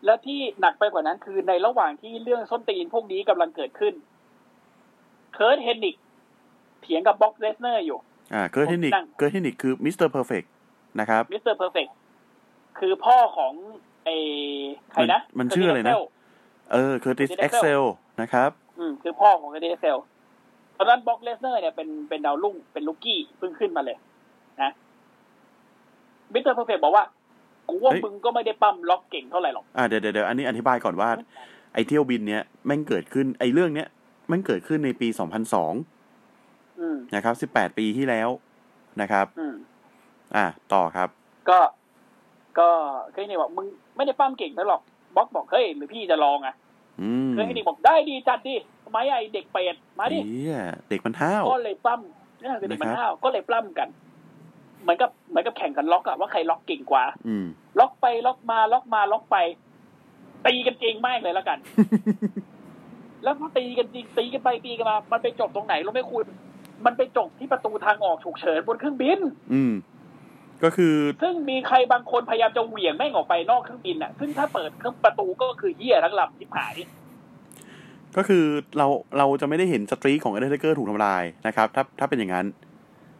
และที่หนักไปกว่านั้นคือในระหว่างที่เรื่องส้นตีนพวกนี้กำลังเกิดขึ้น เคิร์ทเฮนนิกเถียงกับบ็อกเลสเนอร์อยู่ อ่าเกิร์เทนิก ผมตั้ง เกิร์เทนิกคือมิสเตอร์เพอร์เฟกนะครับ มิสเตอร์เพอร์เฟกคือพ่อของไอ้ใครนะ มันมันชื่ออะไรนะ เคิร์ทเฮนนิกเซล เออเคอร์ติสเอ็กเซลนะครับ อืมคือพ่อของเคิร์ทเฮนนิกเซลตอนนั้นบ็อกเลสเนอร์เนี่ยเป็นเป็นดาวรุ่งเป็นลูกกี้เพิ่งขึ้นมาเลย นะมิสเตอร์เพอร์เฟกบอกว่า กูว่า เฮ้ย มึงก็ไม่ได้ปั้มล็อกเก่งเท่าไหร่หรอก อ่าเดี๋ยวเดี๋ยวเดี๋ยวอันนี้อธิบายก่อนว่า ไอเที่ยวบินเนี้ยแม่งเกิดขึ้นไอเรื่องเนี้ยแม่งเกิดขึ้นในปี 2002 อืม นะครับ 18 ปีที่แล้วนะครับ อืม อ่าต่อครับ ก็ก็เคยนี่บอกมึงไม่ได้ปั้มเก่งนะหรอกบล็อกบอกเฮ้ยหรือพี่จะลองอ่ะ อืม เคยนี่บอกได้ดีจัดดิทำไมไอเด็กเป็ดมาดิ เหี้ยเด็กมันห้าว ก็เลยปั้มเนี่ยคือเด็กมัน นะครับ ห้าวก็เลยปั้มกันเหมือนกับเหมือนกับแข่งกันล็อกอะว่าใครล็อกเก่งกว่า อืม ล็อกไปล็อกมาล็อกมาล็อกไป ตีกันจริงมากเล ยแล้วกัน แล้วพอตีกันจริงตีกันไปตีกันมา มันไปจบตรงไหนรู้ไหมคุณมันไปจบที่ประตูทางออกฉุกเฉินบนเครื่องบิน อืม ก็คือ ซึ่งมีใครบางคนพยายามจะเหวี่ยงแม่งออกไปนอกเครื่องบินน่ะ ซึ่งถ้าเปิดเครื่องประตูก็คือเหี้ยทั้งลำทิบหาย ก็คือเราเราจะไม่ได้เห็นสตรีคของเอเดนเกอร์ถูกทำลายนะครับถ้าถ้าเป็นอย่างนั้น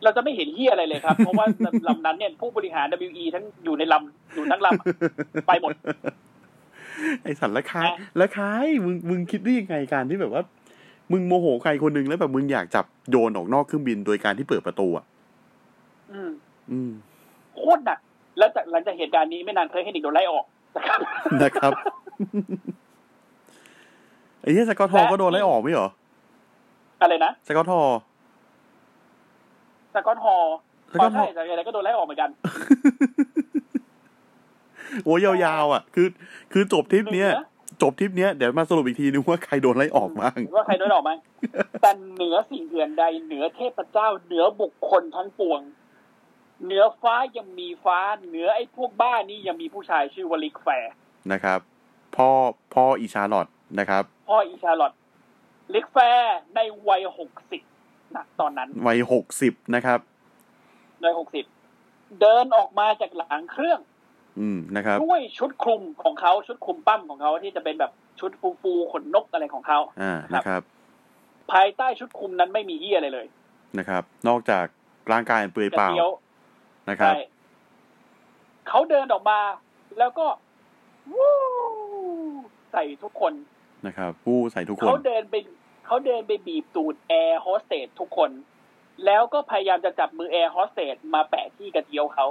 เราจะไม่เห็นเหี้ยอะไรเลยครับ เพราะว่าลำนั้นเนี่ยผู้บริหาร WE ทั้งอยู่ในลำอยู่ทั้งลำอะไปหมด ไอสันละคาย นะ ละคายมึงมึงคิดได้ยังไงการที่แบบว่า มึงโมโหใครคนหนึงแล้วแบบมึงอยากจับโยนออกนอกเครื่องบินโดยการที่เปิดประตูอ่ะ อืม อืม โคตรหนัก แล้วจากหลังจากเหตุการณ์นี้ไม่นานเคยให้นิกโดนไล่ออก นะครับ นะครับไอ้ที่สกอตทอก็โดนไล่ออกไม่เหรอ อะไรนะ สกอตทอ สกอตฮอลล์ ส พ ก อ อตฮอลล์ ใช่จากอะไรก็โดนไล่ออกเหมือนกัน โอ้ยยาวๆอ่ะ คือ คือจบทริปเนี้ย เหลือ จบทริปเนี้ยเดี๋ยวมาสรุปอีกทีนึงว่าใครโดนไล่ออกบ้าง ว่าใครโดนออกไหมแต่เหนือสิ่งอื่นใด เหนือเทพเจ้า เหนือบุคคลทั้งปวง เหนือฟ้ายังมีฟ้า เหนือไอ้พวกบ้านี่ยังมีผู้ชายชื่อวลิกแฟร์ นะครับ พ่อพ่ออีชาร์ลอตนะครับ พ่ออีชาร์ลอตลิกแฟร์ในวัยหกสิบนะตอนนั้น วัยหกสิบนะครับ ในหกสิบเดินออกมาจากหลังเครื่อง อืมนะครับ ด้วยชุดคลุมของเขาชุดคลุมปั้มของเขาที่จะเป็นแบบชุดฟูๆขนนกอะไรของเขา อ่านะครับ ภายใต้ชุดคลุมนั้นไม่มีเหี้ยอะไรเลย นะครับ นอกจากร่างกายอันเปลือย กระ เปล่า เดียว นะครับ ใช่เขาเดินออกมาแล้วก็วู้ใส่ทุกคน นะครับผู้ใส่ทุกคน เขาเดินไปเขาเดินไปบีบตูดแอร์โฮสเตสทุกคน แล้วก็พยายามจะจับมือแอร์โฮสเตสมาแปะที่กระเจียวเขา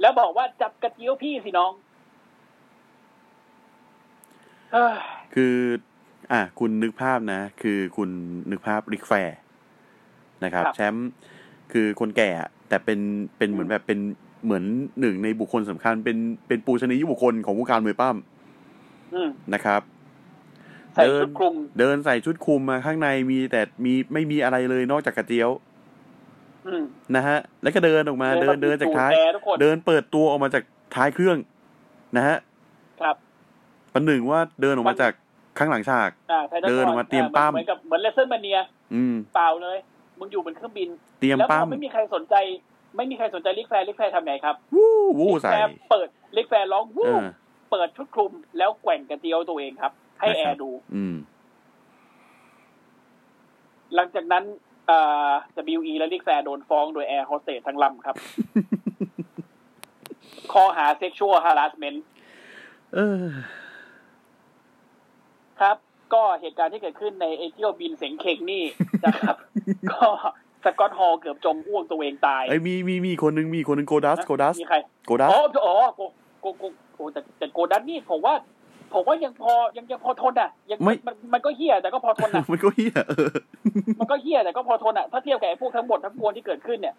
แล้วบอกว่าจับกระเจียวพี่สิน้องเฮ้ย คือ อ่ะคุณนึกภาพนะ คือคุณนึกภาพริกแฟร์นะครับ แชมป์คือคนแก่อะแต่เป็นเป็นเหมือนแบบเป็นเหมือนหนึ่งในบุคคลสำคัญ เป็นเป็นปูชนียบุคคลของวงการมวยปั้ม อืม นะครับ ใส่ เดิ ชุ น ดคลุม เดินใส่ชุดคลุมมาข้างในมีแต่มีไม่มีอะไรเลยนอกจากกระเจียว อืม นะฮะ แล้วก็เดินออกมาเดินเดินจากท้าย เดินไปบีบตูดแอร์ทุกคน เดินเปิดตัวออกมาจากท้ายเครื่อง นะฮะ ครับ ปันหนึ่งว่าเดินออกมาจากข้างหลังฉาก อ่าไททั เดินออกมาเตรียมปั้ม เหมือนกับเหมือนเลสเซนมาเนีย อืม เปล่าเลยมึงอยู่บนเครื่องบิน เตรียม แล้วพ ปั้ อ ม ไม่มีใครสนใจ ไม่มีใครสนใจลิกแฟร์ลิกแฟร์ทำไงครับ วู้วู้ ลิก ใส่ แฟร์เปิดลิกแฟร์ร้องวู้ เออ เปิดชุดคลุมแล้วแกว่งกระเจียวตัวเองครับ ให้ นะครับ แอร์ดู อืม หลังจากนั้นเอ่อ WE และลิกแฟร์โดนฟ้องโดยแอร์โฮสเตสทั้ง ลำครับ ข้อหาเซ็กชวลฮาร์สเมนต์ เออ ครับ ก็เหตุการณ์ที่เกิดขึ้นในเอเธิโอปินเสียงเข่งนี่ นะครับ ก็สกอตฮอลเกือบจมอ้วกตัวเองตาย ไอ้ยมีมีมีคนหนึ่งมีคนหนึ่งโกดัสโกดัส มีใคร โกดัส อ๋ออ๋อโกโกโกโกแต่แต่โกดันนี่ผมว่า ผมว่ายังพอยังยังพอทนอ่ะ ยัง ไม่ มันมันก็เฮี้ยแต่ก็พอทน อ่ะ มันก็เฮียเออ มันก็เฮี้ยแต่ก็พอทนอ่ะถ้าเทียบกับไอ้พวกทั้งหมดทั้งมวลที่เกิดขึ้นเนี่ย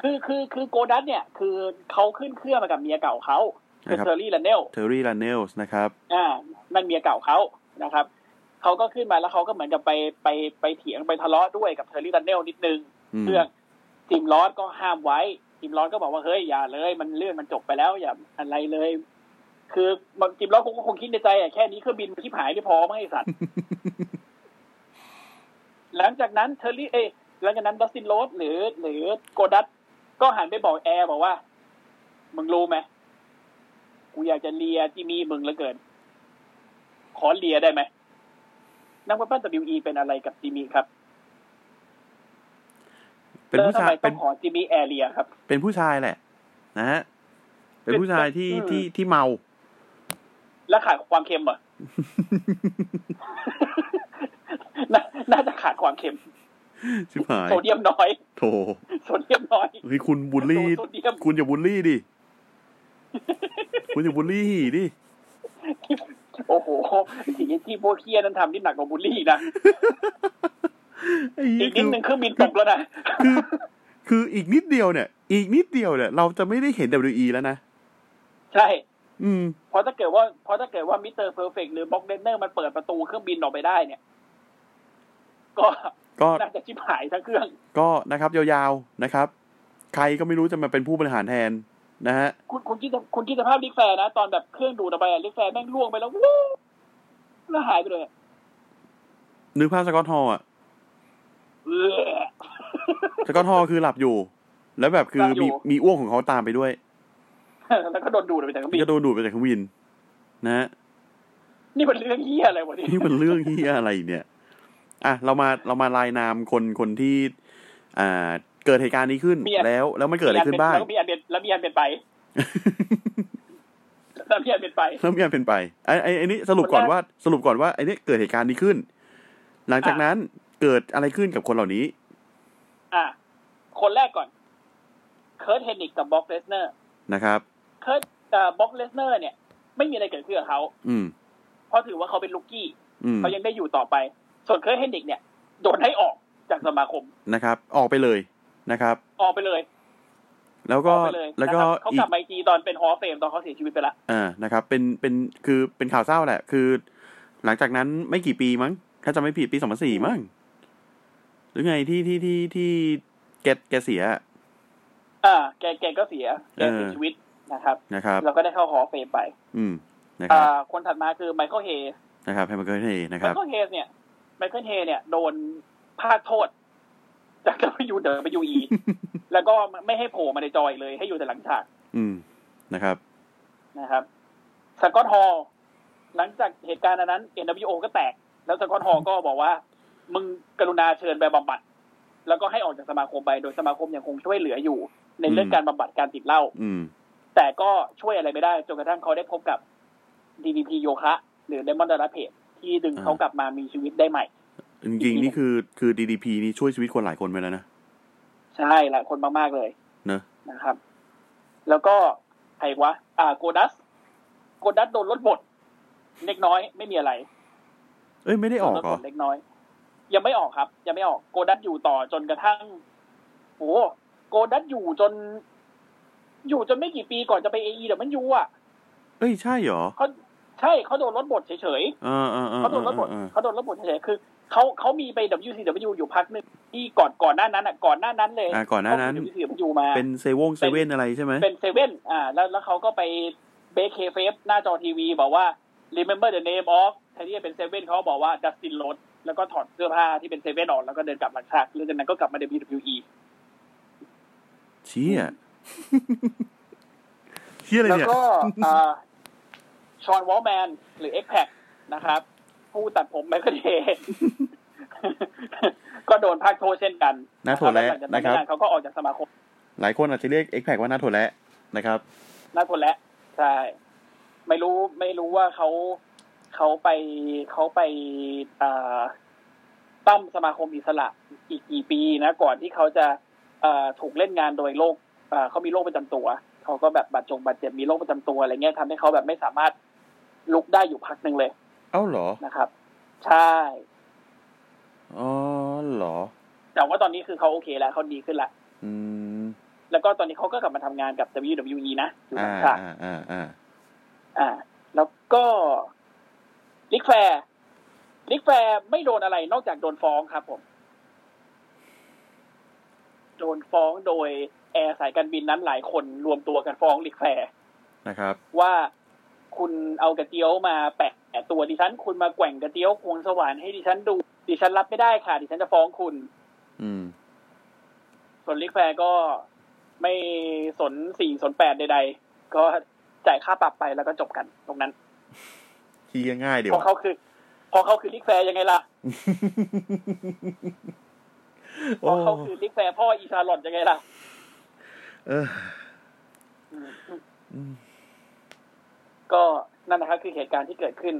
คือคือคือโกดันเนี่ย คือเขาขึ้นเครื่องมากับเมียเก่าเขาคือ นะครับ เทอร์รี่ลันเนล เทอร์รี่ลาเนลส์นะครับ อ่านั่นเมียเก่าเขานะครับเขาก็ขึ้นมาแล้วเขาก็เหมือนกับไปไปไปเถียงไปทะเลาะด้วยกับเทอร์รี่ลันเนลนิดนึง อืม เรื่องจิมลอสก็ห้ามไว้ ทีมร้อนก็บอกว่าเฮ้ยอย่าเลย มันเลื่อนมันจบไปแล้วอย่าอะไรเลย คือมันทีมร้อนคงก็คงคิดในใจอะแค่นี้เครื่องบินมันชิบหายไม่พอมั้งไอ สัตว์ หลังจากนั้นเทอร์รี่เอยหลังจากนั้นดัสตินโรสหรือ หรือโกดัตก็หันไปบอกแอร์บอกว่า มึงรู้ไหมกูอยากจะเลียจิมี่มึงเหลือเกิน ขอเลียได้ไหมนักว่าป้า WE เป็นอะไรกับจิมี่ครับ เป็นผู้ชาย แล้วทำไม เป็ ต้ น องขอจิมี่แอร์เลียครับ เป็นผู้ชายแหละ นะฮะเป็นผู้ชายที่ อืม ที่ที่เมา แล้วขาดความเค็มเหร อ นาน่าจะขาดความเค็ม ชิบหาย โซเดียมน้อย โถ โซเดียมน้อย เฮ้ยคุณบูลลี่ โซเดียม คุณอย่าบูลลี่ดิคุณอย่าบูลลี่ดิ โอ้โหสิ่งที่พวกเคียนั้นทำนี่หนักกว่าบูลลี่นะ ไอ้เหี้ อี ย กนิ คื ด อ นึงเครื่องบินตกแล้วนะ คือคืออีกนิดเดียวเนี่ย อีกนิดเดียวเนี่ย เราจะไม่ได้เห็น WE แล้วนะ ใช่ อืม เพราะถ้าเกิดว่าเพราะถ้าเกิดว่ามิสเตอร์เพอร์เฟกหรือบ็อกเดนเนอร์มันเปิดประตูเครื่องบินออกไปได้เนี่ย ก็ ก็ น่าจะชิบหายทั้งเครื่อง ก็นะครับ ยาวๆนะครับ ใครก็ไม่รู้จะมาเป็นผู้บริหารแทนนะฮะ คุณคุณคิดคุณคิดสภาพลิกแฟร์นะ ตอนแบบเครื่องดูดออกไปอะลิกแฟร์แม่งล่วงไปแล้ววู้แล้วหายไปเลยอะ นึกภาพสกอตฮอลล์อะ เออ สกอตฮอลล์คือหลับอยู่ แล้วแบบคือ หลับอยู่ มีมีอ้วกของเขาตามไปด้วย แล้วก็โดนดูดออกไปจากเครื่องบิน ก็โดนดูดไปจากเครื่องบินนะฮะ นี่มันเรื่องเหี้ยอะไรวะเนี่ย นี่มันเรื่องที่อะไรเนี่ย อ่ะเรามาเรามารายนามคนคนที่ อ่า เกิดเหตุการณ์นี้ขึ้นแล้วแล้วมันเกิดอะไรขึ้นบ้าง แล้วก็มีอันเป็นแล้วมีอันเป็นไปแล้วมีอันเป็นไป แล้วมีอันเป็นไปไอ้ไอ้ไอ้นี่สรุปก่อนว่าสรุปก่อนว่าไอ้นี่เกิดเหตุการณ์นี้ขึ้น หลังจากนั้นเกิดอะไรขึ้นกับคนเหล่านี้ อ่ะ คนแรกก่อน เคิร์ทเฮนิกกับบ็อกเลสเนอร์ นะครับ เคิร์ทบ็อกเลสเนอร์เนี่ย ไม่มีอะไรเกิดขึ้นกับเขา อืม เพราะถือว่าเขาเป็นลูกกี้ อืม เขายังได้อยู่ต่อไป ส่วนเคิร์ทเฮนิกเนี่ย โดนให้ออกจากสมาคม นะครับ ออกไปเลยนะครับ ออกไปเลย แล้ว อ ก็ อกไปเลย แล้วก็ นะครับเขา อี ก ก ลับมาอีกทีตอนเป็นฮอลล์เฟมตอนเขาเสียชีวิตไปละ อ่า นะครับ เป็น เป็น คือ เป็นข่าวเศร้าแหละ คือ หลังจากนั้นไม่กี่ปีมั้ง ถ้าจะไม่ผิดปีสองพันสี่มั้ง หรือไงที่ที่ที่ที่แกแกเสีย อ่า แกแกก็เสีย แกเสีเอยอ ชีวิตนะครับ นะครับ แล้วก็ได้เข้าฮอลล์เฟมไป อืม นะครับ อ่า คนถัดมาคือไมเคิลเฮ นะครับแฮมเบอร์เกอร์เทนะค ไม รับ เคิลเฮสเนี่ยไมเคิลเฮเนี่ย โดนพาดโทษ จาก w เดิม WE แล้วก็ไม่ให้โผล่มาในจอยเลย ให้อยู่แต่หลังฉาก อืม นะครับ นะครับสกอตฮอลหลังจากเหตุการณ์อันนั้น NWO ก็แตก แล้วสกอตฮอลก็บอกว่า มึงกรุณาเชิญไปบำบัด แล้วก็ให้ออกจากสมาคมไป โดยสมาคมยังคงช่วยเหลืออยู่ ในเรื่องการบำบัดการติดเหล้า อืม แต่ก็ช่วยอะไรไม่ได้ จนกระทั่งเขาได้พบกับ DDP โยคะ หรือ Demon d a r a p a g e ที่ดึงเขากลับมามีชีวิตได้ใหม่ จริงๆ นี่คือ คือ DDP นี่ช่วยชีวิตคนหลายคนไปแล้วนะ ใช่หลายคนมาก ๆ เลย เนอะ นะครับ แล้วก็ใครวะ อ่าโกดัส โกดัสโดนลดบท เล็กน้อย ไม่มีอะไร เอ้ย ไม่ได้ออก โดนลด เหร บ อ ทเล็กน้อย ยังไม่ออกครับ ยังไม่ออก โกดัสอยู่ต่อจนกระทั่งโอ้โหโกดัสอยู่จน อยู่จนไม่กี่ปีก่อนจะไปเอไอเดี๋ยวมันยูอ่ะ เอ้ย ใช่เหรอ เขาใช่เขาโดนลดบทเฉย เออเออเออๆเขา เอ โดนลดบ อ ท เออ เขาโดนลดบทเฉยๆคือเขาเขามีไป WCW อยู่พักหนึ่งที่ก่อนก่อนหน้านั้นอ่ะก่อนหน้านั้นเลย อ่า ก่อนหน้านั้น เขมี WCW มา เป็นเซเว่นเซเว่นอะไรใช่ไหม เป็นเซเว่น อ่า แล้ว แล้วเขาก็ไปเบคเคเฟฟหน้าจอทีวี บอกว่า remember the name of แทนที่จะเป็นเซเว่นเขาบอกว่า Dustin r o d แล้วก็ถอดเสื้อผ้าที่เป็นเซเว่นออก แล้วก็เดินกลับหลังฉากหลังจากนั้นก็กลับมา WWE เชี่ย เชี่ยอะไร แล้ว เนี่ย ก็ชอนวอลแมน หรือ x p a c นะครับ ผู้ตัดผมไมเคิลเฮ ก็โดนพากโทษเช่นกัน น่าโทษแล้ว หงจากไม่ นะครับ นานเขาก็ออกจากสมาคม หลายคนอาจจะเรียก X Pack ว่าหน้าโถและนะครับ น่าทนแล้วใช่ ไม่รู้ไม่รู้ว่าเขาเขาไปเขาไปอ่าตั้มสมาคมอิสระอีกกี่ปีนะ ก่อนที่เขาจะเอ่อถูกเล่นงานโดยโรคเอ่อเขามีโรคประจำตัวเขาก็แบบบาดจงบาดเจ็บมีโรคประจำตัวอะไรเงี้ยทำให้เขาแบบไม่สามารถลุกได้อยู่พักหนึ่งเลย เอ้าเหรอ นะครับ ใช่ อ๋อเหรอ แต่ว่าตอนนี้คือเขาโอเคแล้วเขาดีขึ้นละ อืม แล้วก็ตอนนี้เขาก็กลับมาทำงานกับ WWE นะอยู่ อ่า ข้าง อ่า อ่าอ่า ๆอ่า แล้วก็ลิกแฟร์ ลิกแฟร์ไม่โดนอะไรนอกจากโดนฟ้องครับผม โดนฟ้องโดย แอร์สายการบินนั้นหลายคนรวมตัวกันฟ้องลิกแฟร์ นะครับ ว่าคุณเอากระเจียวมาแปะตัวดิฉัน คุณมาแกว่งกระเจียวควงสว่านให้ดิฉันดู ดิฉันรับไม่ได้ค่ะ ดิฉันจะฟ้องคุณ อืม ส่วนลิกแฟร์ก็ไม่สนสี่สนแปดใดๆ ก็จ่ายค่าปรับไปแล้วก็จบกันตรงนั้น ขี้ยง่ายเดี๋ยว เพราะเขาคือเพราะเขาคือลิกแฟร์ยังไงล่ะเพ โอ้ ราะเขาคือลิกแฟร์พ่ออีชาร์ลอตยังไงล่ะ เออ อืม อืม ก็นั่นนะครับคือเหตุการณ์ที่เกิดขึ้น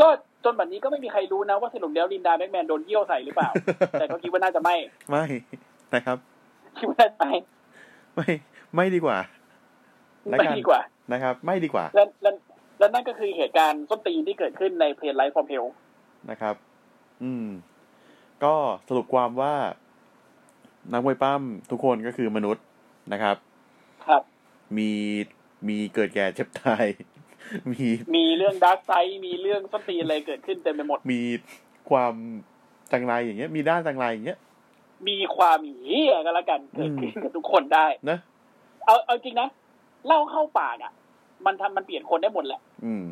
ก็จนบัดนี้ก็ไม่มีใครรู้นะว่าสรุปแล้วลินดาแม็กแมนโดนเยี่ยวใส่หรือเป ล่า แต่ก็คิดว่าน่าจะไม่ ไม่นะครับ คิดว่าน่าจะไม่ ไม่ไม่ดีกว่า แล้วกัน ไม่ดีกว่า นะครับ ไม่ดีกว่า และและและนั่นก็คือเหตุการณ์ส้นตีนที่เกิดขึ้นในเพลนไลฟ์ฟอร์มเฮล นะครับ อืม ก็สรุปความว่า นักมวยปั้มทุกคนก็คือมนุษย์นะครับ ครับ มีมีเกิดแก่เจ็บตาย มี มีเรื่องดาร์กไซมีเรื่องส้นตีนอะไรเกิดขึ้นเต็มไปหมด มีความจังไรอย่างเงี้ย มีด้านจังไรอย่างเงี้ย มีความเหี้ยกันละกันเกิดขึ้นกับทุกคนได้ นะ เอาเอาจริงนะเหล่าเข้าปากอ่ะ มันทำมันเปลี่ยนคนได้หมดแหละ อืม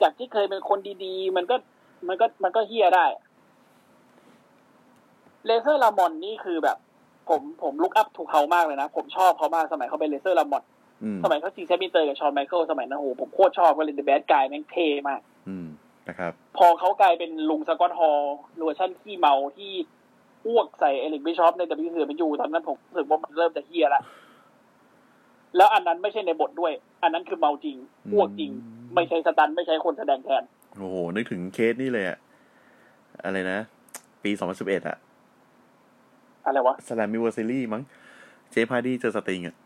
จากที่เคยเป็นคนดีๆ มันก็มันก็มันก็เฮี้ยได้ เลเซอร์ลามอนนี่คือแบบ ผมผมลุกอัพถูกเขามากเลยนะ ผมชอบเขามากสมัยเขาเป็นเลเซอร์ลามอน อืม สมัยเขาจริงแซมมินเตอร์กับชอนไมเคิลสมัยนั้นโอ้โหผมโคตรชอบก็เลยเดอะแบดกายแม่งเท่มาก อืมนะครับ พอเขากลายเป็นลุงสกอตฮอลเวอร์ชันขี้เมาที่อ้วกใส่เอลิกบิชอปใน WCW ตอนนั้นผมรู้สึกว่ามันเริ่มจะเฮี้ยละ แล้วอันนั้นไม่ใช่ในบทด้วย อันนั้นคือเมาจริงอ้วกจริง อืม ไม่ใช่สตัน ไม่ใช่คนแสดงแทน โอ้โห นึกถึงเคสนี่เลยอะอะไรนะ ปีสองพันสิบเอ็ดอะ อะไรวะ สลามิวอร์ซีรีมั้ง เจฟฮาร์ดีเจอสติงอะ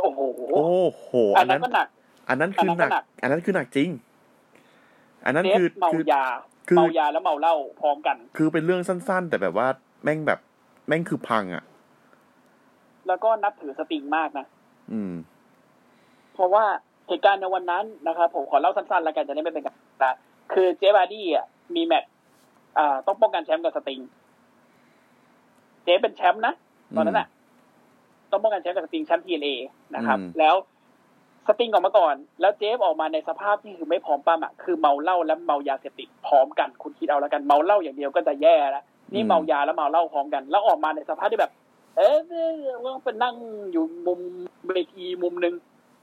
โอ้โห โอ้โห อั อั น น นั้ นั้น น ก็หนัก อันนั้นคือหนัก อันนั้นอันนั้นก็หนักคือหนักจริง อันนั้น เด คือ ฟเมา คือ ยา คือ เมายาแล้วเมาเหล้าพร้อมกัน คือเป็นเรื่องสั้น ๆ แต่แบบว่าแม่งแบบ แม่งคือพังอะ แล้วก็นับถือสติงมากนะ อืม เพราะว่าเหตุการณ์ในวันนั้นนะครับผมขอเล่าสั้นๆแล้วกันจะได้ไม่เป็นการนะคือเจฟบาร์ดี้อ่ะมีแมตช์อ่าต้องป้องกันแชมป์กับสติง เจฟเป็นแชมป์นะตอนนั้นอ่ะ ต้องป้องกันแชมป์กับสติงแชมป์ TNA นะครับ อืม แล้วสติงออกมาก่อน แล้วเจฟออกมาในสภาพที่คือไม่พร้อมปั้มอ่ะคือเมาเหล้าและเมายาเสพติดพร้อมกัน คุณคิดเอาแล้วกันเมาเหล้าอย่างเดียวก็จะแย่แล้วนี่เมายาแล้วเมาเหล้าพร้อมกัน แล้วออกมาในสภาพที่แบบ เอ๊ะต้องไปนั่งอยู่มุมเวทีมุมหนึ่ง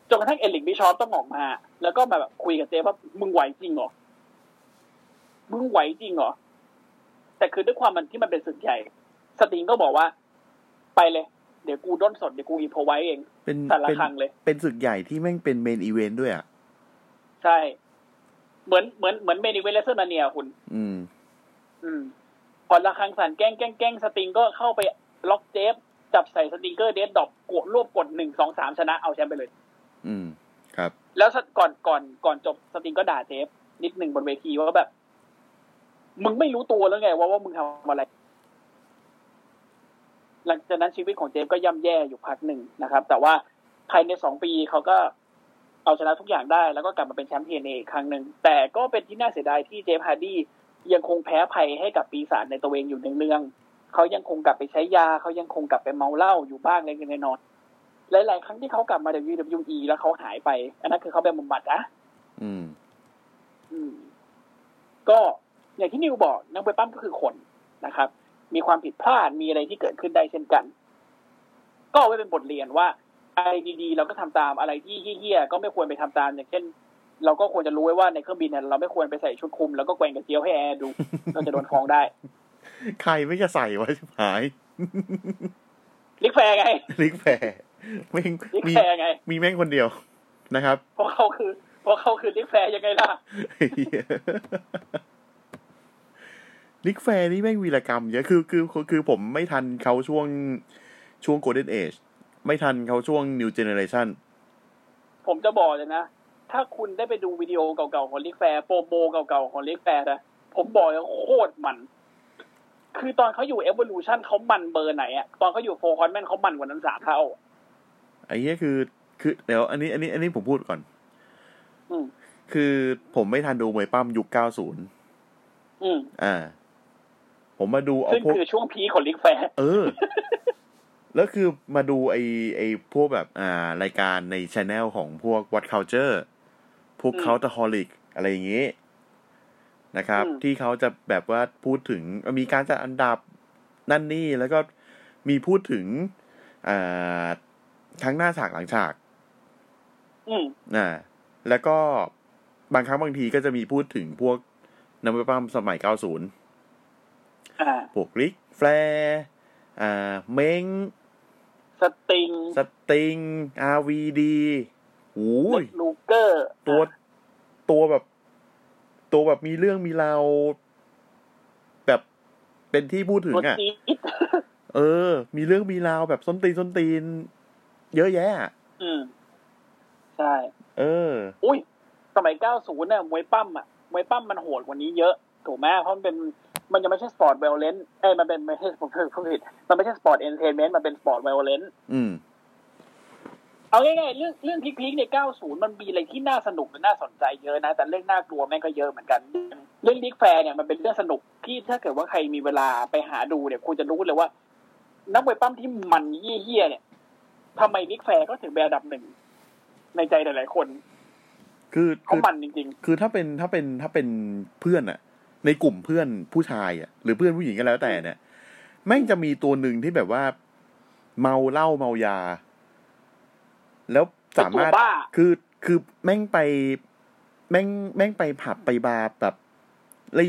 จนกระทั่งเอลิกบิชอปต้องออกมา แล้วก็มาแบบคุยกับเจฟว่ามึงไหวจริงเหรอ มึงไหวจริงเหรอ แต่คือด้วยความมันที่มันเป็นศึกใหญ่ สติงก็บอกว่า ไปเลย เดี๋ยวกูด้นสด เดี๋ยวกูอินโพไว้เอง เป็น แต่ละ เป็น ครั้งเลย เป็นศึกใหญ่ที่แม่งเป็นเมนอีเวนต์ด้วยอะ ใช่ เหมือนเหมือนเหมือนเมนิเวเลเซอร์มาเนียคุณ อืม อืม พอละครั้งสันแกล้งแกล้งแกล้งสติงก็เข้าไปล็อกเจฟจับใส่สติงเกอร์เดดดอกกดรวบกดหนึ่งสองสามชนะเอาแชมป์ไปเลย อืม ครับ แล้วสักก่อนก่อนก่อนจบสติงก็ด่าเจฟนิดหนึ่งบนเวทีว่าแบบ มึงไม่รู้ตัวแล้วไง ว่าว่ามึงทำอะไร หลังจากนั้นชีวิตของเจฟก็ย่ำแย่อยู่พักหนึ่งนะครับ แต่ว่าภายในสองปีเขาก็เอาชนะทุกอย่างได้ แล้วก็กลับมาเป็นแชมป์เ n ียนอีกครั้งหนึ่ง แต่ก็เป็นที่น่าเสียดายที่เจฟฮาร์ดี้ยังคงแพ้ภัยให้กับปีศาจในตัวเองอยู่เนืองๆเขายังคงกลับไปใช้ยา เขายังคงกลับไปเมาเหล้าอยู่บ้างเล็กๆน้อยๆหลายๆครั้งที่เขากลับมา WWE แล้วเขาหายไป อันนั้นคือเขาไปบำบัดนะ อืม อืมก็อย่างที่นิวบอกนักมวยปั้มก็คือคนนะครับ มีความผิดพลาดมีอะไรที่เกิดขึ้นได้เช่นกัน ก็เอาไว้เป็นบทเรียนว่าอะไรดีๆ เราก็ทำตามอะไรที่เฮี้ยๆก็ไม่ควรไปทำตาม อย่างเช่น เราก็ควรจะรู้ไว้ว่าในเครื่องบินเนี่ยเราไม่ควรไปใส่ชุดคลุมแล้วก็แกว่งกระเจียวให้แอร์ดู เราจะโดนฟ้องได้ ใครไม่จะใส่ไว้ชิบหาย ลิกแฟร์ไง ลิกแพรแม่ง ลิก มี แฟร์ไง มีแม่งคนเดียวนะครับ เพราะเขาคือเพราะเขาคือลิกแฟร์ยังไงล่ะ ลิกแฟร์ นี่แม่งวีรกรรมเยอะคือคือคือคือผมไม่ทันเขาช่วงช่วงโกลเด้นเอจไม่ทันเขาช่วงนิวเจเนเรชัน ผมจะบอกเลยนะ ถ้าคุณได้ไปดูวิดีโอเก่าๆของลิกแฟร์โปรโมเก่าๆของลิกแฟร์นะผมบอกเลยว่าโคตรมัน คือตอนเขาอยู่เอ o l ลูชันเขามันเบอร์ไหนอะตอนเขาอยู่โฟร์คอนแมนเขามันกว่านั้นสามเท่า ไอ้เนี้ยคือ คือเดี๋ยวอันนี้อันนี้อันนี้ผมพูดก่อน อืม คือผมไม่ทันดูมวยปั้มยุคเก้าศูนย์ อืม อ่า ผมมาดูเอา ซึ่ง พวก คือช่วงพีคของลิกแฟร์ เออ แล้วคือมาดูไอไอพวกแบบอ่ารายการในช anel ของพวก What Culture พวก อืม เขาตะฮอลิกอะไรอย่างนี้นะครับ อืม ที่เขาจะแบบว่าพูดถึงมีการจัดอันดับนั่นนี่แล้วก็มีพูดถึงอ่าทั้งหน้าฉากหลังฉาก อืม อ่าแล้วก็บางครั้งบางทีก็จะมีพูดถึงพวกน้ำปั้มสมัย 90 อ่า พวกลิกแฟร์อ่าเมง สติง สติง RVD โอ้ย ลูเกอร์ ตัวตัวแบบ ตัวแบบมีเรื่องมีราวแบบเป็นที่พูดถึง ตัว อ่ะ จี๊ด เออ มีเรื่องมีราวแบบส้นตีนส้นตีน เยอะแยะอะ อืม ใช่ เออ อุ้ย สมัย 90เนี่ยมวยปั้มอ่ะ มวยปั้มมันโหดกว่านี้เยอะ ถูกไหมเพราะมันเป็น มันยังไม่ใช่สปอร์ตเวลเลนเอ้ย มันเป็นไม่ใช่ผมพูดผิด มันไม่ใช่สปอร์ตเอนเตอร์เทนเมนต์ มันเป็นสปอร์ตเวลเลน อืม เอาง่ายๆ เรื่องเรื่องพีคๆใน 90 มันมีอะไรที่น่าสนุกและน่าสนใจเยอะนะ แต่เรื่องน่ากลัวแม่งก็เยอะเหมือนกัน เรื่องลิกแฟร์เนี่ย มันเป็นเรื่องสนุกที่ถ้าเกิดว่าใครมีเวลาไปหาดูเนี่ย คุณจะรู้เลยว่า นักมวยปั้มที่มันเยี่ยๆเนี่ยทำไมลิกแฟร์ก็ถึงเป็นอันดับหนึ่งในใจหลายๆ คน คือ เขา คือ มันจริง คือถ้าเป็นถ้าเป็นถ้าเป็นเพื่อนอะในกลุ่มเพื่อนผู้ชายอะหรือเพื่อนผู้หญิงก็แล้วแต่เนี่ยแม่งจะมีตัวหนึ่งที่แบบว่า เมาเหล้าเมายา แล้วสามารถ เป็นตัวบ้า คือคือแม่งไปแม่งแม่งไปผับไปบาร์แบบ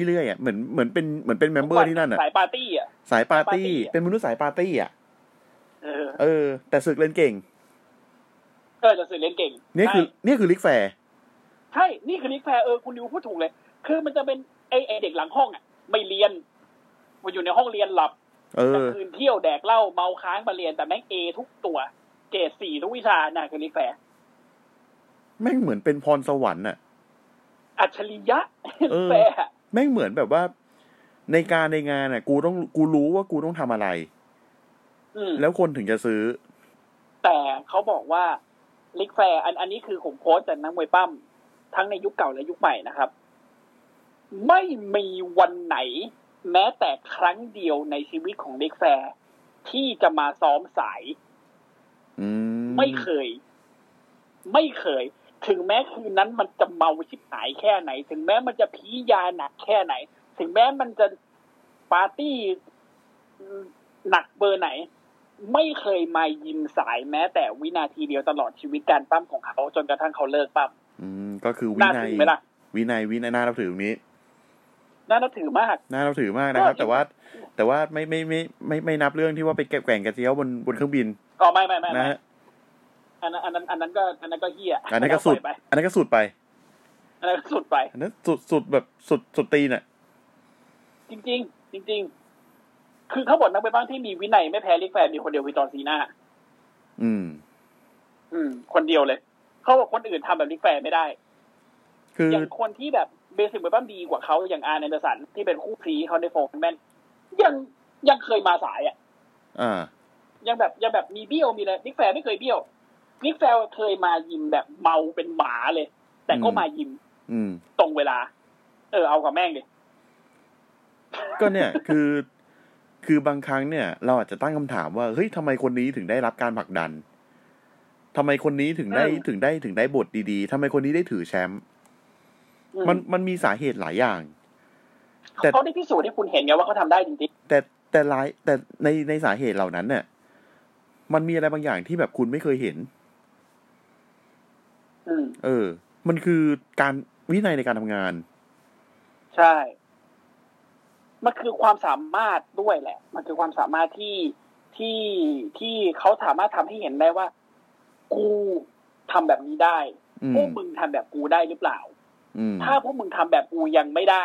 เรื่อยๆอะเหมือนเหมือนเป็นเหมือนเป็นเม ๆ มเบอร์ที่นั่นอะ สายปาร์ตี้อ่ะ สายปาร์ตี้ ปาร์ตี้อะ เป็นมนุษย์สายปาร์ตี้อะ เออ เออ แต่ศึกเล่นเก่ง เออจะสื่อเล่นเก่ง เนี่ยคือ ใช่ เนี่ยคือลิกแฟร์ ใช่ นี่คือลิกแฟร์เออคุณนิวพูดถูกเลย คือมันจะเป็นไอไอเด็กหลังห้องอ่ะ ไม่เรียนมาอยู่ในห้องเรียนหลับ เอ แต่ อ คืนเที่ยวแดกเหล้าเมาค้างมาเรียนแต่แม่งเอทุกตัว เกรดสี่ทุกวิชาน่ะคือลิกแฟร์ แม่งเหมือนเป็นพรสวรรค์อะ อัจฉริยะ เออ แฟร์อะ แม่งเหมือนแบบว่าในการในงานอ่ะ กูต้องกูรู้ว่ากูต้องทำอะไร อืม แล้วคนถึงจะซื้อ แต่เขาบอกว่าลิกแฟร์อันอันนี้คือผมโค้ชจากนักมวยปั้มทั้งในยุคเก่าและยุคใหม่นะครับ ไม่มีวันไหน แม้แต่ครั้งเดียวในชีวิตของเด็กแฟร์ที่จะมาซ้อมสาย อืม ไม่เคย ไม่เคย ถึงแม้คืนนั้นมันจะเมาชิบหายแค่ไหน ถึงแม้มันจะพียาหนักแค่ไหน ถึงแม้มันจะปาร์ตี้หนักเบอร์ไหน ไม่เคยมายิมสายแม้แต่วินาทีเดียวตลอดชีวิตการปั้มของเขาจนกระทั่งเขาเลิกปั้ม อืมก็คือวิ น่า นั ถื ย อไหมล่ะ วินัยวินัยน่านับถือตรงนี้ น่านับถือมาก น่านับถือมากนะครับ ก็ แต่ว่าแต่ว่าไม่ไม่ไม่ไม่ไม่ไม่นับเรื่องที่ว่าไปแกะแกว่งกระเจียวบนบนเครื่องบิน อ๋อไม่ไม่ไม่ นะ ไม่ ฮะ อันนั้นอันนั้นอันนั้นก็ อันนั้นก็เฮีย อันนั้นก็สุด ปล่อยไป อันนั้นก็สุดไป อันนั้นก็สุดไป อันนั้นสุดสุดแบบสุดสุดตีนอ่ะ จริง ๆ จริง ๆ คือเขาบอกนักไปบ้างที่มีวินัยไม่แพ้ลิกแฟนมีคนเดียวคือจอร์นซีนา อืม อืม คนเดียวเลย เขาบอกคนอื่นทำแบบลิกแฟร์ไม่ได้ คือ อย่างคนที่แบบเบสิกเวบ้าดีกว่าเขาอย่างอาร์แอนเดอร์สันที่เป็นคู่ซีเขาในโฟร์แมนยังยังเคยมาสายอ่ะ อ่า ยังแบบยังแบบมีเบี้ยวมีอะไรลิกแฟร์ไม่เคยเบี้ยวลิกแฟร์เคยมายิมแบบเมาเป็นหมาเลย แต่ก็ อืม มายิม อืม ตรงเวลา เออเอากับแม่งดิ ก็เนี่ย คือคือบางครั้งเนี่ย เราอาจจะตั้งคำถามว่าเฮ้ยทำไมคนนี้ถึงได้รับการผลักดันทำไมคนนี้ถึงได้ถึงได้ถึงได้บทดีๆทำไมคนนี้ได้ถือแชมป์ อื มันมันมีสาเหตุหลายอย่าง แต่ เขาได้พิสูจน์ให้คุณเห็นไงว่าเขาทำได้จริง แต่แต่หลายแต่ในในสาเหตุเหล่านั้นเนี่ยมันมีอะไรบางอย่างที่แบบคุณไม่เคยเห็น ๆอืม เออ มันคือการวินัยในการทำงาน ใช่ มันคือความสามารถด้วยแหละ มันคือความสามารถที่ที่ที่เขาสามารถทำให้เห็นได้ว่า กูทำแบบนี้ได้ อื พว ม กมึงทำแบบกูได้หรือเปล่า อืม ถ้าพวกมึงทำแบบกูยังไม่ได้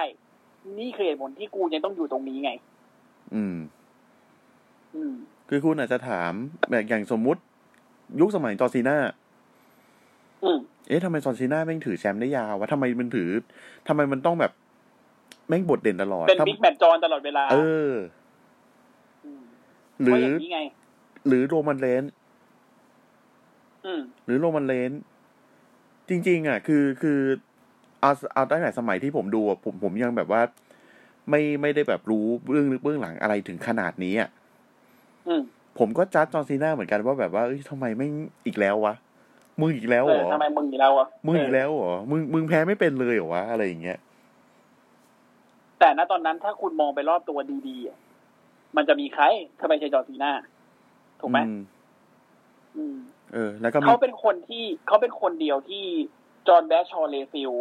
นี่คือเหตุผลที่กูยังต้องอยู่ตรงนี้ไง อืม อืม คือคุณอาจจะถามแบบอย่างสมมุติ ยุคสมัยจอร์ซีน่า อืม เอ๊ะทำไมซอนซีน่าแม่งถือแชมป์ได้ยาววะทำไมมันถือทำไมมันต้องแบบ แม่งบทเด่นตลอด เป็น ทำ บิ๊กแมตจอนตลอดเวลา เออ ม หรื เพาะ อ ย่างนี้ไง หรือโรมันเลนส์ อืม หรือโรมันเลนส์จริง ๆ อ่ะ คือคือเอาเอาตั้งแต่สมัยที่ผมดูอะผมผมยังแบบว่า ไม่ไม่ได้แบบรู้เบื้องลึกเบื้องหลังอะไรถึงขนาดนี้อ่ะ อืม ผมก็จัดจอร์นซีน่าเหมือนกันว่าแบบว่าเอ้ยทำไมไม่อีกแล้ววะ มึงอีกแล้ว เอ เหร อ อ ทำไมมึงอีกแล้วอ่ะ มึงอีก เ แล้วเหรอ มึงมึงแพ้ไม่เป็นเลยเหรอวะอะไรอย่างเงี้ย อแต่ณตอนนั้นถ้าคุณมองไปรอบตัวดีๆอะมันจะมีใครทำไมใช่จอร์ซีน่าถูกไหม อื อืม เออ แล้วก็มี เขาเป็นคนที่เขาเป็นคนเดียวที่จอห์นแบชชอเลฟิล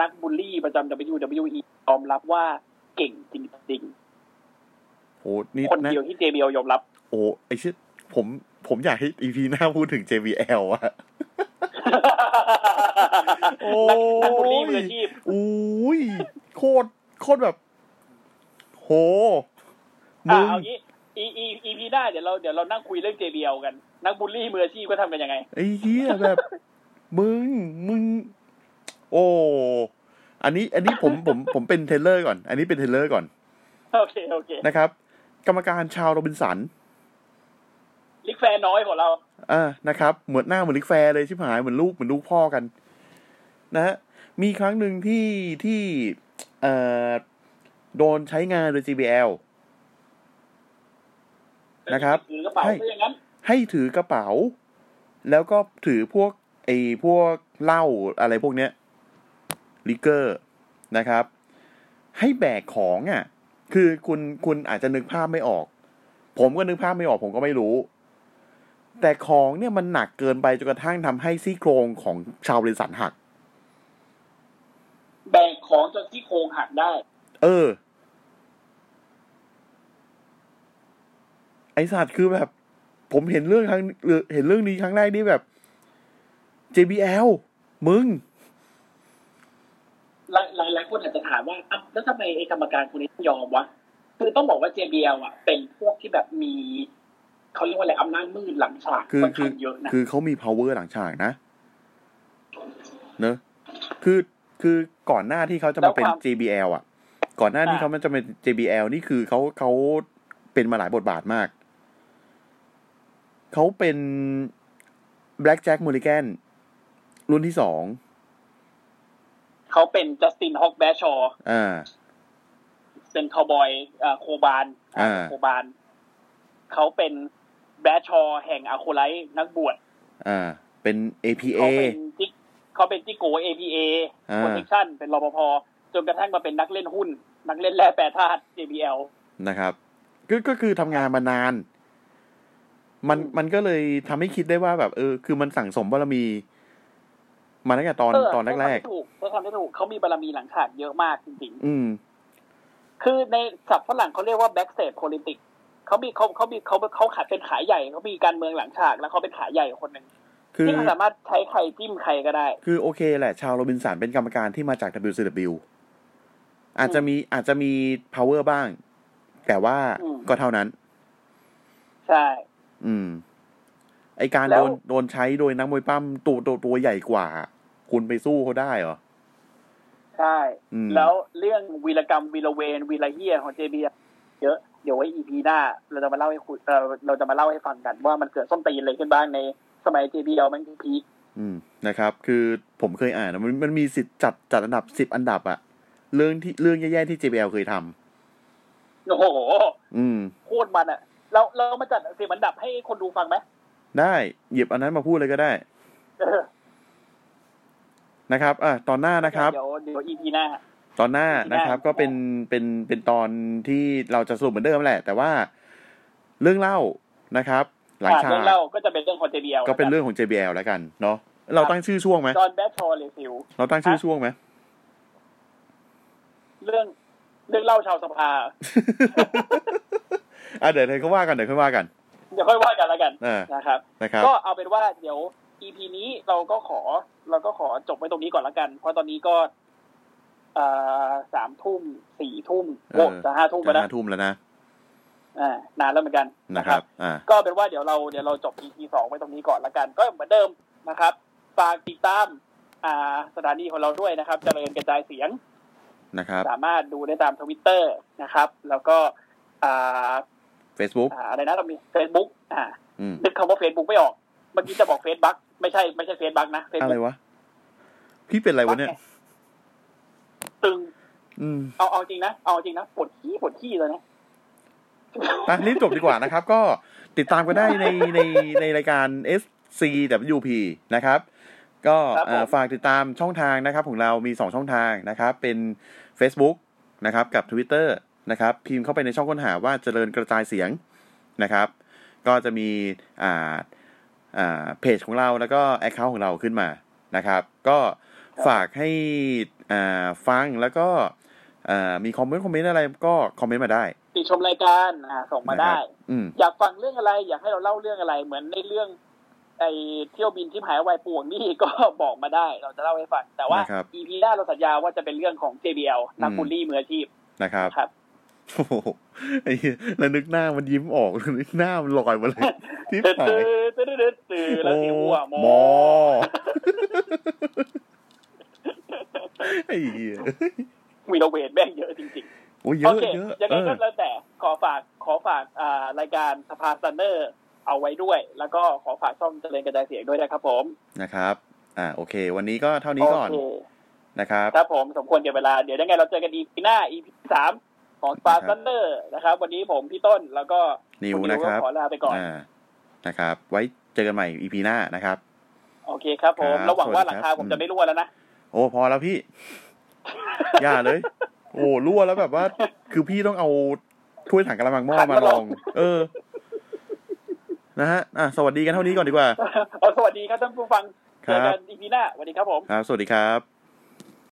นักบูลลี่ประจำ WWE ยอมรับว่าเก่งจริง โอ้นี่ ๆ คน นะ เดียวที่ JBL ยอมรับ โอ้ไอชิดผมผมอยากให้อีพีหน้าพูดถึง JBL อะ โอ้ย นักนักบูลลี่มืออาชีพ อุ้ยโคตรโคตรแบบ โหมึอ่ะง เอางี้อีอีอีพีหน้าเดี๋ยวเราเดี๋ยวเรานั่งคุยเรื่อง JBL กัน นักบูลลี่มืออาชีพก็ทำกันยังไง ไอ้เหี้ยแบบ มึง มึง โอ้ อันนี้ อันนี้ผม ผม ผมเป็นเทรลเลอร์ก่อน อันนี้เป็นเทรลเลอร์ก่อน โอเค โอเค นะครับ กรรมการชาวโรบินสัน ลิกแฟนน้อยของเรา อ่า นะครับ เหมือนหน้าเหมือนลิกแฟร์เลยชิบหาย เหมือนลูก เหมือนลูกพ่อกัน นะฮะ มีครั้งหนึ่งที่ ที่ เอ่อ โดนใช้งานโดย GBL นะครับ ถือกระเป๋า ให้ ก็อย่างนั้น ให้ถือกระเป๋า แล้วก็ถือพวกไอ้พวกเหล้าอะไรพวกเนี้ยลิเกอร์นะครับ ให้แบกของอะ่ะ คือคุณคุณอาจจะนึกภาพไม่ออก ผมก็นึกภาพไม่ออกผมก็ไม่รู้ แต่ของเนี่ยมันหนักเกินไปจนกระทั่งทำให้ซี่โครงของชาวบริษัทหัก แบกของจนที่โครงหักได้ เออ ไอสัตว์คือแบบ ผมเห็นเรื่องครั้งเห็นเรื่องนี้ครั้งแรกนี่แบบ JBL มึง หลายหลายหลายคนอาจจะถามว่าอ้าวแล้วทำไมไอ้กรรมการคนนี้ยอมวะ คือต้องบอกว่า JBL อ่ะ เป็นพวกที่แบบมี เขาเรียกว่าอะไรอำนาจมืดหลังฉาก คือ ค่อน คื ข้า อง เยอะนะ คือเขามี power หลังฉากนะ เนอะคือคือก่อนหน้าที่เขาจะมาเป็น JBL อ่ะ ก่อนหน้าที่เขามันจะเป็น JBL นี่คือเขาเขาเป็นมาหลายบทบาทมาก เขาเป็น Black Jack Mulligan รุ่นที่สอง เขาเป็นจัสตินฮอกแบชชอ อ่า เป็นคาวบอยอ่าโคบาน อ่า โคบานเขาเป็นแบชชอแห่งอาโคไลท์นักบวช อ่า เป็น APA เขาเป็นจิ๊กเขาเป็นจิกโก APA อ่า คอนเนคชั่นเป็นรปภจนกระทั่งมาเป็นนักเล่นหุ้น นักเล่นแร่แปรธาตุ JBL นะครับ ก็ก็คือทำงานมานาน มัน อืม มันก็เลยทำให้คิดได้ว่าแบบ เออ คือมันสั่งสมบารมี มาตั้งแต่ตอน เ ตอนแรก ใช้คำได้ถูกใช้คำได้ถูกเขามีบารมีหลังฉากเยอะมากจริง ๆ อืม ๆ คือในศัพท์ฝรั่งเขาเรียกว่า backstage politics เขามีเขาเขามีเขาเขาขัดเป็นขายใหญ่เขามีการเมืองหลังฉาก แล้วเขาเป็นขายใหญ่คนหนึ่ง คือ ที่สามารถใช้ใครจิ้มใครก็ได้ คือโอเคแหละ ชาวโรบินสันเป็นกรรมการที่มาจาก WCW อาจจะมีอาจจะมี power บ้าง แต่ว่า อืม ก็เท่านั้น ใช่ อืม ไอการ แล้ โด ว นโดนใช้โดยนักมวยปั้มตัวตัวตัวใหญ่กว่า คุณไปสู้เขาได้เหรอ ใช่ อืม แล้วเรื่องวีรกรรมวีรเวรวีรเฮียของเจเบียเยอะเดี๋ยวไว้ EP หน้า เราจะมาเล่าให้คุยเออเราจะมาเล่าให้ฟังกันว่ามันเกิดส้นตีนอะไรขึ้นบ้างในสมัยเจเบียมันพีค อืมนะครับ คือผมเคยอ่านนะมันมันมีสิทธิ์จัดจัดอันดับสิบอันดับอะเรื่องที่เรื่องแย่ๆที่ JBL เคยทำ โอ้โห อืม โคตรมันอะเราเรามาจัดสิบอันดับให้คนดูฟังไหม ได้หยิบอันนั้นมาพูดเลยก็ได้ เออ นะครับอ่ะตอนหน้านะครับ เดี๋ยวเดี๋ยว EP หน้า ตอนหน้านะครับ ได้ ก็เป็นเป็นเป็นตอนที่เราจะสรุปเหมือนเดิมแหละ แต่ว่าเรื่องเล่านะครับ หลัง อ่ะ ฉาก เรื่องเล่าก็จะเป็นเรื่องของ JBL ก็เป็นเรื่องของ JBL แล้วกันเนาะเราตั้งชื่อช่วงไหม จอห์นแบทชอเลฟิว เราตั้งชื่อช่วงไหม เรื่องเรื่องเล่าชาวสภา อ่ะเดี๋ยวเดี๋ยวเขาว่ากันเดี๋ยวเขาว่ากัน เดี๋ยวค่อยว่ากันแล้วกัน อ่า นะครับ นะครับ ก็เอาเป็นว่าเดี๋ยว EP นี้เราก็ขอ เราก็ขอจบไว้ตรงนี้ก่อนแล้วกัน เพราะตอนนี้ก็เอ่อสามทุ่มสี่ทุ่มโอ้ เออ จะห้าทุ่ม จะ แล้วนะ ห้าทุ่มแล้วนะ อ่านานแล้วเหมือนกัน นะครับ อ่า ก็เป็นว่าเดี๋ยวเราเดี๋ยวเราจบ EP สองไว้ตรงนี้ก่อนแล้วกัน ก็เหมือนเดิมนะครับฝากติดตาม อ่าสถานีของเราด้วยนะครับเจริญกระจายเสียง นะครับ สามารถดูได้ตามทวิตเตอร์นะครับ แล้วก็อ่า Facebook อ่าอะไรนะเรามี Facebook อ่า อืม นึกคำว่า Facebook ไม่ออก เมื่อกี้จะบอก Facebook ไม่ใช่ไม่ใช่ Facebook นะ อะไร Facebook วะ พี่เป็นอะไรวะเนี่ย ตึง อืม เอาเอาจริงนะ เอาจริงนะปวดขี้ปวดขี้เลยนะ อ่ะรีบจบดีกว่านะครับ ก็ ติดตามกันได้ในในในรายการ SCWP นะครับ ก็ ครับผม เอ่อฝากติดตามช่องทางนะครับ ของเรามี 2 ช่องทางนะครับ เป็น Facebook นะครับกับ Twitter นะครับ พิมพ์เข้าไปในช่องค้นหาว่าเจริญกระจายเสียงนะครับ ก็จะมีอ่าอ่าเพจของเราแล้วก็แอคเคาท์ของเราขึ้นมานะครับ ก็ฝากให้อ่าฟังแล้วก็อ่ามีคอมเมนต์คอมเมนต์อะไรก็คอมเมนต์มาได้ ติชมรายการอ่าส่งมาได้ อืม อยากฟังเรื่องอะไร อยากให้เราเล่าเรื่องอะไร เหมือนในเรื่อง ไอเที่ยวบินที่หายไวายป่วงนี่ ก็บอกมาได้ เราจะเล่าให้ฟัง แต่ว่า นะครับ EP หน้าเราสัญญาว่าจะเป็นเรื่องของ JBL นักบูลลี่มืออาชีพ นะครับ ครับ โอ้โหไอ้เหี้ยแล้วนึกหน้ามันยิ้มออก นึกหน้ามันลอยมาเลย ที่ ตื้อ หาย ตื้อตื้อตื้อตื้อตื้อแล้วเสียงหัว โอ้ โม หมอ ไอ้เหี้ย วีโรเวทแม่งเยอะจริง โอ้ย ๆ เย โอ อะ เค เยอะ ยัง เออไงก็แล้วแต่ขอฝากขอฝากอ่ารายการสภาซันเนอร์เอาไว้ด้วย แล้วก็ขอฝากช่องเจริญกระจายเสียงด้วยนะครับผม นะครับ อ่าโอเค วันนี้ก็เท่านี้ก่อน โอเค นะครับ ครับผมสมควรเก็บเวลา เดี๋ยวยังไงเราเจอกันอีพีหน้าอีพีสามของสปา ครับ ซันเนอร์นะครับ วันนี้ผมพี่ต้นแล้วก็ นิว ณ นะครับ ก็ขอลาไปก่อน อ่านะครับ ไว้เจอกันใหม่ EP หน้านะครับ โอเคครับผม ครับ เราหวังว่าหลังคา สวัสดีครับ ผมจะไม่รั่วแล้วนะ โอ้พอแล้วพี่ อย่าเลย โอ้รั่วแล้วแบบว่า คือพี่ต้องเอาถ้วยถังกระมังหม้อ ขัน มา มาล ล อ อง ง เออ นะฮะอ่ะสวัสดีกันเท่านี้ก่อนดีกว่า เอาสวัสดีครับท่านผู้ฟัง ค เจ รับ อกันอีพีหน้าสวัสดีครับผม ครับ สวัสดีครับ